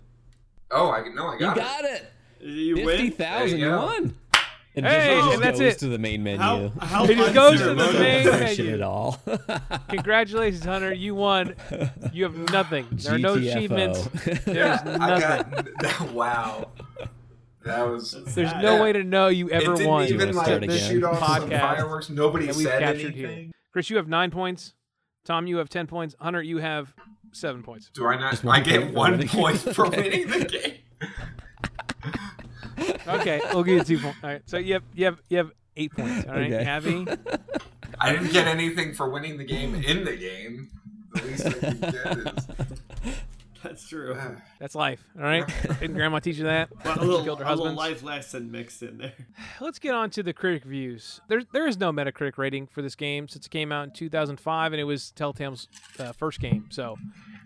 Speaker 4: Oh, I no, I
Speaker 3: You
Speaker 4: got, it.
Speaker 3: got it.
Speaker 2: You
Speaker 3: Fifty
Speaker 2: win.
Speaker 3: thousand.
Speaker 4: There you
Speaker 3: You
Speaker 4: go.
Speaker 3: won. And
Speaker 1: Hey,
Speaker 3: just,
Speaker 1: and
Speaker 3: just
Speaker 1: that's
Speaker 3: goes
Speaker 1: it.
Speaker 3: to the main menu.
Speaker 2: How, how
Speaker 1: It just goes to the
Speaker 2: unceremonious.
Speaker 1: main-
Speaker 3: Impression
Speaker 1: menu.
Speaker 3: at all.
Speaker 1: Congratulations, Hunter. You won. You have nothing. There are no
Speaker 3: GTFO.
Speaker 1: achievements. There's nothing.
Speaker 4: I got wow. That was
Speaker 1: There's
Speaker 4: that-
Speaker 1: no way to know you ever
Speaker 4: it didn't
Speaker 1: won.
Speaker 4: even
Speaker 3: wanna start
Speaker 4: like
Speaker 3: again?
Speaker 4: shoot off some
Speaker 1: Podcast
Speaker 4: fireworks. Nobody
Speaker 1: that we've
Speaker 4: said
Speaker 1: captured
Speaker 4: anything.
Speaker 1: here. Chris, you have nine points. Tom, you have ten points. Hunter, you have seven points.
Speaker 4: Do I not?
Speaker 3: one
Speaker 4: I
Speaker 3: point for
Speaker 4: get one
Speaker 3: winning.
Speaker 4: point for winning the game.
Speaker 1: Okay, we'll give you two points. All right, so you have you have you have eight points. All right,
Speaker 3: Okay.
Speaker 1: Abby.
Speaker 4: I didn't get anything for winning the game in the game. The least I can get is
Speaker 2: That's true.
Speaker 4: Uh,
Speaker 1: That's life. All right. Didn't Grandma teach you that?
Speaker 2: Well, a
Speaker 1: She
Speaker 2: little,
Speaker 1: killed her
Speaker 2: a little
Speaker 1: husband.
Speaker 2: life lesson mixed in there.
Speaker 1: Let's get on to the critic reviews. There there is no Metacritic rating for this game since it came out in 2005 and it was Telltale's uh, first game. So,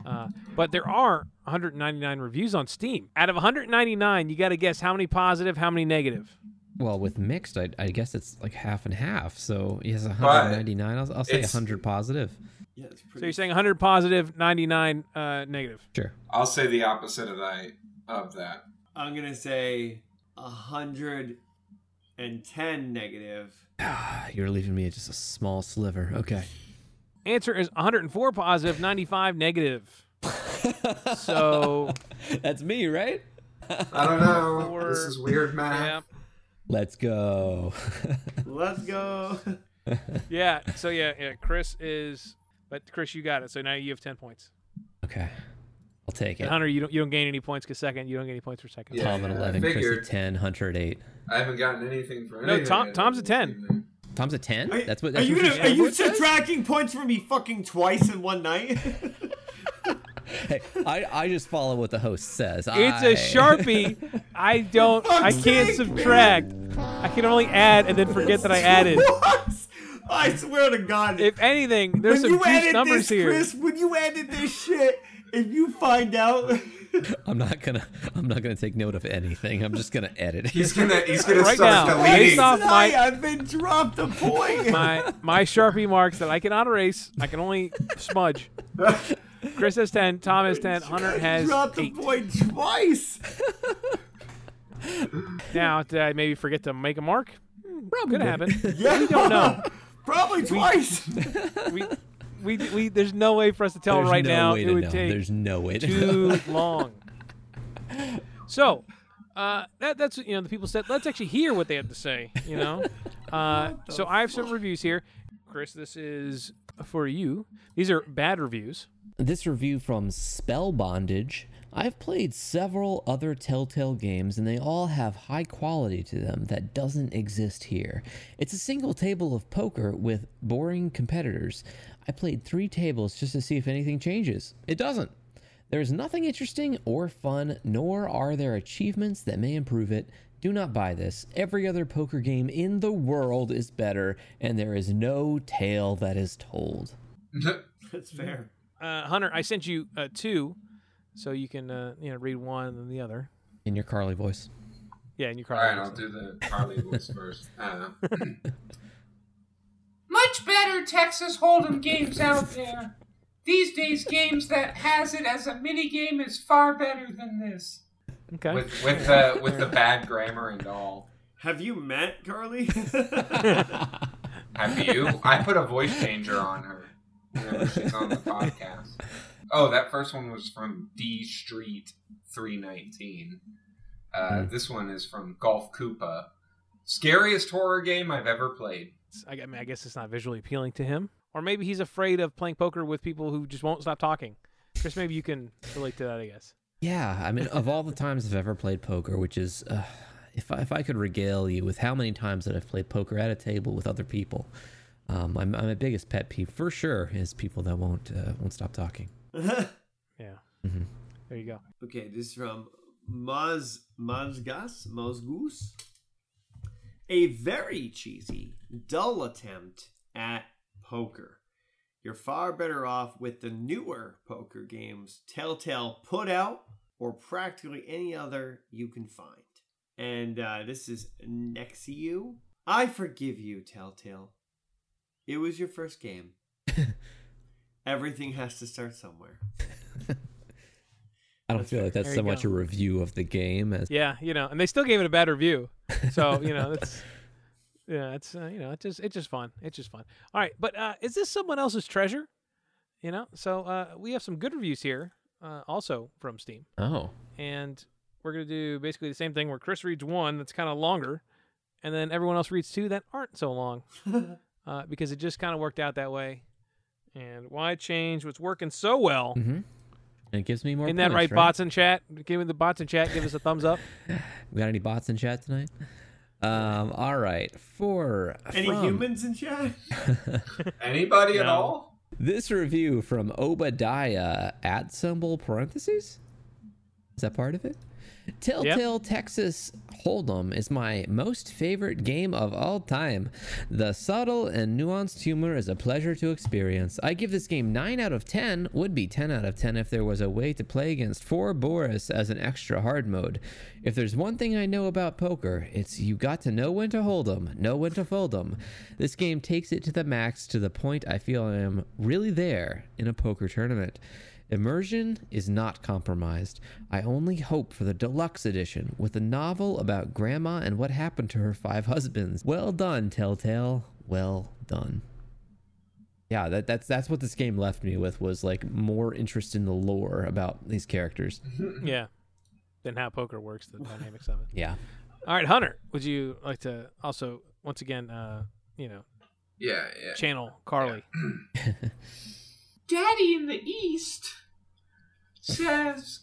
Speaker 1: uh, but there are 199 reviews on Steam. Out of 199, you got to guess how many positive, how many negative.
Speaker 3: well, with mixed, I, I guess it's like half and half. So he has
Speaker 4: But
Speaker 3: 199. I'll, I'll say
Speaker 4: it's-
Speaker 3: 100 positive.
Speaker 2: Yeah, it's pretty.
Speaker 1: So you're saying 100 positive, 99 uh, negative.
Speaker 3: Sure.
Speaker 4: I'll say the opposite of that. Of that,
Speaker 2: I'm gonna say hundred and ten negative.
Speaker 3: Ah, You're leaving me just a small sliver. Okay.
Speaker 1: Answer is 104 positive, 95 negative. So
Speaker 3: That's me, right?
Speaker 4: I don't know.
Speaker 1: Or-
Speaker 4: this is weird
Speaker 1: yeah,
Speaker 4: math.
Speaker 3: Let's go.
Speaker 2: Let's go.
Speaker 1: yeah. So yeah, yeah. Chris is, but Chris, you got it. So now you have 10 points.
Speaker 3: okay. I'll take it.
Speaker 1: And Hunter, you don't you don't gain any points because second, you don't get any points for second.
Speaker 4: Yeah.
Speaker 3: Tom at
Speaker 4: I
Speaker 3: 11, Chris
Speaker 4: figured.
Speaker 3: at 10, Hunter at 8.
Speaker 4: I haven't gotten anything for
Speaker 1: No,
Speaker 4: anything.
Speaker 1: Tom- Tom's a 10.
Speaker 3: Tom's at 10?
Speaker 2: Are-
Speaker 3: That's what
Speaker 2: Are
Speaker 3: that's
Speaker 2: you
Speaker 3: what
Speaker 2: gonna,
Speaker 3: your
Speaker 2: are you
Speaker 3: scoreboard says?
Speaker 2: subtracting points from me fucking twice in one night?
Speaker 3: Hey, I, I just follow what the host
Speaker 1: It's
Speaker 3: says. I-
Speaker 1: a sharpie. I don't. I can't
Speaker 2: sake,
Speaker 1: subtract. I can only add and then forget that I added.
Speaker 2: What? I swear to God.
Speaker 1: If anything, there's
Speaker 2: when
Speaker 1: some
Speaker 2: you
Speaker 1: juice
Speaker 2: edit
Speaker 1: numbers
Speaker 2: this,
Speaker 1: here.
Speaker 2: Chris, when you edit this shit, if you find out,
Speaker 3: I'm not gonna. I'm not gonna take note of anything. I'm just gonna edit.
Speaker 4: He's gonna. He's gonna
Speaker 1: Right
Speaker 4: start
Speaker 1: now,
Speaker 4: deleting.
Speaker 1: based off
Speaker 2: I
Speaker 1: my
Speaker 2: have been dropped a point.
Speaker 1: my my sharpie marks that I cannot erase, I can only smudge. Chris has ten. Tom has ten. Hunter has
Speaker 2: dropped
Speaker 1: eight.
Speaker 2: a point twice.
Speaker 1: Now did I maybe forget to make a mark? Probably could happen.
Speaker 2: Yeah, we don't
Speaker 1: know.
Speaker 2: Probably twice.
Speaker 1: We, we we there's no way for us to tell
Speaker 3: There's
Speaker 1: right
Speaker 3: no
Speaker 1: now.
Speaker 3: way
Speaker 1: it
Speaker 3: to
Speaker 1: would
Speaker 3: know.
Speaker 1: take
Speaker 3: There's no way to know.
Speaker 1: too long. So, uh, that, that's you know the people said let's actually hear what they have to say. You know, uh, so I have some reviews here. Chris, this is for you. These are bad reviews.
Speaker 3: This review from Spell Bondage. I've played several other Telltale games and they all have high quality to them that doesn't exist here. It's a single table of poker with boring competitors. I played three tables just to see if anything changes. It doesn't. There is nothing interesting or fun, nor are there achievements that may improve it. Do not buy this. Every other poker game in the world is better, and there is no tale that is told.
Speaker 2: That's fair.
Speaker 1: Uh, Hunter, I sent you uh, two, so you can uh, you know read one and then the other.
Speaker 3: In your Carly voice.
Speaker 1: Yeah, and you
Speaker 4: All
Speaker 1: cry.
Speaker 4: right, I'll do the Carly voice first. Uh,
Speaker 10: Much better Texas Hold'em games out there. These days, games that has it as a minigame is far better than this.
Speaker 1: okay.
Speaker 4: with with the with the bad grammar and all.
Speaker 2: Have you met Carly?
Speaker 4: Have you? I put a voice changer on her whenever she's on the podcast. Oh, that first one was from D Street 319. Uh, This one is from Golf Koopa. Scariest horror game I've ever played.
Speaker 1: I, I mean, I guess it's not visually appealing to him, or maybe he's afraid of playing poker with people who just won't stop talking. Chris, maybe you can relate to that. I guess.
Speaker 3: Yeah, I mean, of all the times I've ever played poker, which is, uh, if I, if I could regale you with how many times that I've played poker at a table with other people, um, I'm, I'm my biggest pet peeve for sure is people that won't uh, won't stop talking.
Speaker 1: Yeah. There you go.
Speaker 2: Okay, this is from Maz Mazgas Mozgoose. A very cheesy, dull attempt at poker. You're far better off with the newer poker games Telltale put out, or practically any other you can find. And uh, this is Nexiu. I forgive you, Telltale. It was your first game. Everything has to start somewhere.
Speaker 3: I don't feel like that's
Speaker 1: There
Speaker 3: so
Speaker 1: you
Speaker 3: much
Speaker 1: go.
Speaker 3: a review of the game as
Speaker 1: Yeah, you know, and they still gave it a bad review. So you know, that's yeah, it's uh, you know, it's just it's just fun. It's just fun. All right, but uh, is this someone else's treasure? You know, so uh, we have some good reviews here, uh, also from Steam,
Speaker 3: oh
Speaker 1: and we're gonna do basically the same thing where Chris reads one that's kind of longer, and then everyone else reads two that aren't so long, uh, because it just kind of worked out that way. And why change what's working so well?
Speaker 3: mm-hmm. and it gives me more.
Speaker 1: Isn't that right,
Speaker 3: points,
Speaker 1: bots in chat? Give me the bots in chat. Give us a thumbs up.
Speaker 3: We got any bots in chat tonight? Um. All right. For
Speaker 2: Any
Speaker 3: from-
Speaker 2: humans in chat?
Speaker 4: Anybody at
Speaker 1: No.
Speaker 4: all?
Speaker 3: This review from Obadiah at symbol parentheses. Is that part of it? Telltale Texas Hold'em is my most favorite game of all time. The subtle and nuanced humor is a pleasure to experience. I give this game 9 out of 10, would be 10 out of 10 if there was a way to play against 4 Boris as an extra hard mode. If there's one thing I know about poker, it's you got to know when to hold 'em, know when to fold 'em. This game takes it to the max to the point I feel I am really there in a poker tournament. Immersion is not compromised. I only hope for the deluxe edition with a novel about grandma and what happened to her five husbands. Well done, Telltale. Well done. Yeah, that, that's that's what this game left me with was like more interest in the lore about these characters.
Speaker 1: Yeah. Then how poker works, the dynamics of it.
Speaker 3: Yeah.
Speaker 1: All right, Hunter, would you like to also once again, uh, you know,
Speaker 4: Yeah, yeah.
Speaker 1: channel Carly?
Speaker 10: Daddy in the East says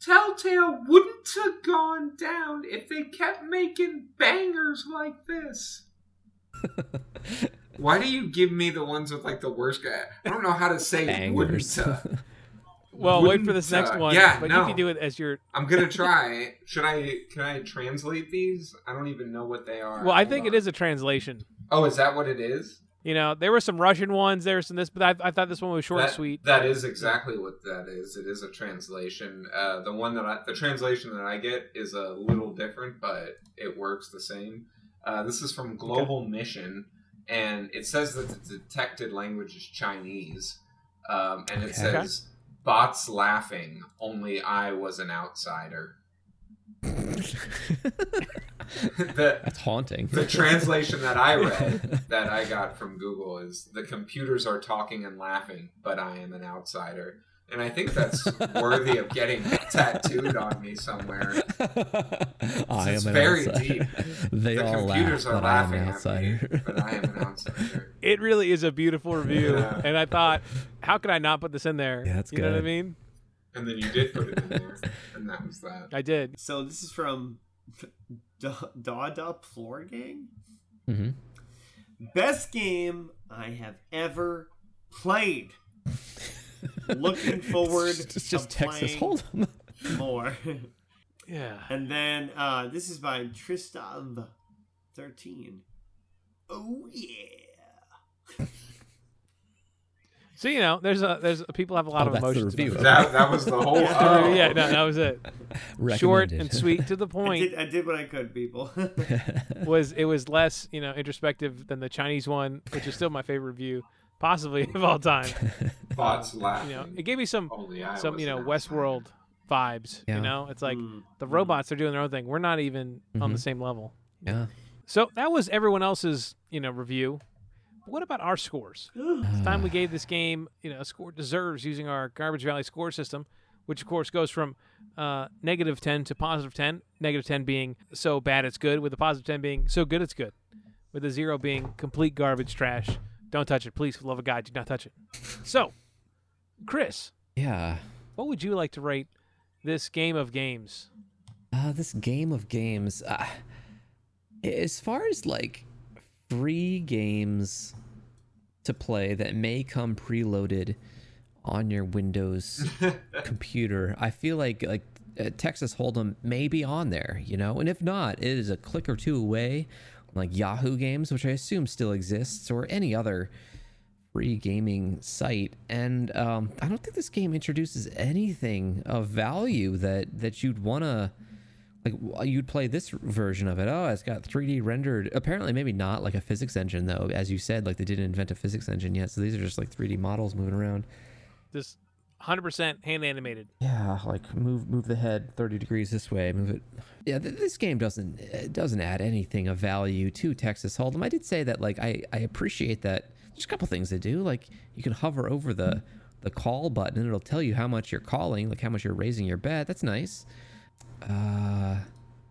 Speaker 10: Telltale wouldn't have gone down if they kept making bangers like this.
Speaker 4: Why do you give me the ones with like the worst guy? I don't know how to say
Speaker 3: Bangers.
Speaker 4: Wouldn't, uh,
Speaker 1: Well, wait for
Speaker 4: Wouldn't,
Speaker 1: this next
Speaker 4: uh,
Speaker 1: one.
Speaker 4: yeah,
Speaker 1: but you
Speaker 4: no.
Speaker 1: can do it as your.
Speaker 4: I'm gonna try. Should I? Can I translate these? I don't even know what they are.
Speaker 1: Well, I
Speaker 4: Hold
Speaker 1: think it
Speaker 4: on.
Speaker 1: is a translation.
Speaker 4: Oh, is that what it is?
Speaker 1: You know, there were some Russian ones, there were some this, but I, I thought this one was short and
Speaker 4: That-
Speaker 1: sweet.
Speaker 4: That is exactly what that is. It is a translation. Uh, the one that I, the translation that I get is a little different, but it works the same. Uh, this is from Global Mission, and it says that the detected language is Chinese, um, and it
Speaker 3: Okay.
Speaker 4: says bots laughing. Only I was an outsider. the
Speaker 3: That's haunting.
Speaker 4: the translation that I read that I got from Google is the computers are talking and laughing, but I am an outsider. And I think that's worthy of getting tattooed on me somewhere.
Speaker 3: I
Speaker 4: It's
Speaker 3: am an
Speaker 4: very
Speaker 3: outsider.
Speaker 4: deep.
Speaker 3: They
Speaker 4: the
Speaker 3: all laugh,
Speaker 4: computers
Speaker 3: but
Speaker 4: are
Speaker 3: I am
Speaker 4: laughing
Speaker 3: an
Speaker 4: at me,
Speaker 3: outsider.
Speaker 4: but I am an outsider.
Speaker 1: It really is a beautiful review,
Speaker 4: Yeah.
Speaker 1: and I thought, how could I not put this in there?
Speaker 3: Yeah, that's
Speaker 1: you know what I
Speaker 3: good.
Speaker 1: mean?
Speaker 4: And then you did put it in there, and that was that.
Speaker 1: I did.
Speaker 2: So this is from Da- Dada Floor Gang.
Speaker 3: Mhm.
Speaker 2: Best game I have ever played. Looking forward
Speaker 3: It's just, it's just
Speaker 2: to
Speaker 3: Texas
Speaker 2: playing
Speaker 3: Hold'em.
Speaker 2: more.
Speaker 1: Yeah.
Speaker 2: and then uh, this is by Tristav thirteen. Oh yeah.
Speaker 1: So you know, there's a there's people have a lot
Speaker 3: Oh,
Speaker 1: of
Speaker 3: that's the
Speaker 1: emotions.
Speaker 3: review.
Speaker 1: about
Speaker 4: That, that was the whole.
Speaker 1: it.
Speaker 4: oh.
Speaker 1: yeah, no, that was it. Short
Speaker 3: Recommended.
Speaker 1: and sweet to the
Speaker 2: I
Speaker 1: point.
Speaker 2: did, I did what I could, people.
Speaker 1: was it was less you know introspective than the Chinese one, which is still my favorite review possibly of all time.
Speaker 4: Bots
Speaker 1: You
Speaker 4: laughing.
Speaker 1: know, it gave me some
Speaker 4: Only Oh, I
Speaker 1: some
Speaker 4: was Hmm.
Speaker 1: you know
Speaker 4: an outsider.
Speaker 1: Westworld vibes.
Speaker 3: Yeah.
Speaker 1: You know, it's like
Speaker 2: Mm,
Speaker 1: the robots are doing their own thing. We're not even on the
Speaker 3: Mhm.
Speaker 1: same level.
Speaker 3: yeah.
Speaker 1: So that was everyone else's you know review. What about our scores? It's time we gave this game you know a score it deserves using our garbage valley score system, which of course goes from uh, negative ten to positive ten. Negative ten being so bad it's good, with the positive ten being so good it's good, with the zero being complete garbage trash. Don't touch it, please. For the love of God, do not touch it. So, Chris,
Speaker 3: Yeah.
Speaker 1: what would you like to rate this game of games?
Speaker 3: Uh, this game of games. Uh, as far as like free games to play that may come preloaded on your Windows computer, I feel like like uh, Texas Hold'em may be on there, you know. And if not, it is a click or two away, like Yahoo Games, which I assume still exists, or any other free gaming site and um, i don't think this game introduces anything of value that that you'd want to like w- uh, you'd play this version of it oh it's got 3d rendered apparently maybe not like a physics engine though as you said like they didn't invent a physics engine yet so these are just like 3d models moving around
Speaker 1: Just 100% hand animated.
Speaker 3: Yeah, like move move the head 30 degrees this way, move it. Yeah, th- this game doesn't it doesn't add anything of value to Texas Hold'em. I did say that like I I appreciate that there's a couple things to do. Like you can hover over the the call button and it'll tell you how much you're calling, like how much you're raising your bet. That's nice. Uh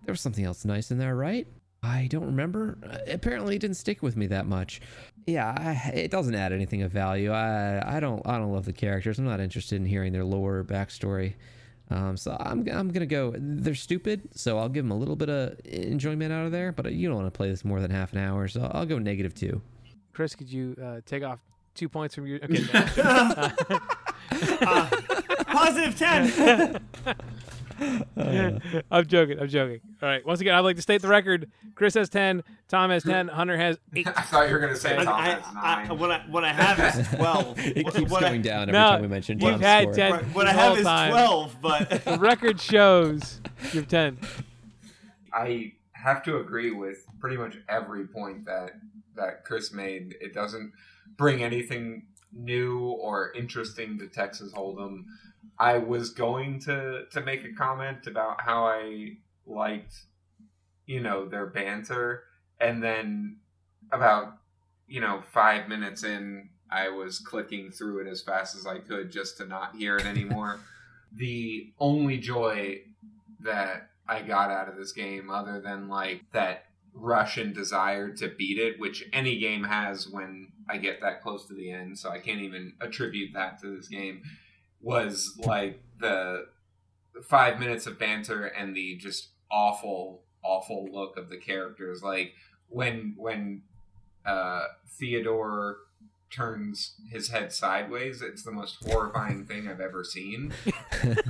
Speaker 3: there was something else nice in there, right? I don't remember. Uh, Apparently, it didn't stick with me that much. Yeah, I, it doesn't add anything of value. I I don't I don't love the characters. I'm not interested in hearing their lore backstory. Um, so I'm I'm gonna go. They're stupid, so I'll give them a little bit of enjoyment out of there. But you don't want to play this more than half an hour, so I'll go negative two.
Speaker 1: Chris, could you uh, take off two points from your. Okay. no. Uh,
Speaker 2: Uh, positive 10.
Speaker 1: I'm joking. I'm joking. All right. Once again, I'd like to state the record. Chris has 10, Tom has 10, Hunter has 8.
Speaker 4: I thought you were gonna say
Speaker 2: I,
Speaker 4: Tom
Speaker 2: I,
Speaker 4: has
Speaker 2: I,
Speaker 4: nine.
Speaker 2: what, I, what I have is 12.
Speaker 3: It
Speaker 2: what,
Speaker 3: keeps
Speaker 2: what
Speaker 3: going
Speaker 2: I,
Speaker 3: down every
Speaker 1: No,
Speaker 3: time we mention
Speaker 1: you've
Speaker 3: Tom's
Speaker 1: had
Speaker 3: score.
Speaker 1: 10.
Speaker 2: Right, What I
Speaker 1: All
Speaker 2: have is
Speaker 1: time.
Speaker 2: 12, but
Speaker 1: The record shows you have 10.
Speaker 4: I have to agree with pretty much every point that that Chris made. It doesn't bring anything new or interesting to Texas Hold'em. I was going to to make a comment about how I liked, you know, their banter, and then about you know five minutes in, I was clicking through it as fast as I could just to not hear it anymore. the only joy that I got out of this game, other than like that rush and desire to beat it, which any game has when I get that close to the end. So I can't even attribute that to this game. Was like the five minutes of banter and the just awful, awful look of the characters. Like when when uh, Theodore turns his head sideways, it's the most horrifying thing I've ever seen.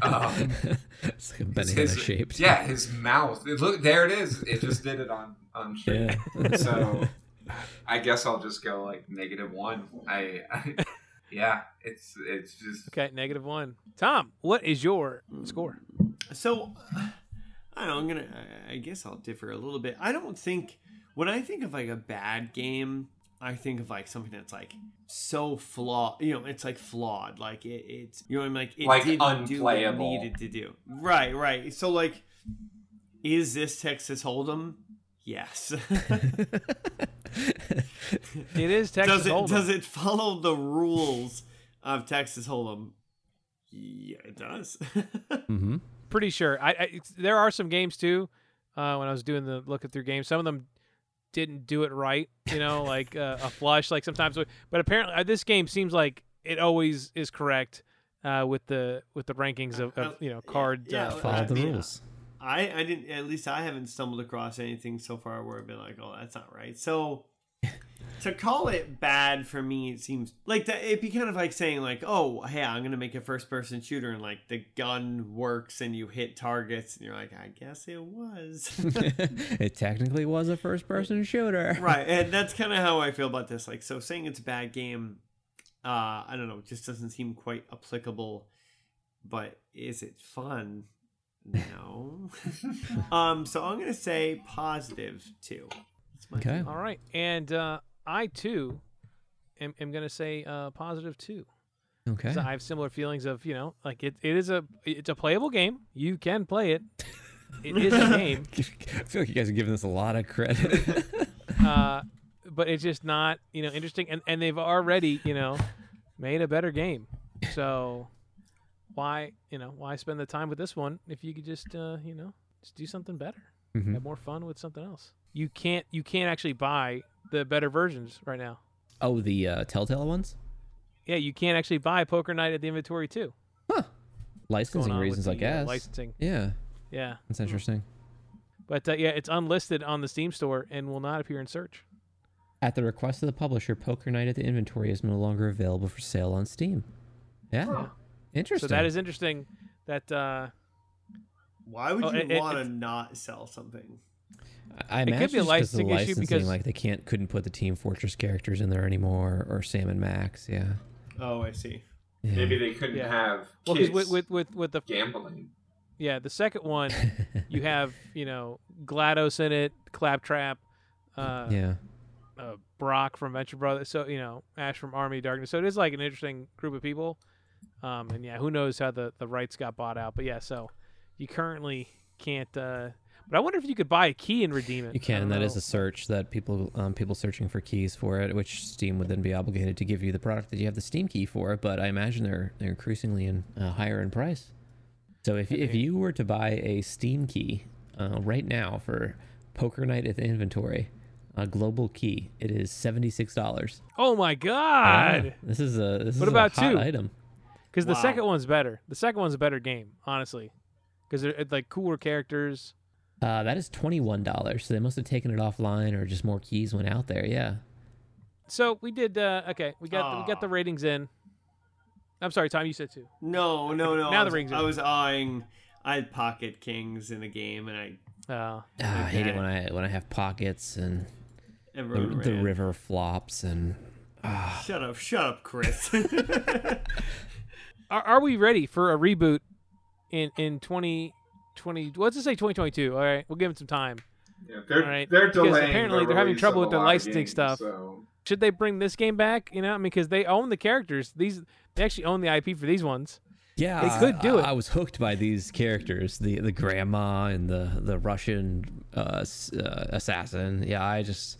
Speaker 4: Um,
Speaker 3: it's like a
Speaker 4: His-
Speaker 3: banana
Speaker 4: his-
Speaker 3: shaped.
Speaker 4: Yeah, his mouth. It, look, there it is. It just did it on on stream.
Speaker 3: Yeah.
Speaker 4: So I guess I'll just go like negative one. I, I yeah, it's it's just
Speaker 1: Okay, negative 1. Tom, what is your score?
Speaker 2: so I don't know, I'm gonna. I I guess I'll differ a little bit. I don't think when I think of like a bad game, I think of like something that's like so flawed. You know, it's like flawed. Like it, it's you know, I'm like it
Speaker 4: Like
Speaker 2: didn't do
Speaker 4: unplayable.
Speaker 2: what it needed to do. Right, right. So like, is this Texas Hold'em? Yes.
Speaker 1: It is Texas
Speaker 2: does it
Speaker 1: Hold'em.
Speaker 2: does it follow the rules of Texas Hold'em? Yeah, it does.
Speaker 3: mm-hmm.
Speaker 1: Pretty sure. I, I it's- There are some games, too, uh, when I was doing the looking through games. Some of them didn't do it right, you know, like uh, a flush, like sometimes. But apparently, uh, this game seems like it always is correct. Uh, with the with the rankings of, of you know card
Speaker 2: yeah,
Speaker 1: uh,
Speaker 2: I
Speaker 3: Follow the
Speaker 2: mean,
Speaker 3: rules.
Speaker 2: I, I didn't at least I haven't stumbled across anything so far where I've been like, oh, that's not right. So to call it bad for me, it seems like that it'd be kind of like saying like, oh, hey, I'm gonna make a first person shooter and like the gun works and you hit targets and you're like, I guess it was.
Speaker 3: it technically was a first person shooter.
Speaker 2: right, and that's kind of how I feel about this. Like, so saying it's a bad game, uh, I don't know, just doesn't seem quite applicable. But is it fun? No. um, so I'm gonna say positive two. That's my
Speaker 3: Okay.
Speaker 1: All right, and uh, I too am, am going to say uh, positive too.
Speaker 3: Okay.
Speaker 1: 'Cause I have similar feelings of you know, like it, it is a it's a playable game. You can play it. It is a game,
Speaker 3: I feel like you guys are giving this a lot of credit.
Speaker 1: uh, but it's just not you know interesting. And and they've already you know made a better game. So why you know why spend the time with this one if you could just uh, you know just do something better,
Speaker 3: Mhm.
Speaker 1: have more fun with something else. You can't you can't actually buy the better versions right now.
Speaker 3: oh, the uh, Telltale ones?
Speaker 1: Yeah, you can't actually buy Poker Night at the inventory too. What's going
Speaker 3: Licensing
Speaker 1: on with
Speaker 3: reasons, I
Speaker 1: the, uh,
Speaker 3: guess.
Speaker 1: licensing, Hmm.
Speaker 3: yeah,
Speaker 1: yeah,
Speaker 3: that's interesting.
Speaker 1: but uh, yeah, it's unlisted on the Steam store and will not appear in search.
Speaker 3: At the request of the publisher, Poker Night at the Inventory is no longer available for sale on Steam. Yeah.
Speaker 1: So
Speaker 3: Interesting.
Speaker 1: that is interesting. That uh,
Speaker 2: Why would
Speaker 1: Oh,
Speaker 2: you
Speaker 1: it- it-
Speaker 2: want to
Speaker 1: it's-
Speaker 2: not sell something?
Speaker 3: I I
Speaker 1: it could
Speaker 3: imagine
Speaker 1: be a
Speaker 3: it's 'cause of the
Speaker 1: licensing issue because-
Speaker 3: like they can't couldn't put the Team Fortress characters in there anymore or Sam and Max. Yeah.
Speaker 2: Oh, I see.
Speaker 3: Yeah.
Speaker 4: maybe they couldn't
Speaker 1: Yeah.
Speaker 4: have
Speaker 1: well, 'cause
Speaker 4: kids
Speaker 1: with, with with with the
Speaker 4: gambling.
Speaker 1: yeah the second one, you have you know Glados in it, Claptrap, uh,
Speaker 3: yeah.
Speaker 1: uh, Brock from Venture Brothers, so you know Ash from Army of Darkness. So it is like an interesting group of people. Um, and yeah, who knows how the, the rights got bought out. But yeah, so you currently can't. Uh, but I wonder if you could buy a key and redeem it.
Speaker 3: You
Speaker 1: I
Speaker 3: can.
Speaker 1: don't
Speaker 3: That
Speaker 1: know.
Speaker 3: is a search that people um, people searching for keys for it, which Steam would then be obligated to give you the product that you have the Steam key for. But I imagine they're they're increasingly in uh, higher in price. So if if you were to buy a Steam key uh, right now for Poker Night at the Inventory, a global key, it is seventy six dollars. Ah,
Speaker 1: Oh my god!
Speaker 3: This is a this
Speaker 1: What
Speaker 3: is
Speaker 1: about
Speaker 3: a hot
Speaker 1: two?
Speaker 3: item.
Speaker 1: Because the
Speaker 2: Wow.
Speaker 1: second one's better. The second one's a better game, honestly. Because they're it's, like cooler characters.
Speaker 3: Uh, that is twenty one dollars. So they must have taken it offline, or just more keys went out there. Yeah.
Speaker 1: So we did. Uh, okay, we got the, we got the
Speaker 2: Aw.
Speaker 1: ratings in. I'm sorry, Tom. You said two.
Speaker 2: No, no, no.
Speaker 1: Now
Speaker 2: I
Speaker 1: the
Speaker 2: was,
Speaker 1: rings
Speaker 2: I
Speaker 1: are-
Speaker 2: was eyeing. I had pocket kings in the game, and I
Speaker 1: Oh,
Speaker 3: Ah, I hate it
Speaker 2: Okay.
Speaker 3: when I when I have pockets and the,
Speaker 2: everyone
Speaker 3: the
Speaker 2: ran.
Speaker 3: river flops and
Speaker 2: Shut up, shut up, Chris.
Speaker 1: are, are we ready for a reboot in in 2020? Let's just say 2022. All right, we'll give it some time.
Speaker 4: Yeah, they're
Speaker 1: Alright,
Speaker 4: they're
Speaker 1: because
Speaker 4: delaying.
Speaker 1: apparently
Speaker 4: the
Speaker 1: they're having
Speaker 4: release
Speaker 1: trouble
Speaker 4: of
Speaker 1: with
Speaker 4: a
Speaker 1: the
Speaker 4: lot of
Speaker 1: licensing
Speaker 4: games,
Speaker 1: stuff.
Speaker 4: So
Speaker 1: Should they bring this game back? You know, I mean, because they own the characters. These they actually own the IP for these ones.
Speaker 3: Yeah,
Speaker 1: They
Speaker 3: I-
Speaker 1: could do
Speaker 3: I-
Speaker 1: it.
Speaker 3: I was hooked by these characters, the the grandma and the the Russian uh, s- uh, assassin. Yeah, I just,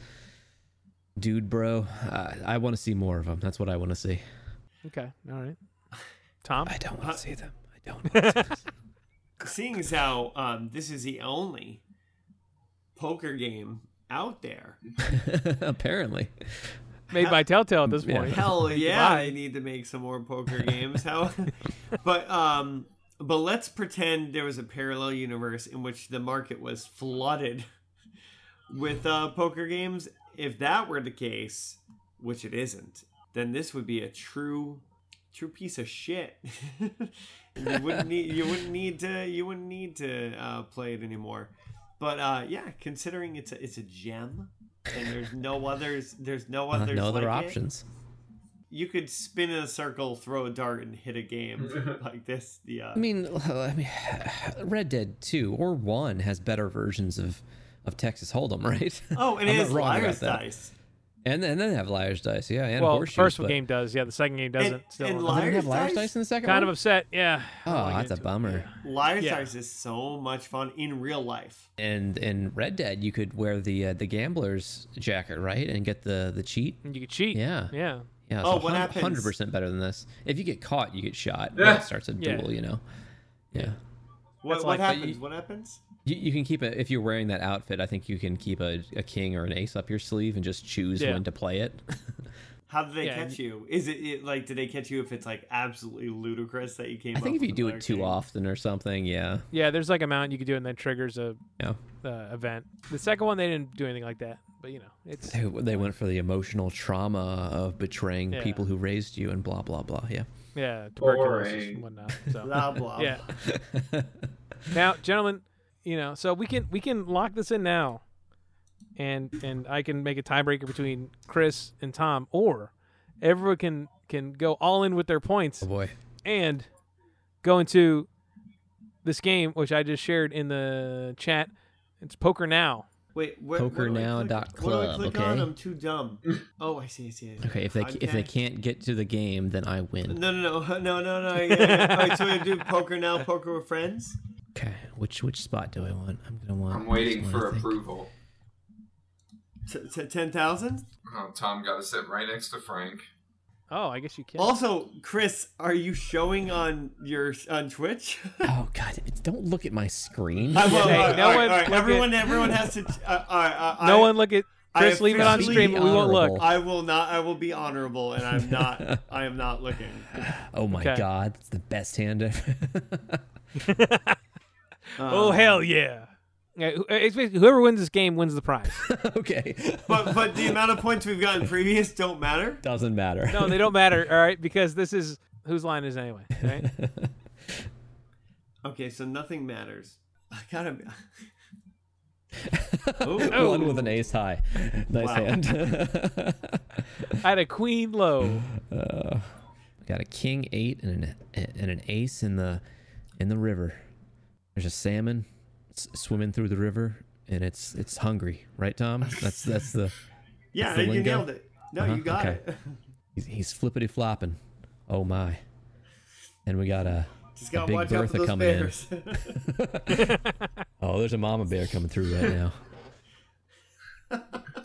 Speaker 3: dude, bro, I, I want to see more of them. That's what I want to see.
Speaker 1: Okay, all right. Tom,
Speaker 3: I don't want to see them. I don't.
Speaker 2: Seeing as how um, this is the only poker game out there,
Speaker 3: Apparently,
Speaker 1: made by Telltale at this
Speaker 3: Yeah.
Speaker 1: point.
Speaker 2: hell yeah,
Speaker 1: Why?
Speaker 2: I need to make some more poker games. How? but um, but let's pretend there was a parallel universe in which the market was flooded with uh, poker games. If that were the case, which it isn't, then this would be a true, true piece of shit. you wouldn't need you wouldn't need to you wouldn't need to uh, play it anymore. But uh, yeah, considering it's a, it's a gem, and there's no others there's no
Speaker 3: Uh,
Speaker 2: others
Speaker 3: no other
Speaker 2: like it,
Speaker 3: options.
Speaker 2: you could spin in a circle, throw a dart, and hit a game like this. The uh,
Speaker 3: I mean, I mean, Red Dead Two or One has better versions of of Texas Hold'em, right?
Speaker 2: oh, and
Speaker 3: I'm
Speaker 2: it
Speaker 3: not
Speaker 2: has
Speaker 3: wrong about
Speaker 2: liar's
Speaker 3: that.
Speaker 2: dice.
Speaker 3: and then, and then they have liar's dice, yeah, and
Speaker 1: well,
Speaker 3: horseshoes.
Speaker 1: first
Speaker 3: but-
Speaker 1: game does. Yeah, the second game doesn't.
Speaker 2: And-
Speaker 1: still,
Speaker 2: and
Speaker 1: on
Speaker 3: Oh, they
Speaker 1: that.
Speaker 3: didn't have liar's
Speaker 2: Liar's
Speaker 3: dice in the second
Speaker 1: kind
Speaker 3: one.
Speaker 1: of upset. Yeah. I don't
Speaker 3: Oh,
Speaker 1: wanna get
Speaker 3: that's a
Speaker 1: into it.
Speaker 3: bummer.
Speaker 2: Liar's
Speaker 1: Yeah.
Speaker 2: dice is so much fun in real life.
Speaker 3: And in Red Dead, you could wear the uh, the gambler's jacket, right, and get the the cheat.
Speaker 1: And you could cheat.
Speaker 3: Yeah.
Speaker 1: Yeah.
Speaker 3: Yeah.
Speaker 2: Oh, what happens-
Speaker 3: Hundred percent better than this. If you get caught, you get shot. Yeah. It starts a
Speaker 1: Yeah.
Speaker 3: duel, you know. Yeah.
Speaker 2: What,
Speaker 1: That's
Speaker 2: what
Speaker 1: like- but
Speaker 2: happens? What happens?
Speaker 3: You, you can keep it if you're wearing that outfit. I think you can keep a, a king or an ace up your sleeve and just choose
Speaker 1: Yeah.
Speaker 3: when to play it.
Speaker 2: How do they
Speaker 1: Yeah,
Speaker 2: catch you? Is it, it like? Do they catch you if it's like absolutely ludicrous that you came?
Speaker 3: I think
Speaker 2: up
Speaker 3: if you
Speaker 2: with
Speaker 3: do
Speaker 2: another
Speaker 3: it too
Speaker 2: game?
Speaker 3: often or something, yeah,
Speaker 1: Yeah, there's like a mountain you could do, and then triggers a
Speaker 3: yeah.
Speaker 1: uh, event. The second one, they didn't do anything like that, but you know, it's
Speaker 3: They, they went for the emotional trauma of betraying
Speaker 1: Yeah.
Speaker 3: people who raised you and blah blah blah. Yeah.
Speaker 1: yeah tuberculosis
Speaker 4: Boring.
Speaker 1: and whatnot. So
Speaker 2: blah blah.
Speaker 1: yeah. now, gentlemen, you know, so we can we can lock this in now, and and I can make a tiebreaker between Chris and Tom, or everyone can can go all in with their points
Speaker 3: Oh boy.
Speaker 1: and go into this game which I just shared in the chat. It's Poker Now.
Speaker 2: Wait, where,
Speaker 3: PokerNow
Speaker 2: where do I
Speaker 3: dot
Speaker 2: click, where do I
Speaker 3: club,
Speaker 2: click
Speaker 3: okay?
Speaker 2: on? I'm too dumb. Oh, I see, I see. I see.
Speaker 3: Okay. If they if they
Speaker 2: Okay.
Speaker 3: can't get to the game, then I win.
Speaker 2: No, no, no, no, no, no. Yeah. All right, so we do poker now, poker with friends.
Speaker 3: Okay, which which spot do I want? I'm gonna want.
Speaker 4: I'm waiting
Speaker 3: this one, I
Speaker 4: for
Speaker 3: think.
Speaker 4: approval.
Speaker 2: T- t- Ten thousand.
Speaker 4: Oh, Tom got to sit right next to Frank.
Speaker 1: Oh, I guess you can.
Speaker 2: Also, Chris, are you showing on your on Twitch?
Speaker 3: Oh God! it's- Don't look at my screen.
Speaker 2: I will.
Speaker 1: Hey,
Speaker 2: all right,
Speaker 1: no
Speaker 2: all right,
Speaker 1: one
Speaker 2: all right.
Speaker 1: look at-
Speaker 2: everyone, everyone has to. Uh, all right, uh,
Speaker 1: no
Speaker 2: I,
Speaker 1: one look at
Speaker 2: I
Speaker 1: Chris. Leave it on
Speaker 2: officially
Speaker 1: stream, but we won't look.
Speaker 3: honorable.
Speaker 2: I will not. I will be honorable, and I'm not. I am not looking.
Speaker 3: oh my
Speaker 1: okay.
Speaker 3: God! It's the best hand ever.
Speaker 2: Um,
Speaker 1: Oh hell yeah! Yeah, who- it's basically whoever wins this game wins the prize.
Speaker 3: okay,
Speaker 2: But but the amount of points we've gotten previous don't matter.
Speaker 3: doesn't matter.
Speaker 1: No, they don't matter. All right, because this is whose line is it anyway. Right?
Speaker 2: Okay, so nothing matters. I gotta. be- Oh,
Speaker 3: One with an ace high. Nice
Speaker 2: Wow.
Speaker 3: hand.
Speaker 1: I had a queen low.
Speaker 3: Got a king eight and an and an ace in the in the river. There's a salmon s- swimming through the river, and it's it's hungry, right, Tom? That's that's the
Speaker 2: Yeah,
Speaker 3: That's the
Speaker 2: you
Speaker 3: lingo?
Speaker 2: nailed it. No,
Speaker 3: Uh-huh,
Speaker 2: you got
Speaker 3: okay.
Speaker 2: it.
Speaker 3: he's, he's flippity flopping. Oh my! and we got a,
Speaker 2: Just
Speaker 3: a
Speaker 2: gotta
Speaker 3: big
Speaker 2: watch out for
Speaker 3: Bertha
Speaker 2: those
Speaker 3: coming in.
Speaker 2: bears.
Speaker 3: Oh, there's a mama bear coming through right now.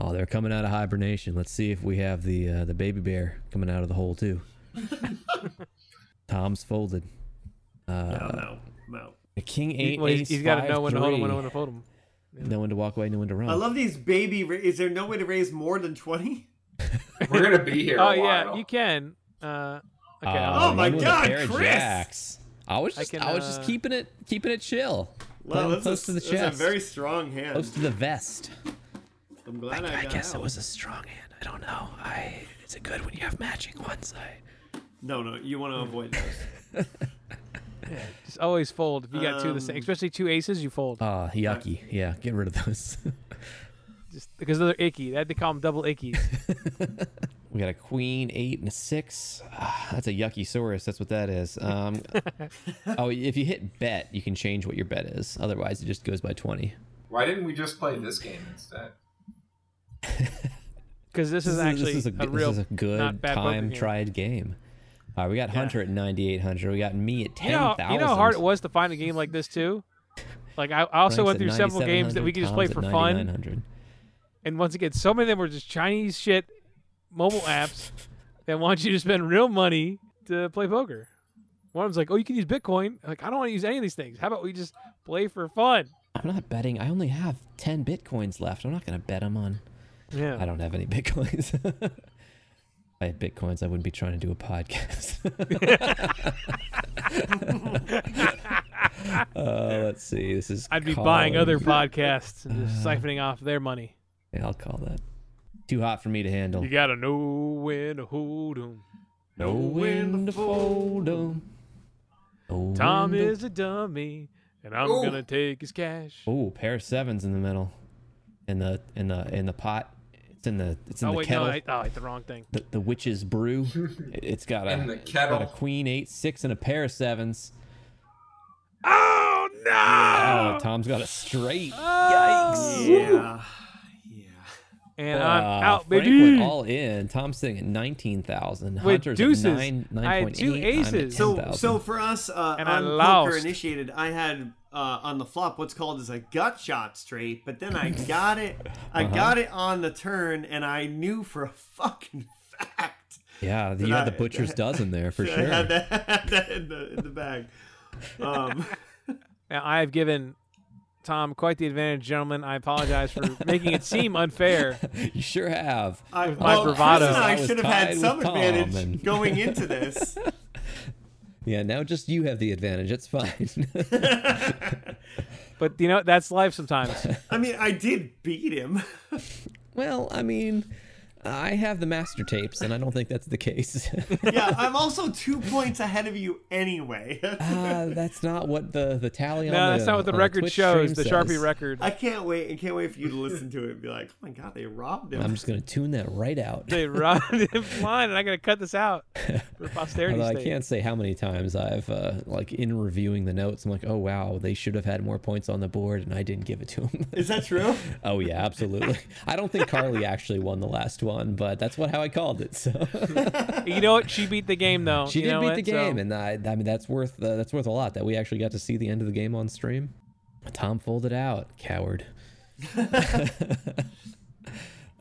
Speaker 3: oh, they're coming out of hibernation. Let's see if we have the uh, the baby bear coming out of the hole too. Tom's folded.
Speaker 2: no,
Speaker 3: Uh,
Speaker 2: no, no.
Speaker 3: the King
Speaker 1: He-
Speaker 3: eight.
Speaker 1: well, he's-
Speaker 3: ace,
Speaker 1: he's got to
Speaker 3: five,
Speaker 1: know when to hold him,
Speaker 3: three.
Speaker 1: when to- when to fold him.
Speaker 3: No one to walk away, no one to run.
Speaker 2: I love these baby. Ra- is there no way to raise more than twenty?
Speaker 4: We're gonna be here.
Speaker 1: Oh
Speaker 4: a while.
Speaker 1: yeah, you can. Uh, okay.
Speaker 3: Uh,
Speaker 1: I'll-
Speaker 2: Oh my
Speaker 3: one with a
Speaker 2: God,
Speaker 3: pair of
Speaker 2: Chris!
Speaker 3: jacks. I was
Speaker 1: I
Speaker 3: just, I,
Speaker 1: can,
Speaker 3: was just
Speaker 1: uh,
Speaker 3: keeping it, keeping it chill,
Speaker 2: Well,
Speaker 3: Playing
Speaker 2: that's,
Speaker 3: close
Speaker 2: a,
Speaker 3: to the
Speaker 2: that's a
Speaker 3: chest,
Speaker 2: very strong hand.
Speaker 3: close to the vest.
Speaker 2: I'm glad I,
Speaker 3: I
Speaker 2: got
Speaker 3: guess
Speaker 2: out.
Speaker 3: it was a strong hand. I don't know. I it's a good when you have matching ones. I
Speaker 2: No, no, you want to avoid those.
Speaker 1: Just always fold if you got two of the same,
Speaker 2: Um,
Speaker 1: especially two aces. You fold
Speaker 3: Ah, yucky. Yeah, get rid of those.
Speaker 1: just because they're icky. They had to call them double ickies.
Speaker 3: we got a queen, eight, and a six. Ah, that's a yucky saurus. That's what that is. Um, oh, if you hit bet, you can change what your bet is. Otherwise, it just goes by twenty.
Speaker 4: Why didn't we just play this game instead?
Speaker 1: Because this, is actually
Speaker 3: this is
Speaker 1: a,
Speaker 3: a,
Speaker 1: real
Speaker 3: this is a
Speaker 1: not
Speaker 3: good
Speaker 1: bad poker
Speaker 3: time
Speaker 1: game.
Speaker 3: tried game. All right, we got Hunter at ninety eight hundred. We got me at
Speaker 1: You
Speaker 3: ten
Speaker 1: know,
Speaker 3: thousand.
Speaker 1: you know how hard it was to find a game like this too. Like I, I also went through several games that we could just play for fun, and once again, so many of them were just Chinese shit mobile apps that want you to spend real money to play poker. One of them's like, "Oh, you can use Bitcoin." I'm like, I don't want to use any of these things. How about we just play for fun?
Speaker 3: I'm not betting. I only have ten bitcoins left. I'm not gonna bet them on.
Speaker 1: Yeah.
Speaker 3: I don't have any bitcoins. if I had bitcoins, I wouldn't be trying to do a podcast. uh, let's see. This is.
Speaker 1: I'd be buying other
Speaker 3: Colin.
Speaker 1: podcasts and
Speaker 3: Uh,
Speaker 1: just siphoning off their money.
Speaker 3: Yeah, I'll call that. Too hot for me to handle.
Speaker 1: You gotta know when to hold 'em.
Speaker 3: No wind to fold 'em. No
Speaker 1: Tom
Speaker 3: wind to-
Speaker 1: is a dummy, and I'm
Speaker 4: Ooh.
Speaker 1: gonna take his cash.
Speaker 3: Ooh, pair of sevens in the middle, in the in the in the pot. It's in the it's in
Speaker 1: oh
Speaker 3: the
Speaker 1: wait,
Speaker 3: kettle.
Speaker 1: no, I, oh, I hit the wrong thing.
Speaker 3: the, the witch's brew. It- It's got a
Speaker 4: In the
Speaker 3: it's got a
Speaker 4: kettle.
Speaker 3: queen eight six and a pair of sevens.
Speaker 1: Oh
Speaker 3: Oh,
Speaker 1: no!
Speaker 3: Tom's got a straight.
Speaker 1: Ah.
Speaker 2: yeah, yeah.
Speaker 1: And I'm
Speaker 3: Uh,
Speaker 1: out,
Speaker 3: Frank
Speaker 1: baby.
Speaker 3: went all in. Tom's sitting at nineteen thousand.
Speaker 1: With
Speaker 3: Hunter's
Speaker 1: deuces.
Speaker 3: at nine
Speaker 1: I
Speaker 3: nine
Speaker 1: had
Speaker 3: point
Speaker 1: two
Speaker 3: eight. I'm at
Speaker 1: aces.
Speaker 2: So,
Speaker 3: 10,000.
Speaker 2: so for us uh,
Speaker 1: And I
Speaker 2: on poker
Speaker 1: lost.
Speaker 2: initiated, I had uh, on the flop what's called as a gut shot straight, but then I got it, I got it on the turn, and I knew for a fucking fact
Speaker 3: yeah, you
Speaker 2: that
Speaker 3: had the
Speaker 2: I-
Speaker 3: butcher's dozen there for
Speaker 2: that I had
Speaker 3: sure.
Speaker 2: that, had that in the in the bag. Um,
Speaker 1: Now, I have given Tom quite the advantage, gentlemen. I apologize for making it seem unfair.
Speaker 3: You sure have.
Speaker 2: I,
Speaker 1: my
Speaker 2: well, Chris
Speaker 1: bravado.
Speaker 2: and
Speaker 3: I
Speaker 2: I
Speaker 3: was
Speaker 2: should have
Speaker 3: tied
Speaker 2: had some
Speaker 3: with Tom,
Speaker 2: advantage
Speaker 3: and-
Speaker 2: going into this.
Speaker 3: Yeah, now just you have the advantage. It's fine.
Speaker 1: But you know, that's life sometimes.
Speaker 2: I mean, I did beat him.
Speaker 3: well, I mean, I have the master tapes, and I don't think that's the case.
Speaker 2: yeah, I'm also two points ahead of you anyway.
Speaker 3: Ah, that's not what the the tally on
Speaker 1: no,
Speaker 3: the
Speaker 1: that's not what the
Speaker 3: on
Speaker 1: record
Speaker 3: Twitch
Speaker 1: shows. The
Speaker 3: stream
Speaker 1: Sharpie
Speaker 3: says.
Speaker 1: record.
Speaker 2: I can't wait. I can't wait for you to listen to it and be like, oh my god, they robbed him.
Speaker 3: I'm just gonna tune that right out.
Speaker 1: they robbed him blind, and I gotta cut this out for posterity's
Speaker 3: Although I
Speaker 1: sake.
Speaker 3: can't say how many times I've uh, like in reviewing the notes, I'm like, oh wow, they should have had more points on the board, and I didn't give it to them.
Speaker 2: Is that true?
Speaker 3: oh yeah, absolutely. I don't think Carly actually won the last one, but that's what how I called it. So
Speaker 1: You know what? She beat the game though.
Speaker 3: she
Speaker 1: You
Speaker 3: did
Speaker 1: know
Speaker 3: beat
Speaker 1: what?
Speaker 3: the
Speaker 1: So-
Speaker 3: game, and I, I mean that's worth uh, that's worth a lot that we actually got to see the end of the game on stream. Tom folded out, coward.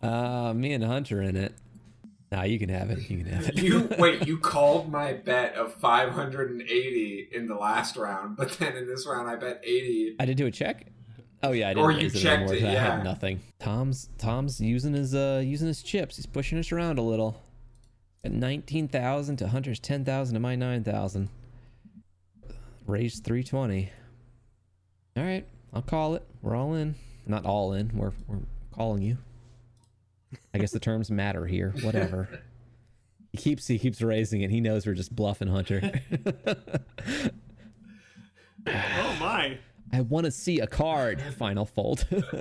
Speaker 3: uh, me and Hunter in it. Nah, you can have it. You can have it.
Speaker 4: You wait. You called my bet of 580 in the last round, but then in this round I bet 80.
Speaker 3: I did do a check. Oh yeah, I did.
Speaker 4: Or you checked it,
Speaker 3: I
Speaker 4: yeah.
Speaker 3: had nothing. Tom's Tom's using his uh using his chips. He's pushing us around a little. At nineteen thousand to Hunter's ten thousand to my nine thousand. Raised three twenty. All right, I'll call it. We're all in. Not all in. We're we're calling you. I guess the terms matter here. Whatever. He keeps he keeps raising it. He knows we're just bluffing Hunter.
Speaker 2: Oh my.
Speaker 3: I want to see a card. Final fold.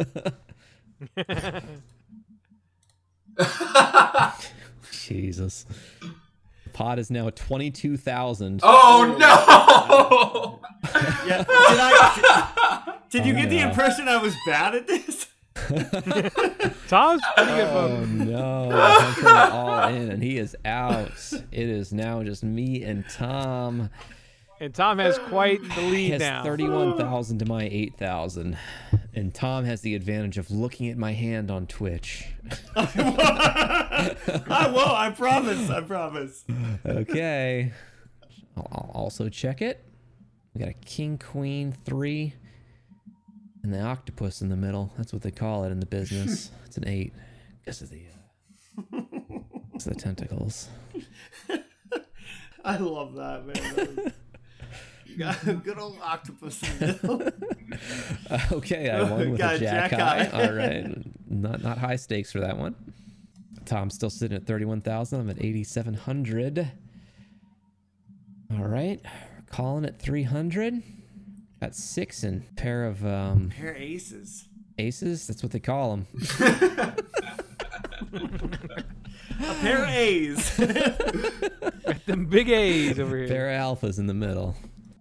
Speaker 3: Jesus. The pot is now 22,000.
Speaker 4: Oh no!
Speaker 2: Yeah. Did I? Did, did you get the
Speaker 3: Oh, yeah.
Speaker 2: impression I was bad at this?
Speaker 1: Tom's pretty good,
Speaker 3: Oh
Speaker 1: folks.
Speaker 3: no! I'm feeling all in, and he is out. It is now just me and Tom.
Speaker 1: And Tom has quite the
Speaker 3: Oh. He
Speaker 1: lead
Speaker 3: has
Speaker 1: now.
Speaker 3: thirty-one thousand to my eight thousand, and Tom has the advantage of looking at my hand on Twitch.
Speaker 2: I will. I promise. I promise.
Speaker 3: Okay, I'll, I'll also check it. We got a king, queen, three, and the octopus in the middle. That's what they call it in the business. It's an eight. This is the. Uh, it's the tentacles.
Speaker 2: I love that man. That was- Good old octopus. in the middle.
Speaker 3: Okay, I won with
Speaker 2: Got
Speaker 3: a jack,
Speaker 2: jack
Speaker 3: high.
Speaker 2: high.
Speaker 3: All right, not not high stakes for that one. Tom's still sitting at thirty-one thousand. I'm at eighty-seven hundred. All right, we're calling it three hundred. Got six and pair of um,
Speaker 2: Pair aces.
Speaker 3: aces. That's what they call them.
Speaker 2: A pair a's.
Speaker 1: Them big A's over here.
Speaker 3: Pair of alphas in the middle.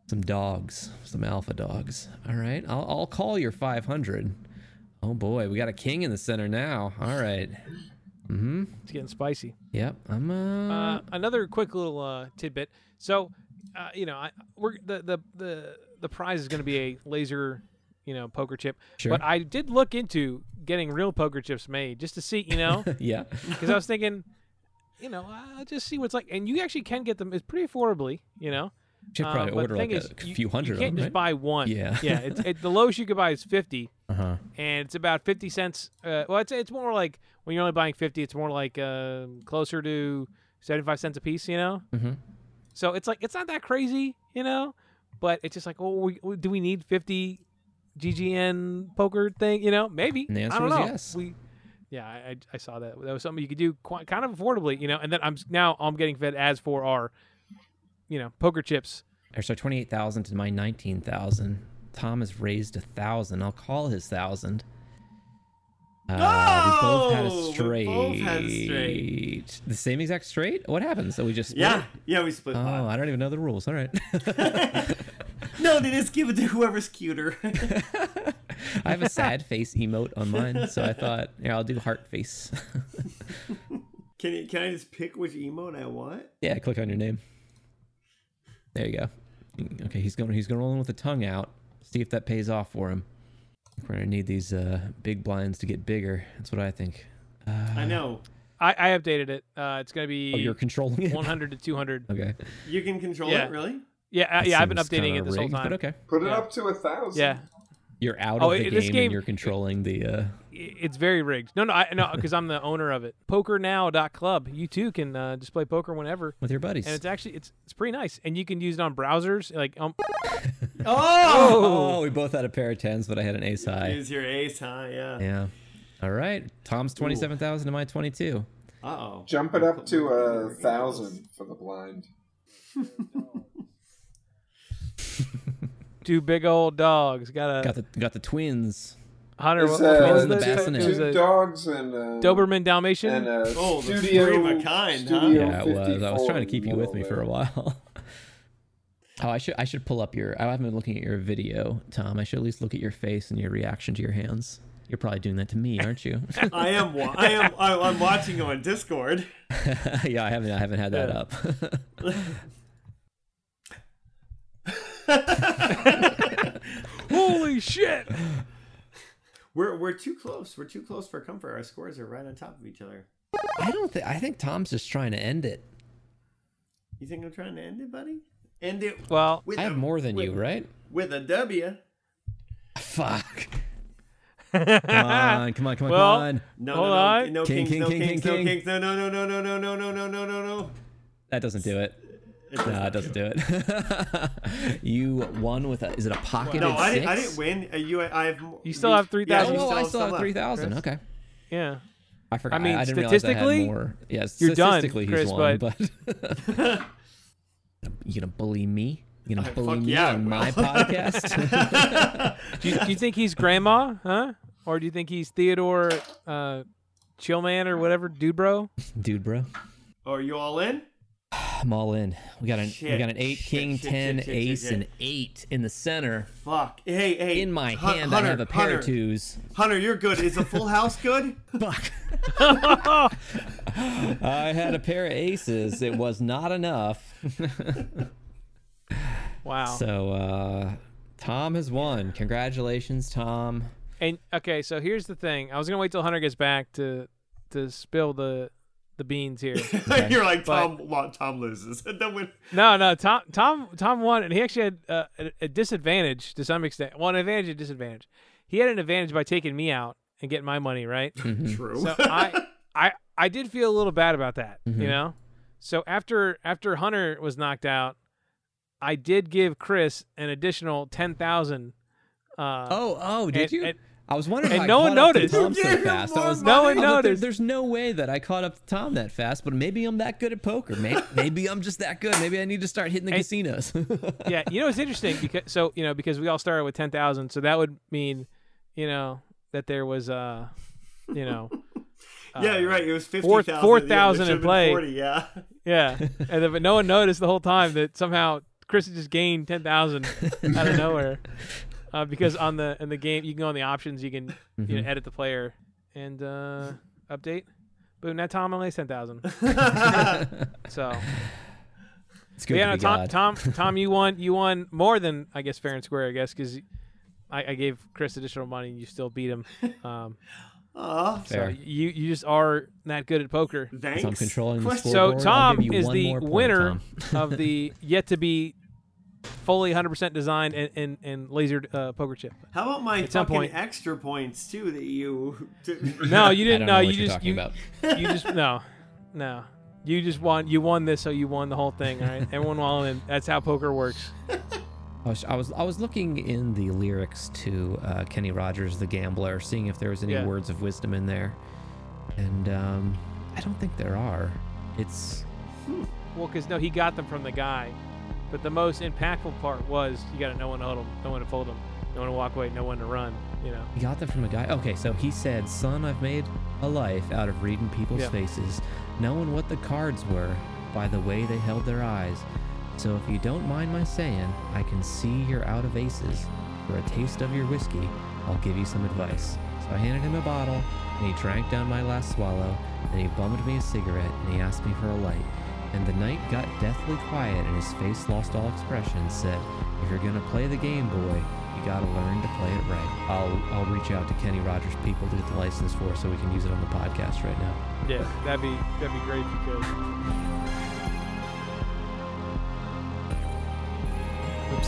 Speaker 3: Some dogs. Some alpha dogs. All right, I'll, I'll call your five hundred. Oh boy, we got a king in the center now. All right. Mm-hmm.
Speaker 1: It's getting spicy.
Speaker 3: Yep. I'm uh,
Speaker 1: Uh, another quick little uh, tidbit. So, uh, you know, I, we're the the the the prize is going to be a laser, you know, poker chip.
Speaker 3: Sure.
Speaker 1: But I did look into getting real poker chips made just to see, you know,
Speaker 3: yeah.
Speaker 1: because I was thinking, you know, I'll just see what's like. And you actually can get them. It's pretty affordably, you know.
Speaker 3: Should
Speaker 1: Um,
Speaker 3: probably
Speaker 1: but
Speaker 3: order
Speaker 1: the
Speaker 3: like
Speaker 1: thing
Speaker 3: a
Speaker 1: is, you-
Speaker 3: few hundred
Speaker 1: You can't
Speaker 3: of
Speaker 1: just
Speaker 3: them,
Speaker 1: buy
Speaker 3: right?
Speaker 1: one.
Speaker 3: Yeah.
Speaker 1: yeah. It's, it, the lowest you could buy is fifty,
Speaker 3: Uh huh.
Speaker 1: and it's about fifty cents. Uh, well, it's it's more like when you're only buying fifty, it's more like uh, closer to seventy-five cents a piece. You know.
Speaker 3: Mhm.
Speaker 1: So it's like it's not that crazy, you know, but it's just like, oh, we, we- do we need fifty GGN poker thing? You know, maybe.
Speaker 3: And the answer
Speaker 1: I don't
Speaker 3: was
Speaker 1: know.
Speaker 3: yes.
Speaker 1: We, yeah, I, I- I saw that. That was something you could do quite, kind of affordably, you know. And then I'm s- now I'm getting fed as for our, you know, poker chips.
Speaker 3: Or so twenty eight thousand to my nineteen thousand. Tom has raised a thousand. I'll call his thousand. Uh, we both had
Speaker 2: Oh,
Speaker 3: a
Speaker 2: we
Speaker 3: straight.
Speaker 2: both had a straight.
Speaker 3: The same exact straight. What happens? So we just split?
Speaker 2: yeah. Yeah. We split.
Speaker 3: Oh,
Speaker 2: pot.
Speaker 3: I don't even know the rules. All right.
Speaker 2: No, they just give it to whoever's cuter.
Speaker 3: I have a sad face emote on mine, so I thought, yeah, I'll do heart face.
Speaker 2: can it, can I just pick which emote I want?
Speaker 3: yeah, click on your name. There you go. Okay, he's going. He's going rolling with the tongue out. See if that pays off for him. We're gonna need these uh, big blinds to get bigger. That's what I think. Uh,
Speaker 2: I know
Speaker 1: I, I updated it. Uh, it's gonna be
Speaker 3: Oh, you're controlling it.
Speaker 1: 100 to 200.
Speaker 3: Okay,
Speaker 2: you can control
Speaker 1: Yeah.
Speaker 2: it. Really?
Speaker 1: Yeah, uh, yeah, I've been
Speaker 3: Seems
Speaker 1: updating
Speaker 3: kinda
Speaker 1: it this
Speaker 3: rigged,
Speaker 1: whole time.
Speaker 3: But okay,
Speaker 4: Put it
Speaker 1: Yeah.
Speaker 4: up to a thousand.
Speaker 1: Yeah,
Speaker 3: you're out
Speaker 1: Oh,
Speaker 3: of the
Speaker 1: it-
Speaker 3: game,
Speaker 1: this game-
Speaker 3: and you're controlling the. Uh,
Speaker 1: i- it's very rigged. No, no, I no, because I'm the owner of it. PokerNow.club. You too can uh, display poker whenever,
Speaker 3: with your buddies.
Speaker 1: and it's actually it's it's pretty nice, and you can use it on browsers. Like, um,
Speaker 3: oh, we both had a pair of tens, but I had an ace high.
Speaker 2: Use your ace, huh? Yeah.
Speaker 3: Yeah. All right, Tom's twenty-seven thousand to my twenty-two.
Speaker 2: Uh oh.
Speaker 4: Jump it up to a thousand for the blind.
Speaker 1: two big old dogs. Got a
Speaker 3: Got the got the twins.
Speaker 1: hunter.
Speaker 4: It's
Speaker 1: what- what
Speaker 4: uh,
Speaker 1: was
Speaker 3: in the
Speaker 4: two-
Speaker 1: this?
Speaker 3: bassinet.
Speaker 1: It was
Speaker 4: two,
Speaker 1: a
Speaker 4: dogs and uh,
Speaker 1: Doberman Dalmatian.
Speaker 4: and a
Speaker 2: Oh, the
Speaker 4: studio
Speaker 2: three of a kind, huh?
Speaker 4: Studio
Speaker 3: Yeah, it was. I was
Speaker 4: 54
Speaker 3: trying to keep you with me for a
Speaker 4: there.
Speaker 3: while. Oh, I should I should pull up your. I haven't been looking at your video, Tom. I should at least look at your face and your reaction to your hands. You're probably doing that to me, aren't you?
Speaker 2: I am. Wa- I am. I, I'm watching on Discord.
Speaker 3: yeah, I haven't. I haven't had that
Speaker 1: Yeah.
Speaker 3: up.
Speaker 1: Holy shit!
Speaker 2: We're we're too close. We're too close for comfort. Our scores are right on top of each other.
Speaker 3: I don't think. I think Tom's just trying to end it.
Speaker 2: You think I'm trying to end it, buddy? End it
Speaker 1: Well,
Speaker 2: with
Speaker 3: I have
Speaker 2: a-
Speaker 3: more than
Speaker 2: with,
Speaker 3: you, right?
Speaker 2: With a W.
Speaker 3: Fuck. Come on, come on, come on,
Speaker 1: Well,
Speaker 3: come on.
Speaker 2: No,
Speaker 1: Hold
Speaker 2: no, no,
Speaker 1: on.
Speaker 2: no
Speaker 3: King,
Speaker 2: kings, no
Speaker 3: king, king,
Speaker 2: kings,
Speaker 3: king,
Speaker 2: no
Speaker 3: king.
Speaker 2: kings, no, no, no, no, no, no, no, no, no, no, no, no.
Speaker 3: That doesn't do it.
Speaker 2: It does
Speaker 3: No, it
Speaker 2: not
Speaker 3: doesn't do it. you won with a. Is it a pocketed
Speaker 2: No, I
Speaker 3: six?
Speaker 2: didn't. I didn't win. Uh, you, I have. m-
Speaker 1: You still have
Speaker 2: yeah,
Speaker 1: 3,000.
Speaker 2: you
Speaker 3: Oh, I still have
Speaker 2: left,
Speaker 3: three thousand.
Speaker 2: Chris.
Speaker 3: Okay.
Speaker 1: yeah.
Speaker 3: I forgot.
Speaker 1: I mean,
Speaker 3: I didn't realize I had
Speaker 1: statistically,
Speaker 3: more. Yeah,
Speaker 1: you're done,
Speaker 3: statistically he's
Speaker 1: Chris,
Speaker 3: won, but, you gonna bully me? You gonna bully
Speaker 2: fuck
Speaker 3: me
Speaker 2: yeah, I
Speaker 3: on
Speaker 2: will.
Speaker 3: my podcast?
Speaker 1: Do you, do you think he's grandma, huh? Or do you think he's Theodore, uh, Chillman or whatever, dude bro?
Speaker 3: Dude, bro.
Speaker 2: Are Oh, you all in?
Speaker 3: I'm all in. We got an we
Speaker 2: Shit,
Speaker 3: got an eight,
Speaker 2: shit,
Speaker 3: king,
Speaker 2: shit,
Speaker 3: ten,
Speaker 2: shit, shit, shit,
Speaker 3: ace,
Speaker 2: shit.
Speaker 3: and eight in the center.
Speaker 2: Fuck. Hey, hey.
Speaker 3: In my
Speaker 2: Hun-
Speaker 3: hand,
Speaker 2: Hunter,
Speaker 3: I have a pair
Speaker 2: Hunter,
Speaker 3: of twos.
Speaker 2: Hunter, you're good. Is a full house good?
Speaker 3: Fuck. I had a pair of aces. It was not enough.
Speaker 1: Wow.
Speaker 3: So uh, Tom has won. Congratulations, Tom.
Speaker 1: And okay, so here's the thing. I was gonna wait till Hunter gets back to to spill the the beans here.
Speaker 2: you're like
Speaker 1: But-
Speaker 2: Tom. well, Tom loses. And then when
Speaker 1: no, no, Tom Tom Tom won, and he actually had uh, a, a disadvantage to some extent. Well, an advantage, a disadvantage. He had an advantage by taking me out and getting my money right.
Speaker 3: Mhm.
Speaker 2: true.
Speaker 1: So I I I did feel a little bad about that, you know. So after after Hunter was knocked out, I did give Chris an additional ten thousand. Uh,
Speaker 3: Oh, oh, did
Speaker 1: And-
Speaker 3: you?
Speaker 1: and-
Speaker 3: I was wondering.
Speaker 1: and
Speaker 3: how I
Speaker 1: no one
Speaker 3: caught up to
Speaker 1: noticed.
Speaker 3: Tom
Speaker 2: You
Speaker 3: so
Speaker 2: gave him
Speaker 3: fast.
Speaker 2: more
Speaker 3: I was,
Speaker 2: money.
Speaker 1: No one
Speaker 3: I was like, there-
Speaker 1: noticed.
Speaker 3: there's no way that I caught up to Tom that fast, but maybe I'm that good at poker. Maybe, maybe I'm just that good. Maybe I need to start hitting the
Speaker 1: And-
Speaker 3: casinos.
Speaker 1: yeah, you know it's interesting because so you know because we all started with ten thousand, so that would mean you know that there was uh you know
Speaker 2: yeah, you're right. It was fifty
Speaker 1: four-
Speaker 2: thousand. Yeah,
Speaker 1: 4,000
Speaker 2: there
Speaker 1: in
Speaker 2: should've been
Speaker 1: play.
Speaker 2: Forty. Yeah.
Speaker 1: yeah, and then, but no one noticed the whole time that somehow Chris had just gained ten thousand out of nowhere uh, because on the in the game you can go on the options you can
Speaker 3: Mm-hmm.
Speaker 1: you know edit the player and uh update. Boom! Now Tom only has ten thousand. so
Speaker 3: it's good
Speaker 1: yeah,
Speaker 3: to
Speaker 1: no,
Speaker 3: be
Speaker 1: Tom,
Speaker 3: God.
Speaker 1: Tom, Tom, you won. You won more than I guess fair and square. I guess because I, I gave Chris additional money and you still beat him. Um,
Speaker 2: Aw,
Speaker 1: so
Speaker 3: Fair.
Speaker 1: you you just are not good at poker.
Speaker 2: thanks.
Speaker 3: So I'm controlling the
Speaker 1: So
Speaker 2: Question-
Speaker 3: scoreboard. I'll
Speaker 1: Tom
Speaker 3: give you
Speaker 1: is
Speaker 3: one
Speaker 1: the
Speaker 3: more point,
Speaker 1: winner
Speaker 3: Tom.
Speaker 1: of the yet to be fully 100% designed and and, and lasered uh, poker chip.
Speaker 2: How about my
Speaker 1: some
Speaker 2: fucking
Speaker 1: point-
Speaker 2: extra points too that you?
Speaker 1: No, you
Speaker 3: I
Speaker 1: didn't.
Speaker 3: don't
Speaker 1: no,
Speaker 3: know what
Speaker 1: you
Speaker 3: you're
Speaker 1: just
Speaker 3: talking
Speaker 1: you,
Speaker 3: about.
Speaker 1: you just no, no. You just won. You won this, so you won the whole thing. All right, everyone all in. That's how poker works.
Speaker 3: I was, I was I was looking in the lyrics to uh, Kenny Rogers, The Gambler, seeing if there was any
Speaker 1: Yeah.
Speaker 3: words of wisdom in there, and um, I don't think there are. It's
Speaker 1: Well, because no, he got them from the guy. But the most impactful part was you got to know when to hold them, no one to fold them, no one to walk away, no one to run. You know.
Speaker 3: He got that from a guy. Okay, so he said, "Son, I've made a life out of reading people's
Speaker 1: Yeah.
Speaker 3: faces, knowing what the cards were by the way they held their eyes. So if you don't mind my saying, I can see you're out of aces. For a taste of your whiskey, I'll give you some advice." So I handed him a bottle, and he drank down my last swallow. Then he bummed me a cigarette, and he asked me for a light. And the night got deathly quiet, and his face lost all expression. and Said, "If you're gonna play the game, boy, you gotta learn to play it right. I'll I'll reach out to Kenny Rogers' people to get the license for, so we can use it on the podcast right now.
Speaker 1: Yeah, that'd be that'd be great if you could.
Speaker 11: Clips